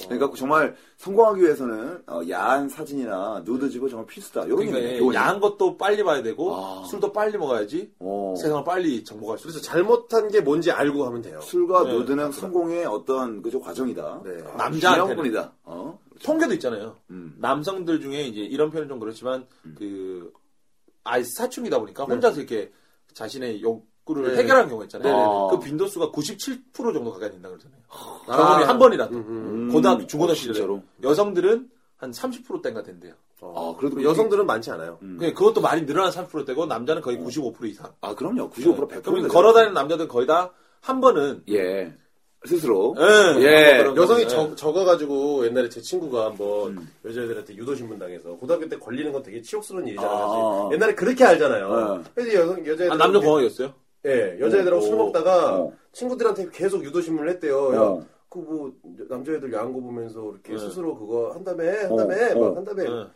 Speaker 2: 그러니까 정말 성공하기 위해서는 어, 야한 사진이나 누드집은 정말 필수다. 요런
Speaker 6: 그러니까
Speaker 2: 얘기네,
Speaker 6: 예,
Speaker 2: 요런
Speaker 6: 야한 것도 빨리 봐야 되고
Speaker 2: 아.
Speaker 6: 술도 빨리 먹어야지
Speaker 2: 어.
Speaker 6: 세상을 빨리 정복할 수
Speaker 3: 그래서
Speaker 6: 있어.
Speaker 3: 잘못한 게 뭔지 알고 하면 돼요.
Speaker 2: 술과
Speaker 6: 네,
Speaker 2: 누드는 성공의 어떤 그저 과정이다.
Speaker 3: 네.
Speaker 6: 남자한테는.
Speaker 2: 분이다. 어?
Speaker 6: 통계도 있잖아요.
Speaker 2: 음.
Speaker 6: 남성들 중에 이제 이런 표현은 좀 그렇지만 그 아이 사춘기다 보니까
Speaker 2: 네.
Speaker 6: 혼자서 이렇게 자신의 욕구를
Speaker 3: 네.
Speaker 6: 해결하는 경우가 있잖아요.
Speaker 2: 아.
Speaker 6: 그 빈도수가 97% 정도 가까이 된다 그러잖아요. 경험이 한 번이라도
Speaker 2: 음.
Speaker 6: 고등학교 중고등
Speaker 2: 어,
Speaker 6: 시절에
Speaker 2: 진짜로.
Speaker 6: 여성들은 한 30%대인가 된대요. 어.
Speaker 2: 아, 그래도
Speaker 3: 여성들은 많지 않아요.
Speaker 2: 음.
Speaker 6: 그냥 그것도 많이 늘어난 30%대고 남자는 거의 95% 이상. 네.
Speaker 2: 아, 그럼요. 95% 100%.
Speaker 6: 그럼 걸어다니는 남자들 거의 다 한 번은
Speaker 2: 예. 스스로.
Speaker 6: 예.
Speaker 2: 예.
Speaker 6: 그런
Speaker 3: 네, 여성이
Speaker 6: 거는,
Speaker 3: 적, 적어가지고 옛날에 제 친구가 한번 여자애들한테 유도신문 당해서 고등학교 때 걸리는 건 되게 치욕스러운 일이잖아요. 사실.
Speaker 2: 아.
Speaker 3: 옛날에 그렇게 알잖아요.
Speaker 2: 네.
Speaker 3: 그래서 여성 여자애들
Speaker 6: 아, 남녀 공학이었어요?
Speaker 3: 예 여자애들하고
Speaker 2: 어,
Speaker 3: 술
Speaker 2: 어,
Speaker 3: 먹다가
Speaker 2: 어.
Speaker 3: 친구들한테 계속 유도신문을 했대요. 야,
Speaker 2: 어.
Speaker 3: 그 뭐 남자애들 야한 거 보면서 이렇게
Speaker 6: 네.
Speaker 3: 스스로 그거 한다며
Speaker 2: 어,
Speaker 3: 한다며
Speaker 2: 어.
Speaker 3: 막 한다며
Speaker 6: 네.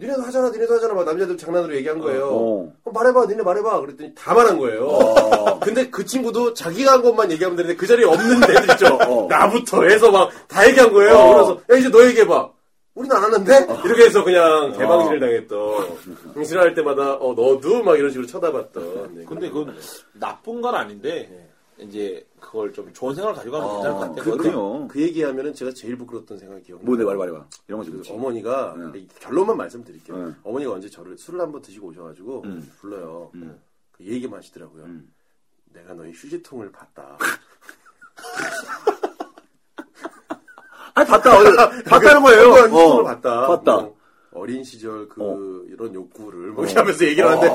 Speaker 3: 니네도 하잖아 니네도 하잖아 막 남자들 장난으로 얘기한 거예요.
Speaker 2: 어.
Speaker 3: 그럼 말해봐 니네 말해봐 그랬더니 다 말한 거예요.
Speaker 6: 어.
Speaker 3: 근데 그 친구도 자기가 한 것만 얘기하면 되는데 그 자리에 없는
Speaker 6: 네,
Speaker 3: 애들 있죠.
Speaker 2: 어.
Speaker 3: 나부터 해서 막 다 얘기한 거예요.
Speaker 2: 어.
Speaker 3: 그래서 야 이제 너 얘기해봐. 우리는 안 하는데? 이렇게 해서
Speaker 2: 어.
Speaker 3: 그냥
Speaker 6: 아.
Speaker 3: 개방질을 당했던. 응시할 때마다 어 너도 막 이런 식으로 쳐다봤던. 네,
Speaker 6: 근데 그건 나쁜 건 아닌데 이제 그걸 좀 좋은 생각을 가지고 가면 괜찮을 것 같아요.
Speaker 2: 그, 그래요.
Speaker 3: 그 얘기하면은 제가 제일 부끄러웠던 생각이 기억나요.
Speaker 2: 뭐, 내 말해, 말해봐. 이런 거지,
Speaker 3: 그래서
Speaker 2: 그렇지.
Speaker 3: 어머니가
Speaker 2: 네.
Speaker 3: 근데 결론만 말씀드릴게요.
Speaker 2: 네. 음.
Speaker 3: 어머니가 언제 저를 술을 한번 드시고 오셔가지고 불러요. 그 얘기만 하시더라고요. 내가 너의 휴지통을 봤다.
Speaker 2: 아, 봤다. 어, 봤다는 거예요.
Speaker 3: 그거 휴지통을 봤다.
Speaker 2: 봤다.
Speaker 3: 뭐 어린 시절 그
Speaker 2: 어.
Speaker 3: 이런 욕구를 뭐 이렇게 하면서 얘기를 하는데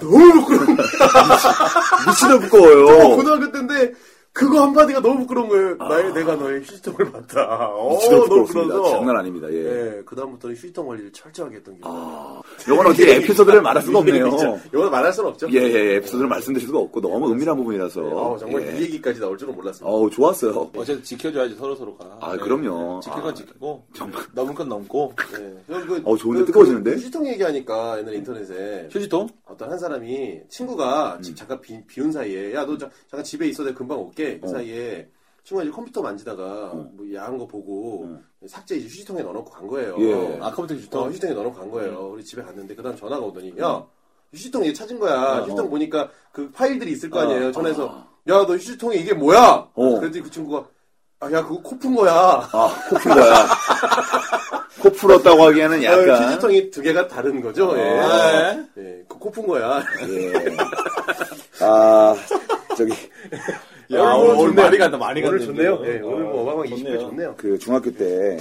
Speaker 3: 너무 부끄러운 거야.
Speaker 2: 아. 미치도 부끄워요.
Speaker 3: 고등학교 때인데
Speaker 7: 그거 한마디가 너무 부끄러운 거예요. 나의 내가 너의 휴지통을 봤다. 어,
Speaker 2: 아. 미치도록
Speaker 7: 너무
Speaker 2: 부끄럽습니다.
Speaker 7: 부러워서.
Speaker 2: 장난 아닙니다. 예.
Speaker 7: 예, 그다음부터는 휴지통 관리를 철저하게 했던 기억이 나요.
Speaker 2: 이건
Speaker 3: 예.
Speaker 2: 어떻게 에피소드를 말할 수가 없네요.
Speaker 7: 이건 말할 수는 없죠.
Speaker 2: 예, 예, 예, 에피소드를 말씀드릴 수가 없고 너무 은밀한 부분이라서.
Speaker 7: 어, 정말
Speaker 2: 예.
Speaker 7: 이 얘기까지 나올 줄은 몰랐습니다.
Speaker 2: 어우, 좋았어요.
Speaker 6: 어쨌든 지켜줘야지 서로 서로가. 예,
Speaker 2: 아, 그럼요.
Speaker 6: 지킬 건
Speaker 2: 아,
Speaker 6: 지키고 넘을 건 넘고. 예.
Speaker 2: 어, 좋은데 뜨거워지는데?
Speaker 3: 그 휴지통 얘기하니까 옛날에 인터넷에
Speaker 6: 휴지통?
Speaker 3: 어떤 한 사람이 친구가
Speaker 2: 음.
Speaker 3: 집 잠깐 비, 비운 사이에 야 너 잠깐 집에 있어 내가 금방 올게 그 사이에 친구가 이제 컴퓨터
Speaker 2: 어.
Speaker 3: 만지다가 뭐 야한 거 보고 삭제 이제 휴지통에 넣어놓고 간 거예요.
Speaker 2: 예.
Speaker 3: 아,
Speaker 6: 아까부터
Speaker 3: 어,
Speaker 6: 휴지통.
Speaker 3: 휴지통에 넣어놓고 간 거예요. 우리 집에 갔는데 그다음 전화가 오더니 야 휴지통 이제 찾은
Speaker 2: 아,
Speaker 3: 거야. 휴지통
Speaker 2: 어.
Speaker 3: 보니까 그 파일들이 있을 거 아니에요. 전화해서 야 너 휴지통에 이게 뭐야?
Speaker 2: 어.
Speaker 3: 그랬더니 그 친구가 아, 야 그거 코푼 거야.
Speaker 2: 아, 코푼 거야. 코 풀었다고 하기에는
Speaker 3: 어,
Speaker 2: 약간.
Speaker 3: 휴지통이 두 개가 다른 거죠. 예.
Speaker 6: 아, 예.
Speaker 3: 예, 그 코푼 거야.
Speaker 2: 예. 아, 저기, 아,
Speaker 6: 야, 오늘, 많이 간다, 많이 간다.
Speaker 7: 오늘 좋네요.
Speaker 6: 이제.
Speaker 7: 예, 오늘 뭐
Speaker 6: 아,
Speaker 7: 어마방 20회
Speaker 6: 좋네요.
Speaker 7: 좋네요.
Speaker 2: 그 중학교 때.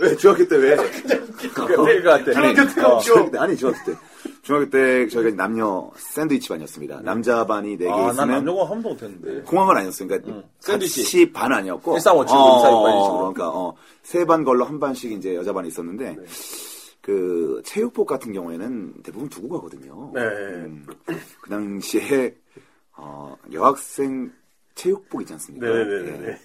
Speaker 7: 왜 중학교 때 왜?
Speaker 6: 그러니까 같아.
Speaker 7: 중학교 때가 없죠.
Speaker 2: 어, 중학교 때, 아니, 중학교 때. 중학교 때 저희가 남녀 샌드위치 반이었습니다. 남자 반이 4개
Speaker 6: 아, 난
Speaker 2: 있으면.
Speaker 6: 남녀공 한 번도 못했는데.
Speaker 2: 공항은 아니었어. 그러니까
Speaker 6: 음, 샌드위치.
Speaker 2: 같이 반 아니었고
Speaker 6: 일상원칙,
Speaker 2: 어,
Speaker 6: 일상이 반이 식으로. 네.
Speaker 2: 그러니까 어, 세 반 걸로 한 반씩 이제 여자 반이 있었는데 그 체육복 같은 경우에는 대부분 두고 가거든요.
Speaker 7: 네.
Speaker 2: 음, 그 당시에 어, 여학생 체육복 있지 않습니까?
Speaker 7: 네네네네.
Speaker 2: 예.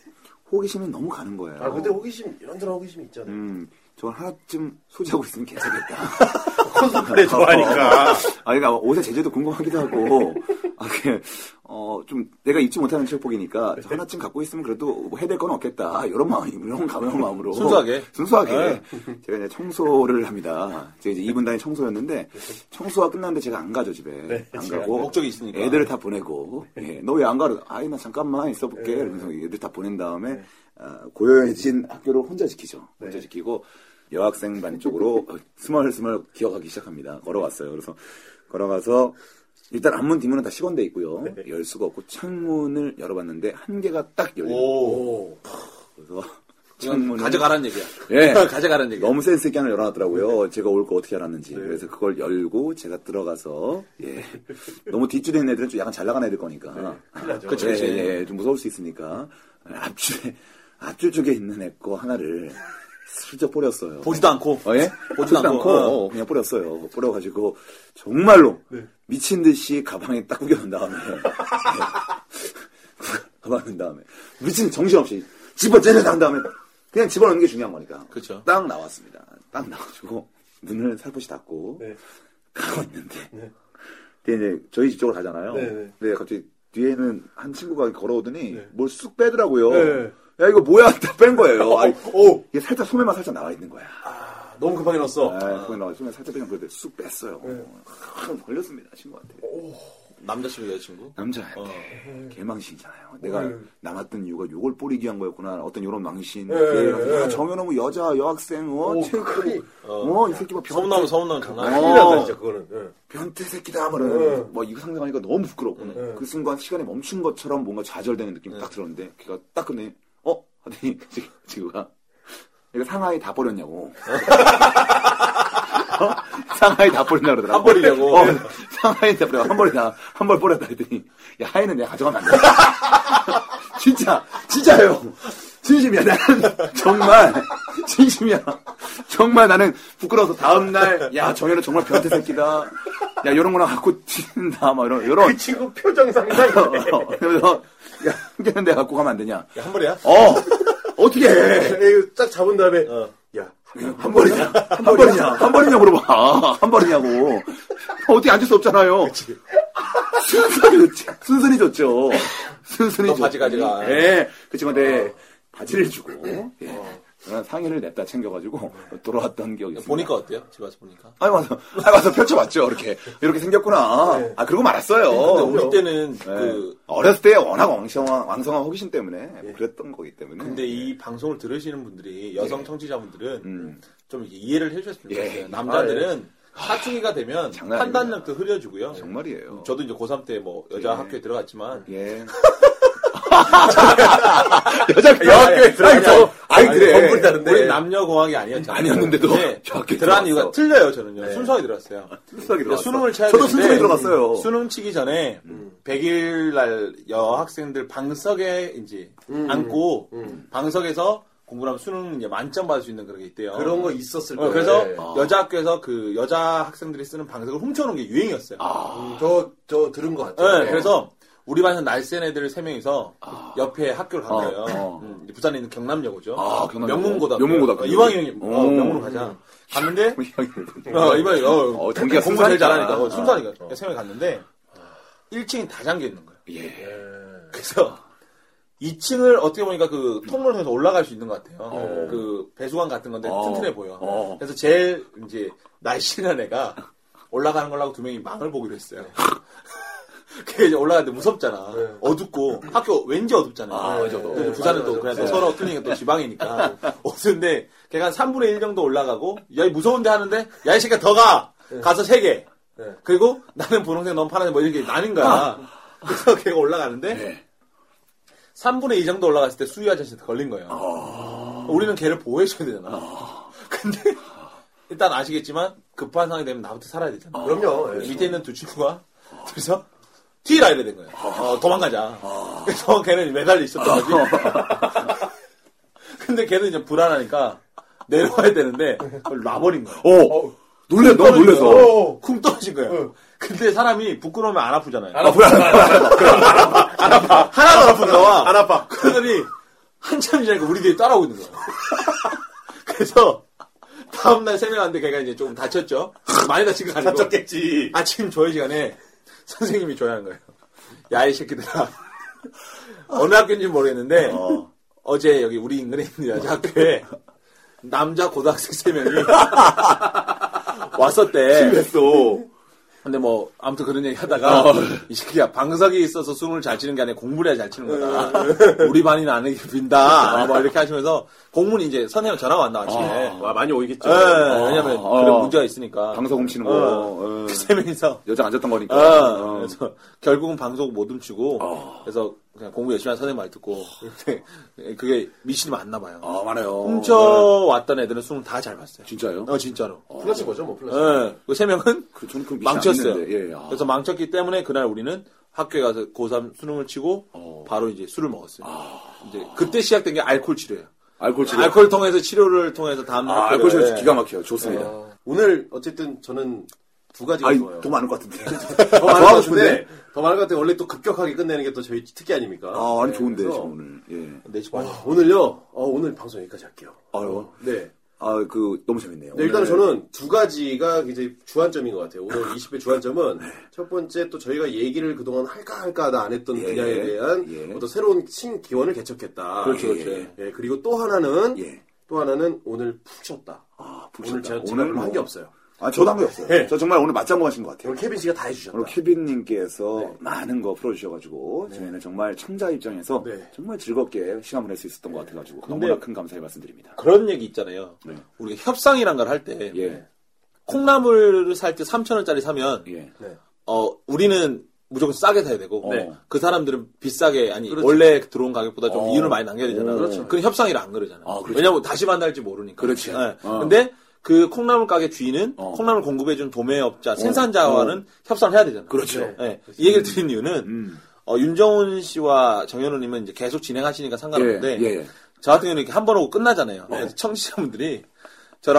Speaker 2: 호기심이 너무 가는 거예요.
Speaker 7: 아, 근데 호기심, 이런저런 호기심이 있잖아요.
Speaker 2: 음, 저건 하나쯤 소지하고 있으면 괜찮겠다.
Speaker 7: 코스프레 좋아하니까.
Speaker 2: 아, 그러니까 옷의 재질도 궁금하기도 하고, 아, 그, 어, 좀, 내가 입지 못하는 체육복이니까,
Speaker 6: 네.
Speaker 2: 저 하나쯤 갖고 있으면 그래도 뭐 해야 될 건 없겠다. 이런 마음, 이런 가벼운 마음으로.
Speaker 6: 순수하게.
Speaker 2: 순수하게.
Speaker 6: 네.
Speaker 2: 제가 이제 청소를 합니다. 제가 이제 2분 단위 청소였는데,
Speaker 6: 네.
Speaker 2: 청소가 끝났는데 제가 안 가죠, 집에. 안 가고.
Speaker 6: 목적이 있으니까.
Speaker 2: 애들을 다 보내고,
Speaker 6: 네.
Speaker 2: 예, 너 왜 안 가려? 아이, 나 잠깐만 있어볼게. 이러면서 애들 다 보낸 다음에,
Speaker 6: 네.
Speaker 2: 아, 고요해진 학교를 혼자 지키죠. 혼자 지키고, 여학생 반 쪽으로 어, 스멀스멀 기어가기 시작합니다. 걸어갔어요. 그래서 걸어가서 일단 앞문 뒷문은 다 시건돼 있고요.
Speaker 6: 네.
Speaker 2: 열 수가 없고 창문을 열어봤는데 한 개가 딱 열려.
Speaker 6: 오.
Speaker 2: 그래서
Speaker 6: 이건
Speaker 2: 창문을
Speaker 6: 가져가란 얘기야.
Speaker 2: 예.
Speaker 6: 가져가란 얘기야.
Speaker 2: 너무 센스 있게 하나 열어놨더라고요. 제가 올 거 어떻게 알았는지.
Speaker 6: 네.
Speaker 2: 그래서 그걸 열고 제가 들어가서 예. 너무 뒷줄에 있는 애들은 좀 약간 잘 나간 애들
Speaker 6: 네.
Speaker 2: 거니까.
Speaker 7: 나죠.
Speaker 2: 그쵸, 예, 예, 예. 좀 무서울 수 있으니까 앞줄에 앞줄 쪽에 있는 애 거 하나를 슬쩍 뿌렸어요.
Speaker 6: 보지도 않고.
Speaker 2: 어, 예?
Speaker 6: 보지도
Speaker 2: 보지도
Speaker 6: 않고.
Speaker 2: 않고 어, 그냥 뿌렸어요. 뿌려가지고 정말로 미친 듯이 가방에 딱 구겨놓은 다음에 네. 가방 넣은 다음에 미친 정신없이 집어째려 한 다음에 그냥 집어넣는 게 중요한 거니까.
Speaker 6: 그쵸.
Speaker 2: 딱 나왔습니다. 딱 나가지고 눈을 살포시 닫고
Speaker 3: 네.
Speaker 2: 가고 있는데 근데 이제 저희 집 쪽으로 가잖아요.
Speaker 7: 네, 네.
Speaker 2: 근데 갑자기 뒤에는 한 친구가 걸어오더니
Speaker 7: 네.
Speaker 2: 뭘 쑥 빼더라고요.
Speaker 7: 네.
Speaker 2: 야 이거 뭐야? 다 뺀 거예요. 아이,
Speaker 7: 오,
Speaker 2: 이게 살짝 소매만 살짝 나와 있는 거야.
Speaker 7: 너무 급하게 넣었어.
Speaker 2: 아, 거기 나와 소매 살짝 그냥 그래도 쑥 뺐어요.
Speaker 7: 네.
Speaker 2: 아, 걸렸습니다 친구한테.
Speaker 6: 남자친구, 여자친구.
Speaker 2: 남자한테
Speaker 6: 어.
Speaker 2: 개망신이잖아요. 내가
Speaker 7: 네.
Speaker 2: 남았던 이유가 욕걸 뿌리기 위한 거였구나. 어떤 이런 망신.
Speaker 7: 네,
Speaker 2: 예,
Speaker 7: 네.
Speaker 2: 야, 정현호 뭐 여자 여학생 어,
Speaker 7: 오,
Speaker 2: 체육복.
Speaker 6: 어.
Speaker 2: 어, 이 새끼 막
Speaker 6: 서운하면 서운하면 장난
Speaker 2: 어.
Speaker 7: 큰일 났다, 진짜, 그거는. 예.
Speaker 2: 변태 새끼다 말하는
Speaker 7: 네.
Speaker 2: 뭐 이거 상상하니까 너무 부끄럽고 그 순간 시간이 멈춘 것처럼 뭔가 좌절되는 느낌이 딱 들었는데 걔가 딱 끝내 어 하더니 지- 지구가 이거 상하이 다 버렸냐고 어? 상하이 다 버렸냐 그러더라고
Speaker 6: 한 벌이냐고.
Speaker 2: 어, 상하이 다 버려 한 벌이다 한벌 버렸다 했더니 야 하이는 내가 가져가면 안돼 진짜 진짜예요 진심이야 나는 정말 진심이야 정말 나는 부끄러워서 다음날 야 정현은 정말 변태 새끼다 야 이런 거나 갖고 튄다 막 이런 이런
Speaker 3: 예.
Speaker 7: 그 친구 표정
Speaker 6: 어.
Speaker 7: 상상이 돼.
Speaker 2: 그래서 야 한개는 내가 갖고 가면 안 되냐
Speaker 6: 야, 한 번이야?
Speaker 2: 어 어떻게 해
Speaker 3: 네,
Speaker 7: 이거 딱 잡은 다음에
Speaker 6: 어.
Speaker 7: 야
Speaker 2: 한 벌이냐 한 벌이냐 한 벌이냐 물어봐 한 벌이냐고 어떻게 앉을 수 없잖아요 순순히 줬죠 순순히 줬죠 순순히
Speaker 6: 너
Speaker 2: 줬죠
Speaker 6: 바지 가져가.
Speaker 2: 예 그치만 내 바지를 주고 예. 그런 상의를 냈다 챙겨가지고 돌아왔던 기억이 있습니다
Speaker 6: 보니까 어때요? 집 와서 보니까.
Speaker 2: 아니 와서 아니 와서 펼쳐봤죠 이렇게 이렇게 생겼구나
Speaker 6: 네.
Speaker 2: 아 그러고
Speaker 6: 근데
Speaker 2: 말았어요
Speaker 6: 우리 때는
Speaker 2: 네.
Speaker 6: 그 예.
Speaker 2: 어렸을 때 워낙 왕성한, 왕성한 호기심 때문에 그랬던 거기 때문에.
Speaker 6: 근데 이 방송을 들으시는 분들이 여성 청취자분들은
Speaker 2: 네. 음.
Speaker 6: 좀 이렇게 이해를 해주셨으면
Speaker 2: 예. 아,
Speaker 6: 좋겠어요. 남자들은 사춘기가 되면
Speaker 2: 장난 아닙니다.
Speaker 6: 판단력도 흐려지고요. 음,
Speaker 2: 정말이에요.
Speaker 6: 저도 이제 고3 때 뭐 여자 학교에 들어갔지만
Speaker 2: 예. 여자
Speaker 6: 학교에 들어가서
Speaker 2: 아 아니, 그래.
Speaker 3: 건물이 다른데.
Speaker 6: 우리 남녀 공학이 아니었잖아요.
Speaker 2: 아니었는데도
Speaker 6: 네.
Speaker 2: 야, 걔 들어왔어.
Speaker 6: 들어간
Speaker 2: 네.
Speaker 6: 이유가 틀려요 저는요. 순수하게 들었어요.
Speaker 2: 순수하게 들어갔어.
Speaker 6: 수능을 쳐야
Speaker 2: 저도
Speaker 6: 되는데
Speaker 2: 순수하게 들어갔어요. 음.
Speaker 6: 수능 치기 전에 100일 날 여학생들 방석에 이제
Speaker 2: 음.
Speaker 6: 앉고 방석에서 공부하면 수능 이제 만점 받을 수 있는 그런 게 있대요.
Speaker 3: 그런 거 있었을
Speaker 6: 어,
Speaker 3: 거예요.
Speaker 6: 그래서
Speaker 3: 네.
Speaker 2: 아.
Speaker 6: 여자 학교에서 그 여자 학생들이 쓰는 방석을 훔쳐오는 게 유행이었어요.
Speaker 2: 아,
Speaker 3: 음, 저, 저 들은 것 같아요.
Speaker 6: 아. 네, 그래서 우리 반에서 날쌘 애들 세 명이서 옆에 학교를 간
Speaker 2: 어,
Speaker 6: 거예요.
Speaker 2: 어.
Speaker 6: 음, 이제 부산에 있는 경남여고죠.
Speaker 2: 아, 경남여고.
Speaker 6: 명문고등학교. 아,
Speaker 2: 명문고등학교. 음.
Speaker 6: 이왕이 형
Speaker 2: 오.
Speaker 6: 명문으로 가자. 갔는데 어,
Speaker 2: 이거
Speaker 6: 이번에 어,
Speaker 2: 어, 동기가
Speaker 6: 공부 제일
Speaker 2: 순수하니까.
Speaker 6: 잘하니까 어,
Speaker 2: 어.
Speaker 6: 순수하니까 그러니까 세 명이 갔는데 아, 1층이 다 잠겨 있는 거예요.
Speaker 2: 예.
Speaker 6: 그래서 2층을 어떻게 보니까 그 통로를 통해서 올라갈 수 있는 것 같아요. 그 배수관 같은 건데
Speaker 2: 어.
Speaker 6: 튼튼해 보여.
Speaker 2: 어.
Speaker 6: 그래서 제일 이제 날씬한 애가 올라가는 걸라고 두 명이 망을 보기로 했어요.
Speaker 2: 네.
Speaker 6: 그게 이제 올라가는데 무섭잖아. 어둡고 학교 왠지 어둡잖아요.
Speaker 2: 아, 맞아, 맞아. 네.
Speaker 6: 근데 부산은 또 그냥 또 서로 틀리니까 또 지방이니까 어두운데 걔가 한 3분의 1 정도 올라가고 야이 무서운데 하는데 야 이 새끼야 더 가.
Speaker 2: 네.
Speaker 6: 가서 세 개. 그리고 나는 분홍색 넌 파란색 뭐 이렇게 나는 거야. 그래서 걔가 올라가는데
Speaker 2: 네.
Speaker 6: 3분의 2 정도 올라갔을 때 수위 아저씨한테 걸린 거예요. 우리는 걔를 보호해줘야 되잖아. 근데 일단 아시겠지만 급한 상황이 되면 나부터 살아야 되잖아.
Speaker 3: 그럼요. 예.
Speaker 6: 밑에 있는 두 친구가 그래서 튀라 이래 된 거예요. 어, 도망가자. 그래서 걔는 매달려 있었던 거지. 근데 걔는 이제 불안하니까 내려와야 되는데 그걸 놔버린 거예요.
Speaker 2: 어, 놀래, 너무 놀래서.
Speaker 6: 어, 쿵 떨어진 거예요. 근데 사람이 부끄러우면 안 아프잖아요.
Speaker 2: 아, 불안,
Speaker 6: 어. 안 아파. 하나도 안 아픈 나와. 어, 안 아파. 그러더니 한참 지나니까 우리 뒤에 따라오고 있는 거야. 그래서 다음날 세명 왔는데 걔가 이제 조금 다쳤죠. 많이 다친 거 아니고.
Speaker 3: 다쳤겠지.
Speaker 6: 아침 조회 시간에 선생님이 조회한 거예요. 야 이 새끼들아. 어느 학교인지 모르겠는데 어. 제 여기 우리 인근에 있는 여자 학교에 남자 고등학생 세 명이 왔었대.
Speaker 2: 했어.
Speaker 6: 근데 뭐 아무튼 그런 얘기 하다가 이 새끼야 방석이 있어서 숨을 잘 치는 게 아니라 공부를 해야 잘 치는 거다. 우리 반이는 안 이게 빈다. 막 이렇게 하시면서 공문 이제 선생님 전화가 왔나 아침에.
Speaker 3: 와, 많이 오이겠죠.
Speaker 6: 예, 왜냐면
Speaker 2: 어.
Speaker 6: 그런 문제가 있으니까
Speaker 2: 방석 훔치는 거. 어.
Speaker 6: 뭐, 그세 명이서
Speaker 2: 여자 앉았던 거니까.
Speaker 6: 어,
Speaker 2: 어.
Speaker 6: 그래서 결국은 방송 못 훔치고 그래서 그냥 공부 열심히 한 선생님 말 듣고 근데 그게 미신이 맞나 봐요.
Speaker 2: 아, 많아요. 어.
Speaker 6: 훔쳐왔던 애들은 수능 다 잘 봤어요.
Speaker 2: 진짜요?
Speaker 6: 어 진짜로.
Speaker 3: 플라시 거죠, 뭐, 플라시.
Speaker 6: 예, 그세 명은
Speaker 2: 그, 저는 그 미친 안
Speaker 6: 망쳤어요.
Speaker 2: 믿는데, 예, 예. 아.
Speaker 6: 그래서 망쳤기 때문에 그날 우리는 학교에 가서 고3 수능을 치고
Speaker 2: 어.
Speaker 6: 바로 이제 술을 먹었어요. 이제 그때 시작된 게 알코올 치료예요.
Speaker 2: 아. 알코올 치료.
Speaker 6: 알코올 통해서 치료를 통해서 다음
Speaker 2: 아,
Speaker 6: 학교를- 예.
Speaker 2: 알코올 치료 기가 막혀요. 좋습니다.
Speaker 6: 어.
Speaker 3: 오늘, 어쨌든 저는 두 가지가
Speaker 2: 아니,
Speaker 3: 좋아요.
Speaker 2: 더 많을 것 같은데.
Speaker 3: 더 많은 것
Speaker 2: 하고
Speaker 3: 같은데, 더 많은 것 같은데, 원래 또 급격하게 끝내는 게 또 저희 특기 아닙니까?
Speaker 2: 아, 아니,
Speaker 3: 네,
Speaker 2: 좋은데,
Speaker 3: 그래서
Speaker 2: 지금 오늘. 예.
Speaker 6: 네, 지금 아니-
Speaker 3: 오늘요, 어, 오늘 방송 여기까지 할게요.
Speaker 2: 아유.
Speaker 3: 네.
Speaker 2: 아, 그, 너무 재밌네요.
Speaker 3: 네, 일단 은 저는 두 가지가 이제 주안점인 것 같아요. 오늘 20회 주안점은
Speaker 2: 네.
Speaker 3: 첫 번째 또 저희가 얘기를 그동안 할까 할까 하다 안 했던
Speaker 2: 예,
Speaker 3: 분야에 대한
Speaker 2: 예.
Speaker 3: 어떤 새로운 신기원을 개척했다.
Speaker 2: 그렇죠, 그렇죠.
Speaker 3: 예, 예, 그리고 또 하나는
Speaker 2: 예. 아,
Speaker 3: 또 하나는 오늘 푹 쉬었다. 오늘 제가 오늘
Speaker 2: 뭐-
Speaker 3: 한게 없어요.
Speaker 2: 아, 저도 한 게 없어요.
Speaker 3: 네.
Speaker 2: 저 정말 오늘 맞장구 하신 것 같아요.
Speaker 3: 오늘 케빈 씨가 다 네. 해주셨다.
Speaker 2: 오늘 케빈님께서 많은 거 풀어주셔가지고 저희는 정말 청자 입장에서
Speaker 3: 네.
Speaker 2: 정말 즐겁게 시간 보낼 수 있었던 것 같아가지고
Speaker 6: 근데-
Speaker 2: 너무나 큰 감사의 말씀드립니다.
Speaker 6: 그런 얘기 있잖아요.
Speaker 2: 네.
Speaker 6: 우리가 협상이란 걸 할 때
Speaker 3: 네.
Speaker 2: 예,
Speaker 6: 콩나물을 살 때 3,000원짜리 사면
Speaker 2: 예.
Speaker 3: 네.
Speaker 6: 어, 우리는 무조건 싸게 사야 되고,
Speaker 2: 네.
Speaker 6: 그 사람들은 비싸게, 아니, 원래 들어온 가격보다 좀
Speaker 2: 그렇죠. 어.
Speaker 6: 이윤을 많이 남겨야 되잖아.
Speaker 2: 오.
Speaker 6: 그렇죠. 그럼 협상이라 안 그러잖아.
Speaker 2: 아, 그렇죠.
Speaker 6: 왜냐면 다시 만날지 모르니까.
Speaker 2: 그렇지.
Speaker 6: 예.
Speaker 2: 어.
Speaker 6: 근데 그 콩나물 가게 주인은
Speaker 2: 어.
Speaker 6: 콩나물 공급해준 도매업자, 생산자와는 협상을 해야 되잖아.
Speaker 2: 그렇죠. 음.
Speaker 6: 예. 이 얘기를 드린 이유는,
Speaker 3: 음.
Speaker 2: 예.
Speaker 6: 어, 윤정훈 씨와 정현우님은 이제 계속 진행하시니까 상관없는데,
Speaker 2: 예, 예, 예.
Speaker 6: 저 같은 경우는 이렇게 한 번 오고 끝나잖아요.
Speaker 2: 네.
Speaker 6: 그래서 청취자분들이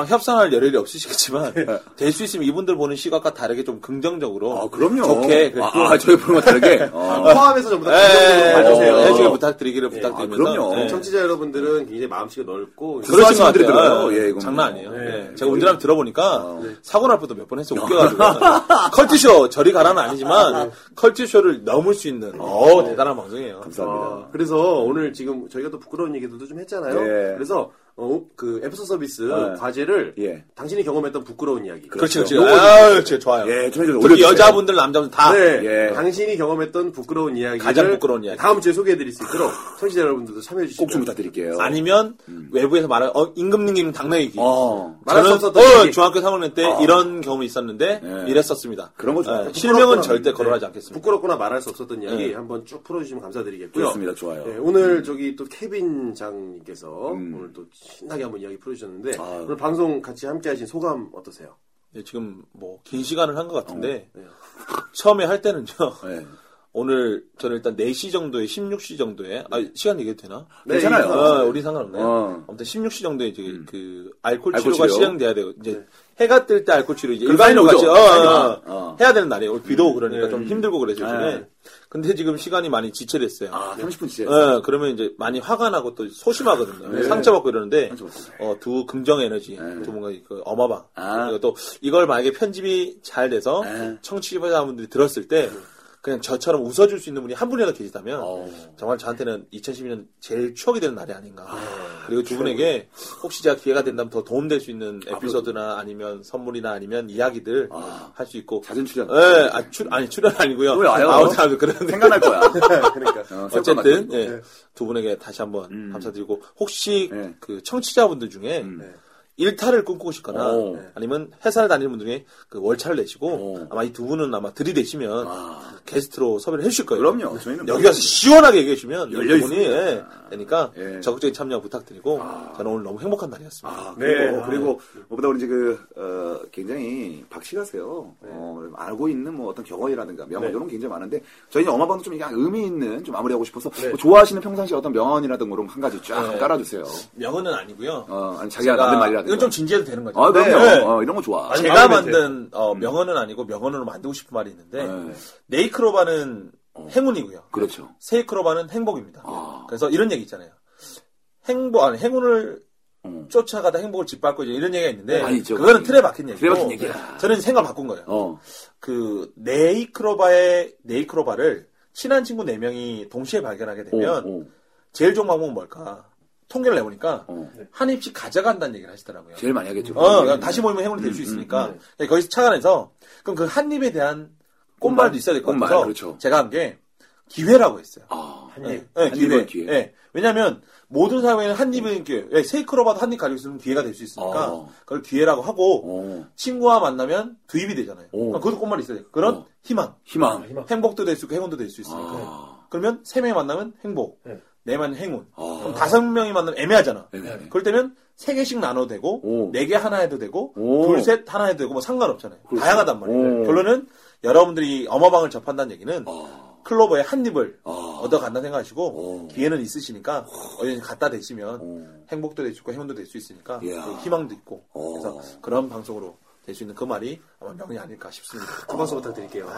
Speaker 6: 저랑 협상할 여력이 없으시겠지만 될 수 있으면 이분들 보는 시각과 다르게 좀 긍정적으로
Speaker 2: 네. 아, 그럼요.
Speaker 6: 좋게 네,
Speaker 2: 아, 아, 저희 보는 거 다르게. 어.
Speaker 3: 포함해서 전부 다 긍정적으로
Speaker 2: 봐주세요.
Speaker 6: 해주세요. 해주길
Speaker 2: 어. 아,
Speaker 6: 부탁드리기를 부탁드리면서
Speaker 2: 그럼요.
Speaker 6: 네.
Speaker 3: 청취자 여러분들은 굉장히 마음씨가 넓고
Speaker 6: 그러신 것
Speaker 2: 분들이
Speaker 6: 같아요. 네.
Speaker 2: 들어요. 예, 이건 아,
Speaker 6: 장난
Speaker 2: 뭐.
Speaker 6: 아니에요. 예. 제가 운전하면 들어보니까
Speaker 2: 네.
Speaker 6: 사고 날 뻔도 몇 번 했어 웃겨가지고 컬투쇼 저리 가라는
Speaker 2: 네.
Speaker 6: 아니지만 컬투쇼를 넘을 수 있는 어 대단한 방송이에요.
Speaker 3: 어,
Speaker 2: 감사합니다.
Speaker 3: 그래서 오늘 지금 저희가 또 부끄러운 얘기도 좀 했잖아요.
Speaker 2: 예.
Speaker 3: 그래서 어, 그 에프소 서비스
Speaker 2: 네.
Speaker 3: 과제를
Speaker 2: 예.
Speaker 3: 당신이 경험했던 부끄러운 이야기.
Speaker 6: 그렇죠,
Speaker 2: 그렇죠.
Speaker 6: 그렇죠. 아유, 진짜 좋아요.
Speaker 2: 예, 좀
Speaker 6: 특히
Speaker 2: 올려주세요.
Speaker 6: 여자분들, 남자분들 다.
Speaker 3: 네,
Speaker 2: 예.
Speaker 3: 당신이 경험했던 부끄러운 이야기를
Speaker 6: 가장 부끄러운 이야기.
Speaker 3: 다음 주에 소개해드릴 수 있도록 청취자 여러분들도 참여해주시고
Speaker 2: 꼭 좀 부탁드릴게요.
Speaker 6: 아니면 외부에서 말하는 어, 임금 능기는 당내 얘기.
Speaker 2: 어.
Speaker 3: 말할 수
Speaker 6: 저는
Speaker 3: 없었던
Speaker 6: 어, 네.
Speaker 3: 얘기.
Speaker 6: 중학교 3학년 때 이런 경험이 있었는데
Speaker 2: 예.
Speaker 6: 이랬었습니다. 네.
Speaker 2: 그런 거 좋아요.
Speaker 6: 실명은 절대 거론하지 않겠습니다.
Speaker 3: 부끄럽거나 말할 수 없었던 이야기
Speaker 6: 예.
Speaker 3: 한번 쭉 풀어주시면 감사드리겠고요.
Speaker 2: 좋습니다. 좋아요.
Speaker 3: 네, 오늘 저기 또 케빈 장님께서
Speaker 6: 음.
Speaker 3: 오늘 또 신나게 한번 이야기 풀어주셨는데
Speaker 6: 아.
Speaker 3: 오늘 방송 같이 함께하신 소감 어떠세요?
Speaker 6: 예, 지금 뭐 긴 시간을 한 것 같은데 처음에 할 때는요.
Speaker 2: 예.
Speaker 6: 오늘 저는 일단 4시 정도에 16시 정도에 아 시간 얘기해도 되나?
Speaker 3: 네,
Speaker 2: 괜찮아요.
Speaker 3: 이거
Speaker 6: 어, 우리 상관없네요.
Speaker 2: 어. 음.
Speaker 6: 아무튼 16시 정도에 이제 그 알코올
Speaker 2: 알코올 치료.
Speaker 6: 치료가
Speaker 2: 네.
Speaker 6: 시행돼야 돼요. 이제 해가 뜰 때 알코올 치료 이제
Speaker 2: 그럼 사인
Speaker 6: 일반인 같이
Speaker 2: 오죠.
Speaker 6: 어,
Speaker 2: 사인
Speaker 6: 어,
Speaker 2: 와. 어.
Speaker 6: 해야 되는 날이에요. 오늘 비도 오고 그러니까 좀 힘들고 그래서 요즘에.
Speaker 2: 네.
Speaker 6: 근데 지금 시간이 많이 지체됐어요.
Speaker 2: 아, 30분 지났어요.
Speaker 6: 예, 그러면 이제 많이 화가 나고 또 소심하거든요.
Speaker 2: 네.
Speaker 6: 상처받고 이러는데, 어, 두 긍정 에너지, 또 뭔가 그 어마방.
Speaker 2: 아.
Speaker 6: 그리고 또 이걸 만약에 편집이 잘 돼서
Speaker 2: 네.
Speaker 6: 청취자분들이 들었을 때, 그냥 저처럼 웃어줄 수 있는 분이 한 분이라도 계시다면,
Speaker 2: 어.
Speaker 6: 정말 저한테는 2012년 제일 추억이 되는 날이 아닌가. 그리고 두 분에게 혹시 제가 기회가 된다면 더 도움될 수 있는 에피소드나 아니면 선물이나 아니면 이야기들 할 수 있고.
Speaker 2: 자진 출연.
Speaker 6: 예, 아, 출, 아니, 출연 아니고요.
Speaker 2: 왜 와요?
Speaker 6: 아우, 참, 그런
Speaker 2: 생각날 거야.
Speaker 3: 그러니까
Speaker 2: 어, 생각날
Speaker 6: 어쨌든
Speaker 2: 거야.
Speaker 6: 예, 두 분에게 다시 한번
Speaker 2: 음.
Speaker 6: 감사드리고 혹시
Speaker 2: 예.
Speaker 6: 그 청취자분들 중에 일탈을 꿈꾸시거나
Speaker 2: 음. 네. 오.
Speaker 6: 아니면 회사를 다니는 분 중에 그 월차를 내시고 아마 이 두 분은 아마 들이대시면 게스트로 섭외를 해주실 거예요.
Speaker 2: 그럼요. 저희는 뭐
Speaker 6: 여기 와서 시원하게 얘기해 주면
Speaker 2: 열려
Speaker 6: 두 분이
Speaker 2: 있습니다.
Speaker 6: 예, 되니까
Speaker 2: 예.
Speaker 6: 적극적인 참여 부탁드리고 저는 오늘 너무 행복한 날이었습니다.
Speaker 2: 아, 그리고, 그리고 무엇보다 우리 지금 어, 굉장히 박씨가세요. 어, 알고 있는 뭐 어떤 경험이라든가 명언 이런 게 굉장히 많은데 저희는 어마방도 좀 약간 의미 있는 좀 마무리하고 싶어서 뭐 좋아하시는 평상시 어떤 명언이라든가 그런 한 가지 쫙
Speaker 6: 네.
Speaker 2: 깔아주세요.
Speaker 6: 명언은 아니고요. 그러니까
Speaker 2: 어, 아니 자기가 만든 말이라든가.
Speaker 6: 이건 좀 진지해도 되는 거죠.
Speaker 2: 아, 그럼요.
Speaker 6: 네.
Speaker 2: 어, 이런 거 좋아.
Speaker 6: 아니, 제가 만든 어, 명언은 아니고 명언으로 만들고 싶은 말이 있는데
Speaker 2: 네.
Speaker 6: 네이크로바는
Speaker 2: 어.
Speaker 6: 행운이고요.
Speaker 2: 그렇죠.
Speaker 6: 세이크로바는 행복입니다.
Speaker 2: 아.
Speaker 6: 그래서 이런 얘기 있잖아요. 행복 아니 행운을 쫓아가다 행복을 짓밟고 이제 이런 얘기가 있는데
Speaker 2: 어. 아니, 저-
Speaker 6: 네. 그거는 틀에 박힌 네. 얘기고
Speaker 2: 틀에 박힌 얘기야.
Speaker 6: 저는 생각 바꾼 거예요.
Speaker 2: 어.
Speaker 6: 그 네이크로바의 네이크로바를 친한 친구 네 명이 동시에 발견하게 되면
Speaker 2: 오, 오.
Speaker 6: 제일 좋은 방법은 뭘까? 통계를 내보니까
Speaker 2: 어.
Speaker 6: 한 입씩 가져간다는 얘기를 하시더라고요.
Speaker 2: 제일 많이 하겠죠.
Speaker 6: 어, 그러니까 다시 모이면 행운이
Speaker 2: 음,
Speaker 6: 될 수 있으니까. 네, 거기서 착안해서, 그럼 그 한 입에 대한 꽃말도 있어야 될 것
Speaker 2: 꽃말,
Speaker 6: 같아서,
Speaker 2: 그렇죠.
Speaker 6: 제가 한 게, 기회라고 했어요. 네.
Speaker 2: 아,
Speaker 6: 한 입.
Speaker 2: 한 입은 기회.
Speaker 6: 네. 왜냐면, 모든 사람에는 한 입은 기회. 예, 세이크로 봐도 한 입 가지고 있으면 기회가 될 수 있으니까,
Speaker 2: 어.
Speaker 6: 그걸 기회라고 하고,
Speaker 2: 어.
Speaker 6: 친구와 만나면 두 입이 되잖아요.
Speaker 2: 오.
Speaker 6: 그러니까 그것도 꽃말이 있어야 돼요. 그런
Speaker 2: 어.
Speaker 6: 희망.
Speaker 2: 희망.
Speaker 6: 행복도 될 수 있고, 행운도 될 수 있으니까.
Speaker 2: 아.
Speaker 6: 그러면 세 명이 만나면 행복,
Speaker 7: 네.
Speaker 6: 네 명이 행운.
Speaker 2: 아.
Speaker 6: 그럼 다섯 명이 만나면 애매하잖아.
Speaker 2: 애매하네.
Speaker 6: 그럴 때면 세 개씩 나눠도 되고
Speaker 2: 오.
Speaker 6: 네 개 하나 해도 되고
Speaker 2: 오.
Speaker 6: 둘 셋 하나 해도 되고 뭐 상관없잖아요. 다양하단 말이에요.
Speaker 2: 오.
Speaker 6: 결론은 여러분들이 어마방을 접한다는 얘기는 클로버의 한 입을
Speaker 2: 아.
Speaker 6: 얻어간다 생각하시고
Speaker 2: 오.
Speaker 6: 기회는 있으시니까 어디든 갖다 대시면
Speaker 2: 오.
Speaker 6: 행복도 될 수 있고 행운도 될 수 있으니까
Speaker 2: 이야.
Speaker 6: 그 희망도 있고
Speaker 2: 오.
Speaker 6: 그래서 그런 방송으로 될 수 있는 그 말이 아마 명이 아닐까 싶습니다.
Speaker 3: 박수 부탁드릴게요.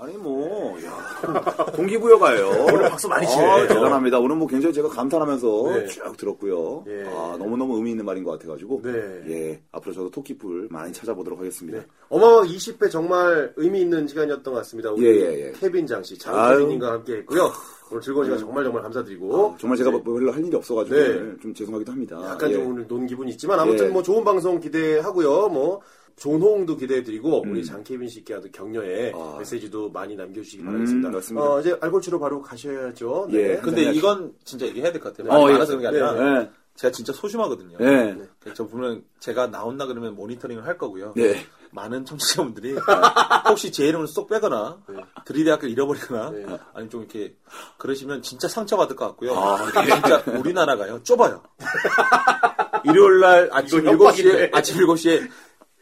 Speaker 2: 아니 뭐 야, 동기부여가요. 오늘 박수 많이 치네. 대단합니다. 오늘 뭐 굉장히 제가 감탄하면서 쭉 들었고요.
Speaker 3: 예.
Speaker 2: 아 너무 너무 의미 있는 말인 것 같아가지고
Speaker 3: 네.
Speaker 2: 예 앞으로 저도 토끼뿔 많이 찾아보도록 하겠습니다.
Speaker 3: 어마어 20회 정말 의미 있는 시간이었던 것 같습니다. 우리
Speaker 2: 예, 예, 예.
Speaker 3: 케빈 장씨,
Speaker 2: 아유.
Speaker 3: 장케빈님과 함께했고요. 오늘 즐거운 시간 정말 정말 감사드리고
Speaker 2: 어, 정말 제가
Speaker 3: 네.
Speaker 2: 뭐 별로 할 일이 없어가지고
Speaker 3: 네.
Speaker 2: 오늘 좀 죄송하기도 합니다.
Speaker 3: 약간
Speaker 2: 예.
Speaker 3: 좀 오늘 논 기분이 있지만 아무튼
Speaker 2: 예.
Speaker 3: 뭐 좋은 방송 기대하고요. 뭐 좋은 호응도 기대해드리고 우리 장케빈 씨께도 격려의
Speaker 2: 음. 아.
Speaker 3: 메시지도 많이 남겨주시기
Speaker 2: 음,
Speaker 3: 바라겠습니다.
Speaker 2: 맞습니다.
Speaker 3: 어, 이제 알콜 치료 바로 가셔야죠.
Speaker 2: 예.
Speaker 3: 네.
Speaker 6: 근데
Speaker 2: 감사합니다.
Speaker 6: 이건 진짜 얘기해야 될 것 같아요.
Speaker 2: 어,
Speaker 6: 네. 많이
Speaker 2: 예.
Speaker 6: 알아서 그런 게 아니라
Speaker 2: 예.
Speaker 6: 제가 진짜 소심하거든요.
Speaker 2: 예.
Speaker 6: 그래서 저 분명 제가 나온다 그러면 모니터링을 할 거고요.
Speaker 2: 예.
Speaker 6: 많은 청취자분들이 혹시 제 이름을 쏙 빼거나 들이대학교 잃어버리거나 아니면 좀 이렇게 그러시면 진짜 상처받을 것 같고요. 진짜 우리나라가요 좁아요. 일요일 날 아침 7시에 아침 7시에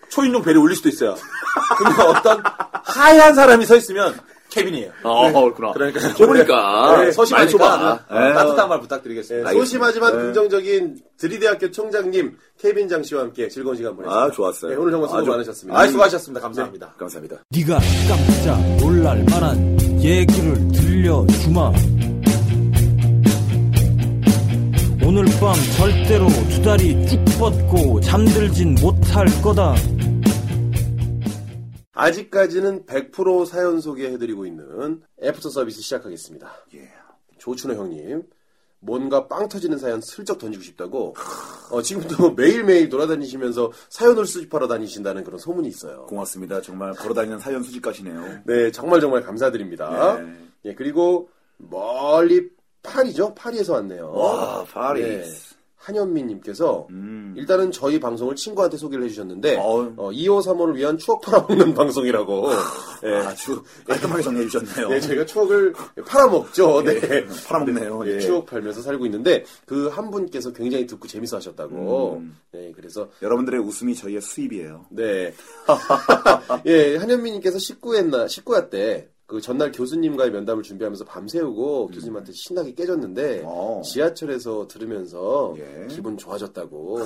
Speaker 6: 초인종 벨이 울릴 수도 있어요. 근데 어떤 하얀 사람이 서 있으면 케빈이에요.
Speaker 2: 어 그렇구나.
Speaker 6: 그러니까
Speaker 2: 좁으니까
Speaker 6: 아. 네,
Speaker 2: 많이
Speaker 6: 소심하니까
Speaker 2: 좁아. 예.
Speaker 6: 따뜻한 말
Speaker 3: 네,
Speaker 6: 부탁드리겠습니다.
Speaker 2: 알겠습니다.
Speaker 3: 소심하지만
Speaker 2: 네.
Speaker 3: 긍정적인 드리대학교 총장님 케빈 장 씨와 함께 즐거운 시간 보냈습니다.
Speaker 2: 아, 좋았어요.
Speaker 3: 네, 오늘 정말 수고
Speaker 2: 아주-
Speaker 3: 많으셨습니다.
Speaker 6: 아 수고하셨습니다. 감사합니다.
Speaker 2: 감사합니다.
Speaker 5: 네가 깜짝 놀랄 만한 얘기를 들려주마 오늘 밤 절대로 두 다리 쭉 뻗고 잠들진 못할 거다
Speaker 3: 아직까지는 100%
Speaker 2: 예.
Speaker 3: 사연 소개해드리고 있는 애프터 서비스 시작하겠습니다. 조춘호 형님, 뭔가 빵 터지는 사연 슬쩍 던지고 싶다고 어, 지금도 매일매일 돌아다니시면서 사연을 수집하러 다니신다는 그런 소문이 있어요.
Speaker 2: 고맙습니다. 정말 걸어다니는 사연 수집가시네요.
Speaker 3: 네, 정말 정말 감사드립니다.
Speaker 2: 네.
Speaker 3: 예, 그리고 멀리 파리죠? 파리에서 왔네요.
Speaker 2: 와, 파리.
Speaker 3: 네. 한현미님께서
Speaker 2: 음.
Speaker 3: 일단은 저희 방송을 친구한테 소개를 해주셨는데
Speaker 2: 어우.
Speaker 3: 어, 2호 3호를 위한 추억 팔아먹는 방송이라고 예,
Speaker 2: 아주 깔끔하게 정리해주셨네요.
Speaker 3: 네, 저희가 추억을 팔아먹죠. 네.
Speaker 2: 팔아먹네요.
Speaker 3: 네,
Speaker 2: 예.
Speaker 3: 추억 팔면서 살고 있는데 그 한 분께서 굉장히 듣고 재밌어 하셨다고.
Speaker 2: 음.
Speaker 3: 네, 그래서
Speaker 2: 여러분들의 웃음이 저희의 수입이에요.
Speaker 3: 네. 예, 한현미님께서 19회나, 19회 때, 그 전날 교수님과의 면담을 준비하면서 밤새우고 교수님한테 신나게 깨졌는데,
Speaker 2: 음. 어.
Speaker 3: 지하철에서 들으면서
Speaker 2: 예.
Speaker 3: 기분 좋아졌다고.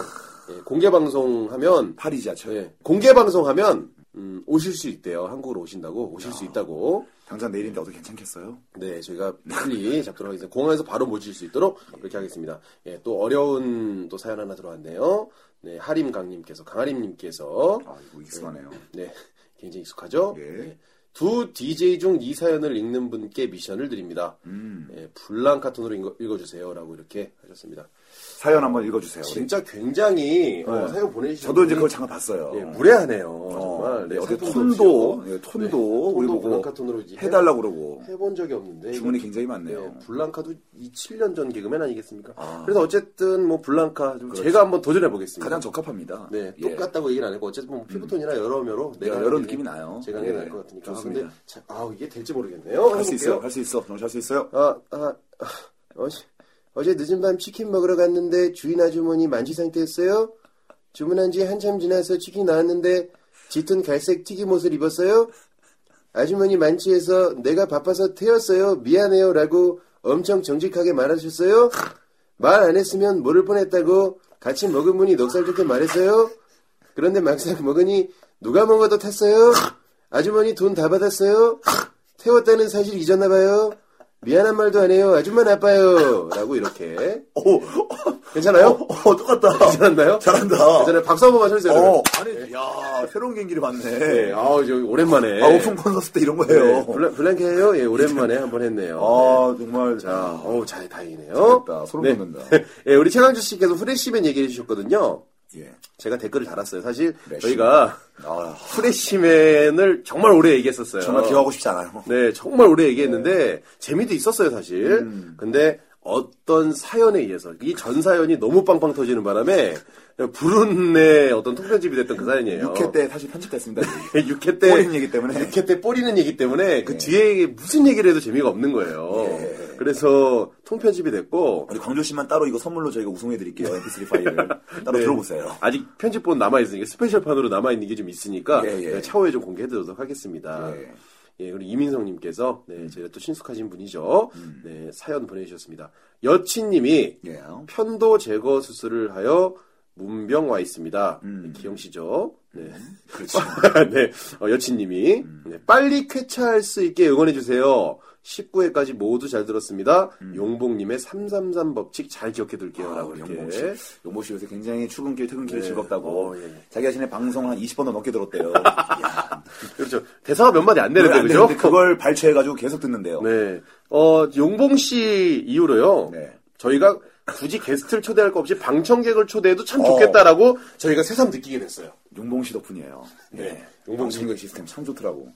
Speaker 3: 예, 공개 방송하면,
Speaker 2: 파리 지하철.
Speaker 3: 예, 공개 방송하면, 음, 오실 수 있대요. 한국으로 오신다고, 오실 수 있다고.
Speaker 2: 당장 내일인데 어떻게 괜찮겠어요?
Speaker 3: 네, 저희가 빨리 잡도록 하겠습니다. 공항에서 바로 모실 수 있도록 그렇게 하겠습니다. 예, 또 어려운 또 사연 하나 들어왔네요. 네, 하림강님께서, 강하림님께서,
Speaker 2: 아, 이거 익숙하네요.
Speaker 3: 네, 굉장히 익숙하죠?
Speaker 2: 예.
Speaker 3: 네. 두 DJ 중 이 사연을 읽는 분께 미션을 드립니다.
Speaker 2: 음.
Speaker 3: 예, 불랑 카톤으로 읽어, 읽어주세요. 라고 이렇게 하셨습니다.
Speaker 2: 사연 한번 읽어주세요. 우리.
Speaker 3: 진짜 굉장히 어, 사연 보내주신
Speaker 2: 네. 저도 이제
Speaker 3: 분이,
Speaker 2: 그걸 잠깐 봤어요.
Speaker 3: 예, 무례하네요. 정말.
Speaker 2: 어,
Speaker 3: 네,
Speaker 2: 네, 어떻게
Speaker 3: 사연도
Speaker 2: 톤도,
Speaker 3: 없이요.
Speaker 2: 예,
Speaker 3: 네,
Speaker 2: 톤도,
Speaker 3: 톤도
Speaker 2: 우리
Speaker 3: 불랑
Speaker 2: 보고
Speaker 3: 카톤으로 이제
Speaker 2: 해달라고 그러고.
Speaker 3: 해본 적이 없는데.
Speaker 2: 주문이
Speaker 3: 이거-
Speaker 2: 굉장히 많네요.
Speaker 3: 네, 블랑카도 2, 7년 전 개그맨 아니겠습니까?
Speaker 2: 아. 그렇죠.
Speaker 3: 그래서 어쨌든 뭐 블랑카 좀 제가 한번 도전해 보겠습니다.
Speaker 2: 가장 적합합니다.
Speaker 3: 네,
Speaker 2: 예. 음.
Speaker 3: 똑같다고 얘기는 안 했고 어쨌든 뭐 피부톤이나 여러 면으로 내가
Speaker 2: 여러
Speaker 3: 하는 게
Speaker 2: 느낌이 나요.
Speaker 3: 제가 하는 게
Speaker 2: 예,
Speaker 3: 나을 것 같으니까.
Speaker 2: 좋습니다.
Speaker 3: 아, 근데 자, 아 이게 될지 모르겠네요.
Speaker 2: 할 수 있어요.
Speaker 3: 해볼게요.
Speaker 2: 할 수 있어. 정시 할수 있어요.
Speaker 3: 아, 아, 아, 어제 어제 늦은 밤 치킨 먹으러 갔는데 주인 아주머니 만취 상태였어요. 주문한 지 한참 지나서 치킨 나왔는데 짙은 갈색 튀김 옷을 입었어요. 아주머니 만취해서 내가 바빠서 태웠어요. 미안해요라고 엄청 정직하게 말하셨어요. 말 안 했으면 모를 뻔했다고 같이 먹은 분이 넉살 좋게 말했어요. 그런데 막상 먹으니 누가 먹어도 탔어요. 아주머니 돈 다 받았어요. 태웠다는 사실 잊었나 봐요. 미안한 말도 안 해요. 아줌마 나빠요. 라고 이렇게.
Speaker 2: 오,
Speaker 3: 괜찮아요?
Speaker 2: 어, 똑같다.
Speaker 3: 괜찮나요?
Speaker 2: 잘한다.
Speaker 3: 괜찮아요. 박수 한번 맞춰주세요.
Speaker 2: 어, 아니, 야, 새로운 경기를 봤네.
Speaker 3: 네, 아우, 저 오랜만에.
Speaker 2: 아, 오픈 콘서트 때 이런 거예요.
Speaker 3: 네, 블랑, 블랑케예요. 예, 오랜만에 한번 했네요.
Speaker 2: 아, 정말.
Speaker 3: 자,
Speaker 2: 자,
Speaker 3: 어우, 잘 다행이네요.
Speaker 2: 잘했다. 소름
Speaker 3: 네.
Speaker 2: 돋는다.
Speaker 3: 예, 우리 최강주 씨께서 후레쉬맨 얘기해 주셨거든요.
Speaker 2: 예.
Speaker 3: 제가 댓글을 달았어요. 사실
Speaker 2: 후레쉬맨.
Speaker 3: 저희가
Speaker 2: 아,
Speaker 3: 후레쉬맨을 정말 오래 얘기했었어요.
Speaker 2: 정말 기억하고 네. 싶지 않아요.
Speaker 3: 네, 정말 오래 얘기했는데 재미도 있었어요, 사실.
Speaker 2: 음.
Speaker 3: 근데 어떤 사연에 의해서 이 전 사연이 너무 빵빵 터지는 바람에 불운의 어떤 통편집이 됐던 그 사연이에요.
Speaker 2: 6회 때 사실 편집됐습니다. 여기.
Speaker 3: 6회 때
Speaker 2: 뿌리는 얘기 때문에. 네.
Speaker 3: 6회 때 뿌리는 얘기 때문에 그 뒤에 무슨 얘기를 해도 재미가 없는 거예요. 그래서 통편집이 됐고
Speaker 2: 우리 광조 씨만 따로 이거 선물로 저희가 우송해 드릴게요. MP3 파일을 따로
Speaker 3: 네.
Speaker 2: 들어보세요.
Speaker 3: 아직 편집본 남아 있으니까 스페셜판으로 남아 있는 게 좀 있으니까
Speaker 2: 예, 예.
Speaker 3: 제가 차후에 좀 공개해드리도록 하겠습니다.
Speaker 2: 예. 음.
Speaker 3: 예. 그리고 이민성님께서 네, 저희가 또 친숙하신 분이죠. 네, 사연 보내주셨습니다. 여친님이
Speaker 2: 예.
Speaker 3: 편도 제거 수술을 하여 문병 와 있습니다. 네,
Speaker 2: 음.
Speaker 3: 기영 씨죠. 네.
Speaker 2: 그렇죠. 음.
Speaker 3: 네, 어, 여친님이 네, 빨리 쾌차할 수 있게 응원해 주세요. 19회까지 모두 잘 들었습니다. 용봉님의 333 법칙 잘 기억해
Speaker 2: 음. 아,
Speaker 3: 둘게요라고
Speaker 2: 우리
Speaker 3: 이렇게.
Speaker 2: 용봉 씨. 용모 씨 요새 굉장히 출근길, 퇴근길
Speaker 3: 네.
Speaker 2: 즐겁다고.
Speaker 3: 어, 예.
Speaker 2: 자기 자신의 방송 한 20번도 넘게 들었대요. 야,
Speaker 3: 그렇죠. 대사가 몇 마디 안
Speaker 2: 그걸
Speaker 3: 되는데
Speaker 2: 안
Speaker 3: 그죠?
Speaker 2: 되는데 그걸 발췌해가지고 계속 듣는데요.
Speaker 3: 네. 어 용봉 씨 이후로요.
Speaker 2: 네.
Speaker 3: 저희가 굳이 게스트를 초대할 거 없이 방청객을 초대해도 참
Speaker 2: 어.
Speaker 3: 좋겠다라고 저희가 새삼 느끼게 됐어요.
Speaker 2: 용봉 씨 덕분이에요. 네.
Speaker 3: 네.
Speaker 2: 용봉 씨 시스템 참 좋더라고.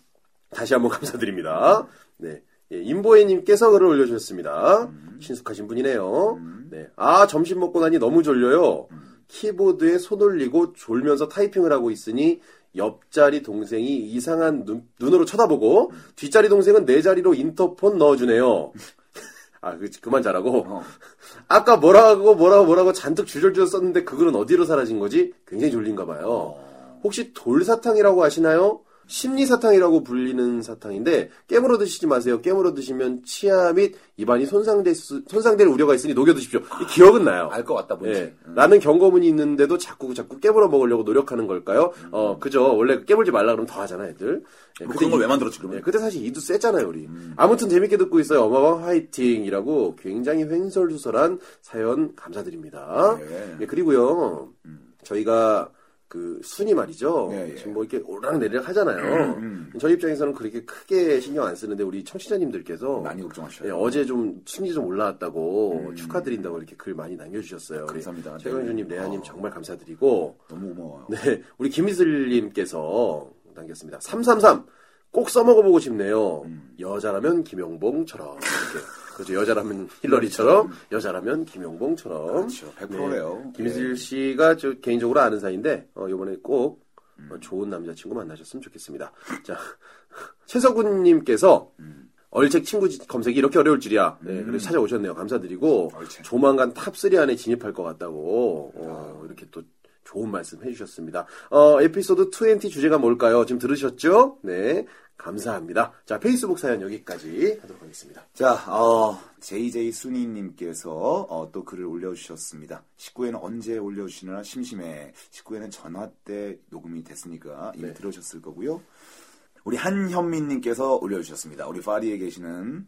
Speaker 3: 다시 한번 감사드립니다. 네. 예, 임보혜님께서 글을 올려주셨습니다. 친숙하신 분이네요. 네. 아, 점심 먹고 나니 너무 졸려요. 키보드에 손 올리고 졸면서 타이핑을 하고 있으니 옆자리 동생이 이상한 눈, 눈으로 쳐다보고 뒷자리 동생은 내 자리로 인터폰 넣어주네요. 아, 그, 그만 잘하고.
Speaker 2: 어.
Speaker 3: 아까 뭐라고 뭐라고 뭐라고 잔뜩 줄줄줄 썼는데 그거는 어디로 사라진 거지? 굉장히 졸린가 봐요.
Speaker 2: 어.
Speaker 3: 혹시 돌사탕이라고 아시나요? 심리사탕이라고 불리는 사탕인데 깨물어 드시지 마세요. 깨물어 드시면 치아 및 입안이 손상될 수, 손상될 우려가 있으니 녹여 드십시오. 이 기억은 나요.
Speaker 2: 알 것 같다, 뭔지. 음.
Speaker 3: 예. 라는 경고문이 있는데도 자꾸 자꾸 깨물어 먹으려고 노력하는 걸까요? 어, 그죠. 원래 깨물지 말라 그러면 더 하잖아, 애들. 예,
Speaker 2: 음. 뭐
Speaker 3: 근데
Speaker 2: 그런 걸
Speaker 3: 이-
Speaker 2: 왜 만들었지, 그러면?
Speaker 3: 예, 그때 사실 이도 셌잖아요, 우리. 아무튼 재밌게 듣고 있어요. 어마방 화이팅이라고 굉장히 횡설수설한 사연 감사드립니다.
Speaker 2: 네. 음.
Speaker 3: 예, 그리고요, 저희가 그 순위 말이죠.
Speaker 2: 예, 음, 예.
Speaker 3: 지금 뭐 이렇게 오르락내리락 하잖아요. 저희 입장에서는 그렇게 크게 신경 안 쓰는데 우리 청취자님들께서
Speaker 2: 많이 걱정하셔요.
Speaker 3: 예, 어제 좀 순위 좀 올라왔다고 축하드린다고 이렇게 글 많이 남겨주셨어요. 우리
Speaker 2: 감사합니다. 네.
Speaker 3: 최강준님, 레아님
Speaker 2: 아.
Speaker 3: 정말 감사드리고
Speaker 2: 너무 고마워요.
Speaker 3: 네, 우리 김희슬님께서 남겼습니다. 333. 꼭 써먹어보고 싶네요.
Speaker 2: 음.
Speaker 3: 여자라면 김용봉처럼. 이렇게. 그렇죠. 여자라면 힐러리처럼, 여자라면 김용봉처럼.
Speaker 2: 음.
Speaker 3: 네.
Speaker 2: 그렇죠. 100% 예요.
Speaker 3: 김희슬 씨가 저 개인적으로 아는 사이인데, 어, 요번에 꼭
Speaker 2: 음.
Speaker 3: 어, 좋은 남자친구 만나셨으면 좋겠습니다. 자, 최석훈님께서,
Speaker 2: 음.
Speaker 3: 얼책 친구 지- 검색이 이렇게 어려울 줄이야. 네, 그래서 찾아오셨네요. 감사드리고,
Speaker 2: 얼책.
Speaker 3: 조만간 탑3 안에 진입할 것 같다고,
Speaker 2: 아.
Speaker 3: 어, 이렇게 또 좋은 말씀 해주셨습니다. 어, 에피소드 20 주제가 뭘까요? 지금 들으셨죠? 네. 감사합니다. 자, 페이스북 사연 여기까지 하도록 하겠습니다.
Speaker 2: 자, 어, JJ 순이님께서 어, 또 글을 올려주셨습니다. 19회는 언제 올려주시나 심심해. 19회는 전화 때 녹음이 됐으니까 이미 들으셨을 거고요. 우리 한현민님께서 올려주셨습니다. 우리 파리에 계시는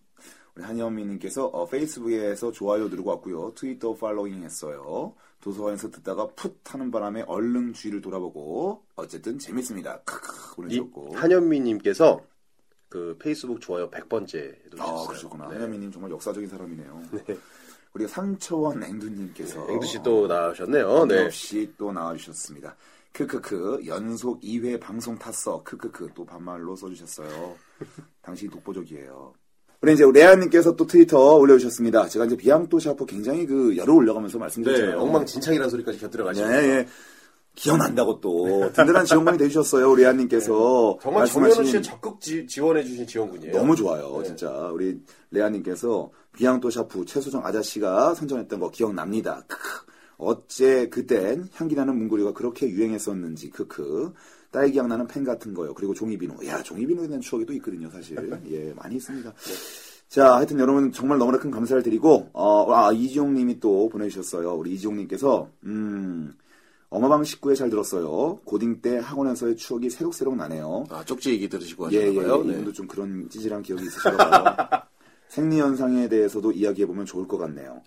Speaker 2: 우리 한현민님께서 어, 페이스북에서 좋아요 누르고 왔고요. 트위터 팔로잉 했어요. 도서관에서 듣다가 풋 하는 바람에 얼른 주위를 돌아보고 어쨌든 재밌습니다. 크크
Speaker 3: 이-
Speaker 2: 보내주셨고.
Speaker 3: 한현미님께서 그 페이스북 좋아요 100번째에도
Speaker 2: 아, 그러셨구나.
Speaker 3: 네.
Speaker 2: 한현민님 정말 역사적인 사람이네요. 우리 상처원 앵두님께서
Speaker 3: 네,
Speaker 2: 어, 아,
Speaker 3: 앵두 씨또 나오셨네요. 네.
Speaker 2: 없이 또 나와주셨습니다. 크크크 연속 2회 방송 탔어. 크크크 또 반말로 써주셨어요. 당신이 독보적이에요. 우리 이제 레아님께서 또 트위터 올려주셨습니다. 제가 이제 비앙토 샤프 굉장히 그 열을 올려가면서
Speaker 3: 네,
Speaker 2: 말씀드렸잖아요.
Speaker 3: 엉망진창이라는 소리까지 곁들여가지고.
Speaker 2: 네, 예. 기억난다고 또 든든한 지원군이 되셨어요, 우리 아님께서.
Speaker 3: 네, 정말 정현우 씨를 적극 지, 원해주신 지원군이에요. 네.
Speaker 2: 너무 좋아요, 진짜. 우리 레아님께서 비앙토 샤프 최수정 아저씨가 선전했던 거 기억납니다. 크크. 어째 그땐 향기나는 문고리가 그렇게 유행했었는지, 크크. 딸기 향나는 펜 같은 거요. 그리고 종이비누. 야, 종이비누에 대한 추억이 또 있거든요, 사실. 예, 많이 있습니다. 자, 하여튼 여러분 정말 너무나 큰 감사를 드리고, 어, 아, 이지용 님이 또 보내주셨어요. 우리 이지용 님께서, 음, 어마방 식구에 잘 들었어요. 고딩 때 학원에서의 추억이 새록새록 나네요.
Speaker 3: 아, 쪽지 얘기 들으시고
Speaker 2: 예, 예,
Speaker 3: 하시나봐요.
Speaker 2: 이분도 좀 그런 찌질한 기억이 있으신가봐요. 생리현상에 대해서도 이야기해보면 좋을 것 같네요.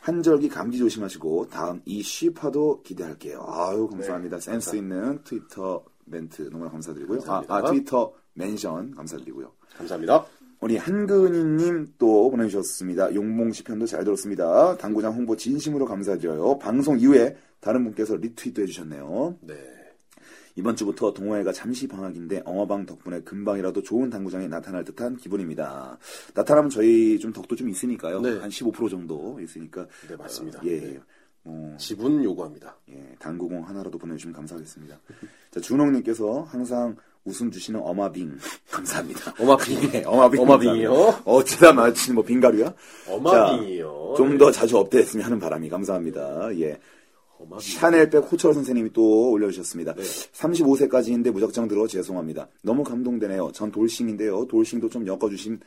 Speaker 2: 한절기 감기 조심하시고 다음 이 쉬파도 기대할게요. 아유 감사합니다. 센스 있는 트위터 멘트 너무나 감사드리고요. 아, 아, 트위터 멘션 감사드리고요.
Speaker 3: 감사합니다.
Speaker 2: 우리 한근희님 또 보내주셨습니다. 용봉시 편도 잘 들었습니다. 당구장 홍보 진심으로 감사드려요. 방송 이후에 다른 분께서 리트윗도 해주셨네요.
Speaker 3: 네.
Speaker 2: 이번 주부터 동호회가 잠시 방학인데 엉어방 덕분에 금방이라도 좋은 당구장이 나타날 듯한 기분입니다. 나타나면 저희 좀 덕도 좀 있으니까요.
Speaker 3: 네.
Speaker 2: 한 15% 정도 있으니까.
Speaker 3: 네, 맞습니다.
Speaker 2: 예.
Speaker 3: 네.
Speaker 2: 어,
Speaker 3: 지분 요구합니다.
Speaker 2: 예, 당구공 하나라도 보내주시면 감사하겠습니다. 자, 준홍님께서 항상 웃음 주시는 어마빙. 감사합니다.
Speaker 3: 어마빙.
Speaker 2: 예, 어마빙.
Speaker 3: 어마빙이요?
Speaker 2: 감사합니다. 어쩌다 마치 뭐 빙가루야?
Speaker 3: 어마빙이요.
Speaker 2: 좀 더 자주 업데이트했으면 하는 바람이 감사합니다. 예. 샤넬백 호철 선생님이 또 올려주셨습니다.
Speaker 3: 네.
Speaker 2: 35세까지인데 무작정 들어 죄송합니다. 너무 감동되네요. 전 돌싱인데요. 돌싱도 좀 엮어주신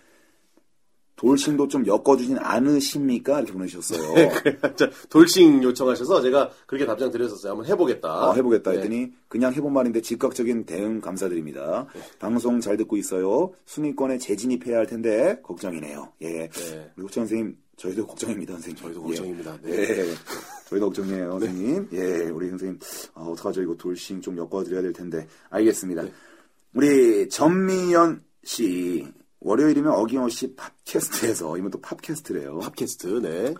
Speaker 2: 돌싱도 좀 엮어주진 않으십니까? 이렇게 보내주셨어요.
Speaker 3: 네, 자, 돌싱 요청하셔서 제가 그렇게 답장 드렸었어요. 한번 해보겠다.
Speaker 2: 어, 해보겠다
Speaker 3: 네.
Speaker 2: 했더니 그냥 해본 말인데 즉각적인 대응 감사드립니다. 방송 잘 듣고 있어요. 순위권에 재진입해야 할 텐데 걱정이네요. 예. 우리 호철 선생님 저희도 걱정입니다, 선생님.
Speaker 3: 저희도
Speaker 2: 예.
Speaker 3: 걱정입니다. 네.
Speaker 2: 예. 저희도 걱정이에요, 선생님. 예, 우리 선생님. 아, 어떡하죠? 이거 돌싱 좀 엮어드려야 될 텐데. 알겠습니다.
Speaker 3: 네.
Speaker 2: 우리 전미연 씨. 월요일이면 어김없이 팝캐스트에서, 이번 또 팝캐스트래요.
Speaker 3: 팟캐스트, 네.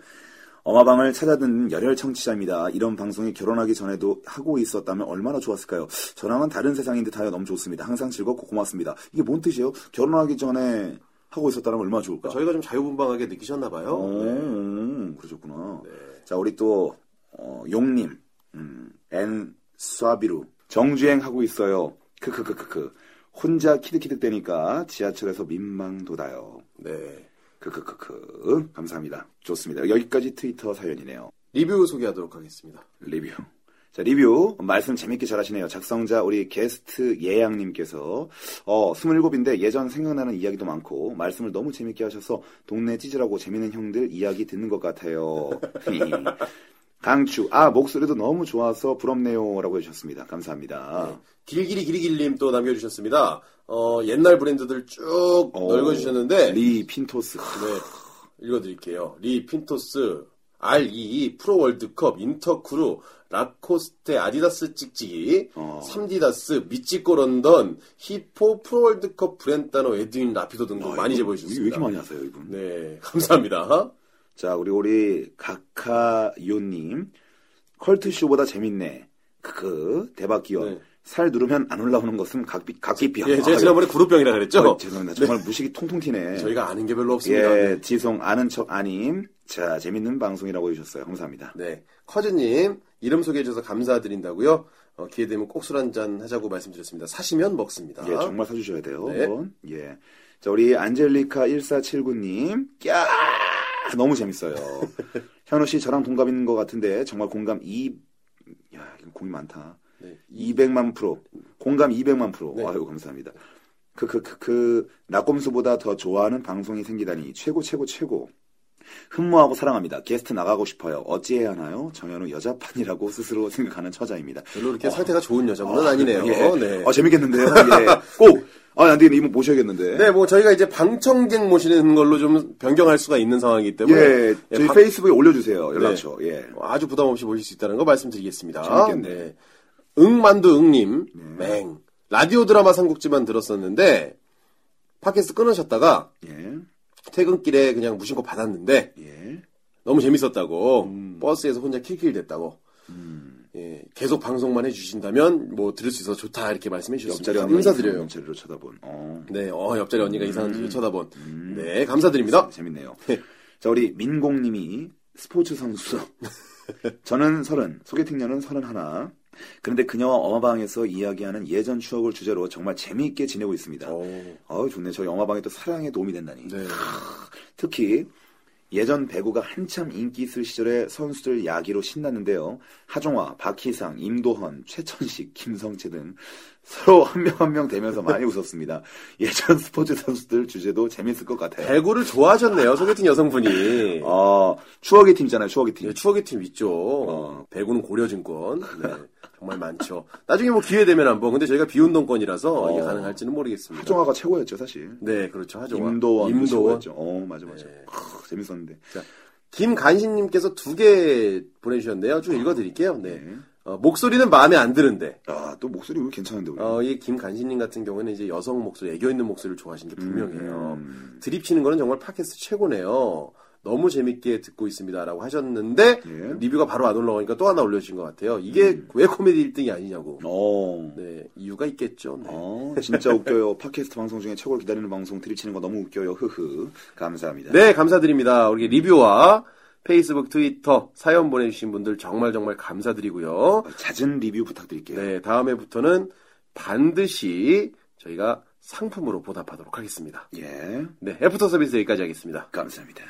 Speaker 2: 어마방을 찾아듣는 열혈 청취자입니다. 이런 방송이 결혼하기 전에도 하고 있었다면 얼마나 좋았을까요? 저랑은 다른 세상인 듯하여 너무 좋습니다. 항상 즐겁고 고맙습니다. 이게 뭔 뜻이에요? 결혼하기 전에 하고 있었다면 얼마나 좋을까?
Speaker 3: 저희가 네. 좀 자유분방하게 느끼셨나봐요.
Speaker 2: 오, 음, 그러셨구나.
Speaker 3: 네.
Speaker 2: 자, 우리 또, 어, 용님, 음, 엔, 수아비루. 정주행 하고 있어요. 크크크크크. 혼자 키득키득 대니까 지하철에서 민망 돋아요.
Speaker 3: 네.
Speaker 2: 크크크크. 감사합니다. 좋습니다. 여기까지 트위터 사연이네요.
Speaker 3: 리뷰 소개하도록 하겠습니다.
Speaker 2: 리뷰. 자, 리뷰. 말씀 재밌게 잘하시네요. 작성자, 우리 게스트 예양님께서, 어, 27인데 예전 생각나는 이야기도 많고, 말씀을 너무 재밌게 하셔서, 동네 찌질하고 재밌는 형들 이야기 듣는 것 같아요. 강추. 아, 목소리도 너무 좋아서 부럽네요. 라고 해주셨습니다. 감사합니다.
Speaker 3: 길길이 길이길님 또 남겨주셨습니다. 어, 옛날 브랜드들 쭉
Speaker 2: 어,
Speaker 3: 넓어주셨는데,
Speaker 2: 리 핀토스.
Speaker 3: 네, 읽어드릴게요. 리 핀토스, REE 프로 월드컵 인터크루 라코스테 아디다스 찍찍이
Speaker 2: 어.
Speaker 3: 삼디다스 미치코 런던 히포 프로 월드컵 브랜타노 에드윈 라피도 등등
Speaker 2: 아,
Speaker 3: 많이
Speaker 2: 이거
Speaker 3: 제보해 주셨습니다.
Speaker 2: 왜 이렇게 많이 하세요, 이분?
Speaker 3: 네 감사합니다.
Speaker 2: 자, 우리 우리 가카요님 컬트 쇼보다 재밌네. 크크 대박 기원.
Speaker 3: 네.
Speaker 2: 살 누르면 안 올라오는 것은 각비 각기피야.
Speaker 3: 예,
Speaker 6: 아,
Speaker 3: 제가 지난번에 그룹병이라 그랬죠. 네.
Speaker 2: 아, 죄송합니다. 정말 무식이 통통 튀네.
Speaker 3: 저희가 아는 게 별로 없습니다. 네.
Speaker 2: 예, 지송 아는 척 아님. 자, 재밌는 방송이라고 해주셨어요. 감사합니다.
Speaker 3: 네. 커즈님, 이름 소개해주셔서 감사드린다고요. 어, 기회 되면 꼭술 한잔 하자고 말씀드렸습니다. 사시면 먹습니다.
Speaker 2: 예, 정말 사주셔야 돼요.
Speaker 3: 네.
Speaker 2: 이건. 예. 자, 우리 안젤리카 1479님. 야 너무 재밌어요. 현우 씨 저랑 동갑인 것 같은데 정말 공감 2 야, 이거 공이 많다.
Speaker 3: 네.
Speaker 2: 200만 프로. 공감 200만 프로.
Speaker 3: 네.
Speaker 2: 아유, 감사합니다. 그, 크크크크 나꼼수보다 더 좋아하는 방송이 생기다니 최고 최고 최고. 흠모하고 사랑합니다. 게스트 나가고 싶어요. 어찌해야 하나요? 정현우 여자판이라고 스스로 생각하는 처자입니다.
Speaker 3: 별로 이렇게 상태가 좋은 여자분은
Speaker 2: 아,
Speaker 3: 아니네요.
Speaker 2: 어. 예.
Speaker 3: 네.
Speaker 2: 아, 재밌겠는데요. 예. 꼭. 아, 안 되겠네. 이분 모셔야겠는데.
Speaker 3: 네, 뭐 저희가 이제 방청객 모시는 걸로 좀 변경할 수가 있는 상황이기 때문에
Speaker 2: 예.
Speaker 3: 예, 네.
Speaker 2: 저희
Speaker 3: 방-
Speaker 2: 페이스북에 올려주세요. 연락처. 예.
Speaker 3: 아주 부담 없이 모실 수 있다는 거 말씀드리겠습니다.
Speaker 2: 재밌겠네.
Speaker 3: 네. 응만두 응님,
Speaker 2: 네.
Speaker 3: 맹. 라디오 드라마 삼국지만 들었었는데 팟캐스트 끊으셨다가
Speaker 2: 예.
Speaker 3: 퇴근길에 그냥 무심코 받았는데
Speaker 2: 예.
Speaker 3: 너무 재밌었다고
Speaker 2: 음.
Speaker 3: 버스에서 혼자 킬킬댔다고 예, 계속 방송만 해주신다면 뭐 들을 수 있어서 좋다 이렇게 말씀해
Speaker 2: 옆자리
Speaker 3: 주셨습니다
Speaker 2: 언니가
Speaker 3: 감사드려요
Speaker 2: 이상한 옆자리로 쳐다본. 어.
Speaker 3: 네, 어, 옆자리 언니가 이상한 뒤로 쳐다본
Speaker 2: 음.
Speaker 3: 네 감사드립니다
Speaker 2: 재밌네요. 자, 우리 민공님이 스포츠 선수. 저는 서른, 소개팅녀는 서른 하나. 그런데 그녀와 엄마방에서 이야기하는 예전 추억을 주제로 정말 재미있게 지내고 있습니다.
Speaker 3: 오.
Speaker 2: 어우, 좋네. 저희 엄마방이 또 사랑에 도움이 된다니.
Speaker 3: 네.
Speaker 2: 특히 예전 배구가 한참 인기 있을 시절에 선수들 야기로 신났는데요. 하종화, 박희상, 임도헌, 최천식, 김성채 등 서로 한 명 한 명 되면서 많이 웃었습니다. 예전 스포츠 선수들 주제도 재밌을 것 같아요.
Speaker 3: 배구를 좋아하셨네요 소개팅 여성분이
Speaker 2: 어, 추억의 팀잖아요, 추억의 팀.
Speaker 3: 예, 추억의 팀 있죠
Speaker 2: 어.
Speaker 3: 배구는 고려증권 네, 정말 많죠 나중에 뭐 기회 되면 한번 근데 저희가 비운동권이라서
Speaker 2: 어.
Speaker 3: 이게 가능할지는 모르겠습니다
Speaker 2: 하종화가 최고였죠, 사실.
Speaker 3: 네 그렇죠 하종아
Speaker 2: 임도헌
Speaker 3: 임도원
Speaker 2: 최고였죠. 어, 맞아, 맞아. 크, 재밌었는데.
Speaker 3: 김간신님께서 두 개 보내주셨네요. 쭉 읽어드릴게요. 네.
Speaker 2: 아. 네.
Speaker 3: 어, 목소리는 마음에 안 드는데,
Speaker 2: 아, 또 목소리 오늘 괜찮은데, 우리.
Speaker 3: 어, 이 김간신님 같은 경우에는 이제 여성 목소리, 애교 있는 목소리를 좋아하시는 게 분명해요.
Speaker 2: 음.
Speaker 3: 드립 치는 거는 정말 팟캐스트 최고네요. 너무 재밌게 듣고 있습니다. 라고 하셨는데,
Speaker 2: 예. 음.
Speaker 3: 리뷰가 바로 안 올라오니까 또 하나 올려주신 것 같아요. 이게 왜 코미디 1등이 아니냐고.
Speaker 2: 어.
Speaker 3: 네, 이유가 있겠죠. 네.
Speaker 2: 어, 진짜 웃겨요. 팟캐스트 방송 중에 최고를 기다리는 방송 들이치는 거 너무 웃겨요. 흐흐. 감사합니다.
Speaker 3: 네, 감사드립니다. 우리 리뷰와 페이스북, 트위터, 사연 보내주신 분들 정말 정말 감사드리고요.
Speaker 2: 잦은 리뷰 부탁드릴게요.
Speaker 3: 네, 다음에부터는 반드시 저희가 상품으로 보답하도록 하겠습니다.
Speaker 2: 예.
Speaker 3: 네, 애프터 서비스 여기까지 하겠습니다.
Speaker 2: 감사합니다.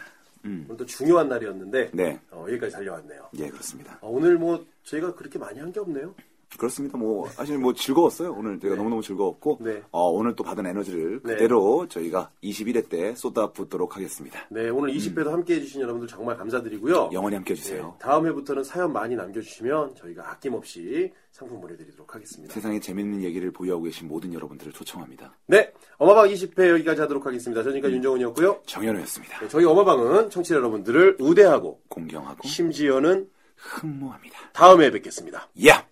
Speaker 3: 오늘 또 중요한 날이었는데
Speaker 2: 네.
Speaker 3: 어, 여기까지 달려왔네요.
Speaker 2: 예, 그렇습니다.
Speaker 3: 어, 오늘 뭐 저희가 그렇게 많이 한 게 없네요.
Speaker 2: 그렇습니다. 뭐, 사실 뭐 즐거웠어요. 오늘 제가 너무너무 즐거웠고,
Speaker 3: 네.
Speaker 2: 어, 오늘 또 받은 에너지를
Speaker 3: 네.
Speaker 2: 그대로 저희가 21회 때 쏟아붓도록 하겠습니다.
Speaker 3: 네, 오늘 20회도 함께 해주신 여러분들 정말 감사드리고요.
Speaker 2: 음. 영원히 함께
Speaker 3: 네,
Speaker 2: 해주세요.
Speaker 3: 다음 회부터는 사연 많이 남겨주시면 저희가 아낌없이 상품 보내드리도록 하겠습니다.
Speaker 2: 세상에 재밌는 얘기를 보유하고 계신 모든 여러분들을 초청합니다.
Speaker 3: 네, 어마방 20회 여기까지 하도록 하겠습니다. 저
Speaker 2: 음.
Speaker 3: 지금까지 윤정훈이었고요.
Speaker 2: 정현우였습니다.
Speaker 3: 네, 저희 어마방은 청취자 여러분들을
Speaker 2: 음.
Speaker 3: 우대하고
Speaker 2: 공경하고
Speaker 3: 심지어는
Speaker 2: 흠모합니다.
Speaker 3: 다음에 뵙겠습니다.
Speaker 2: 야!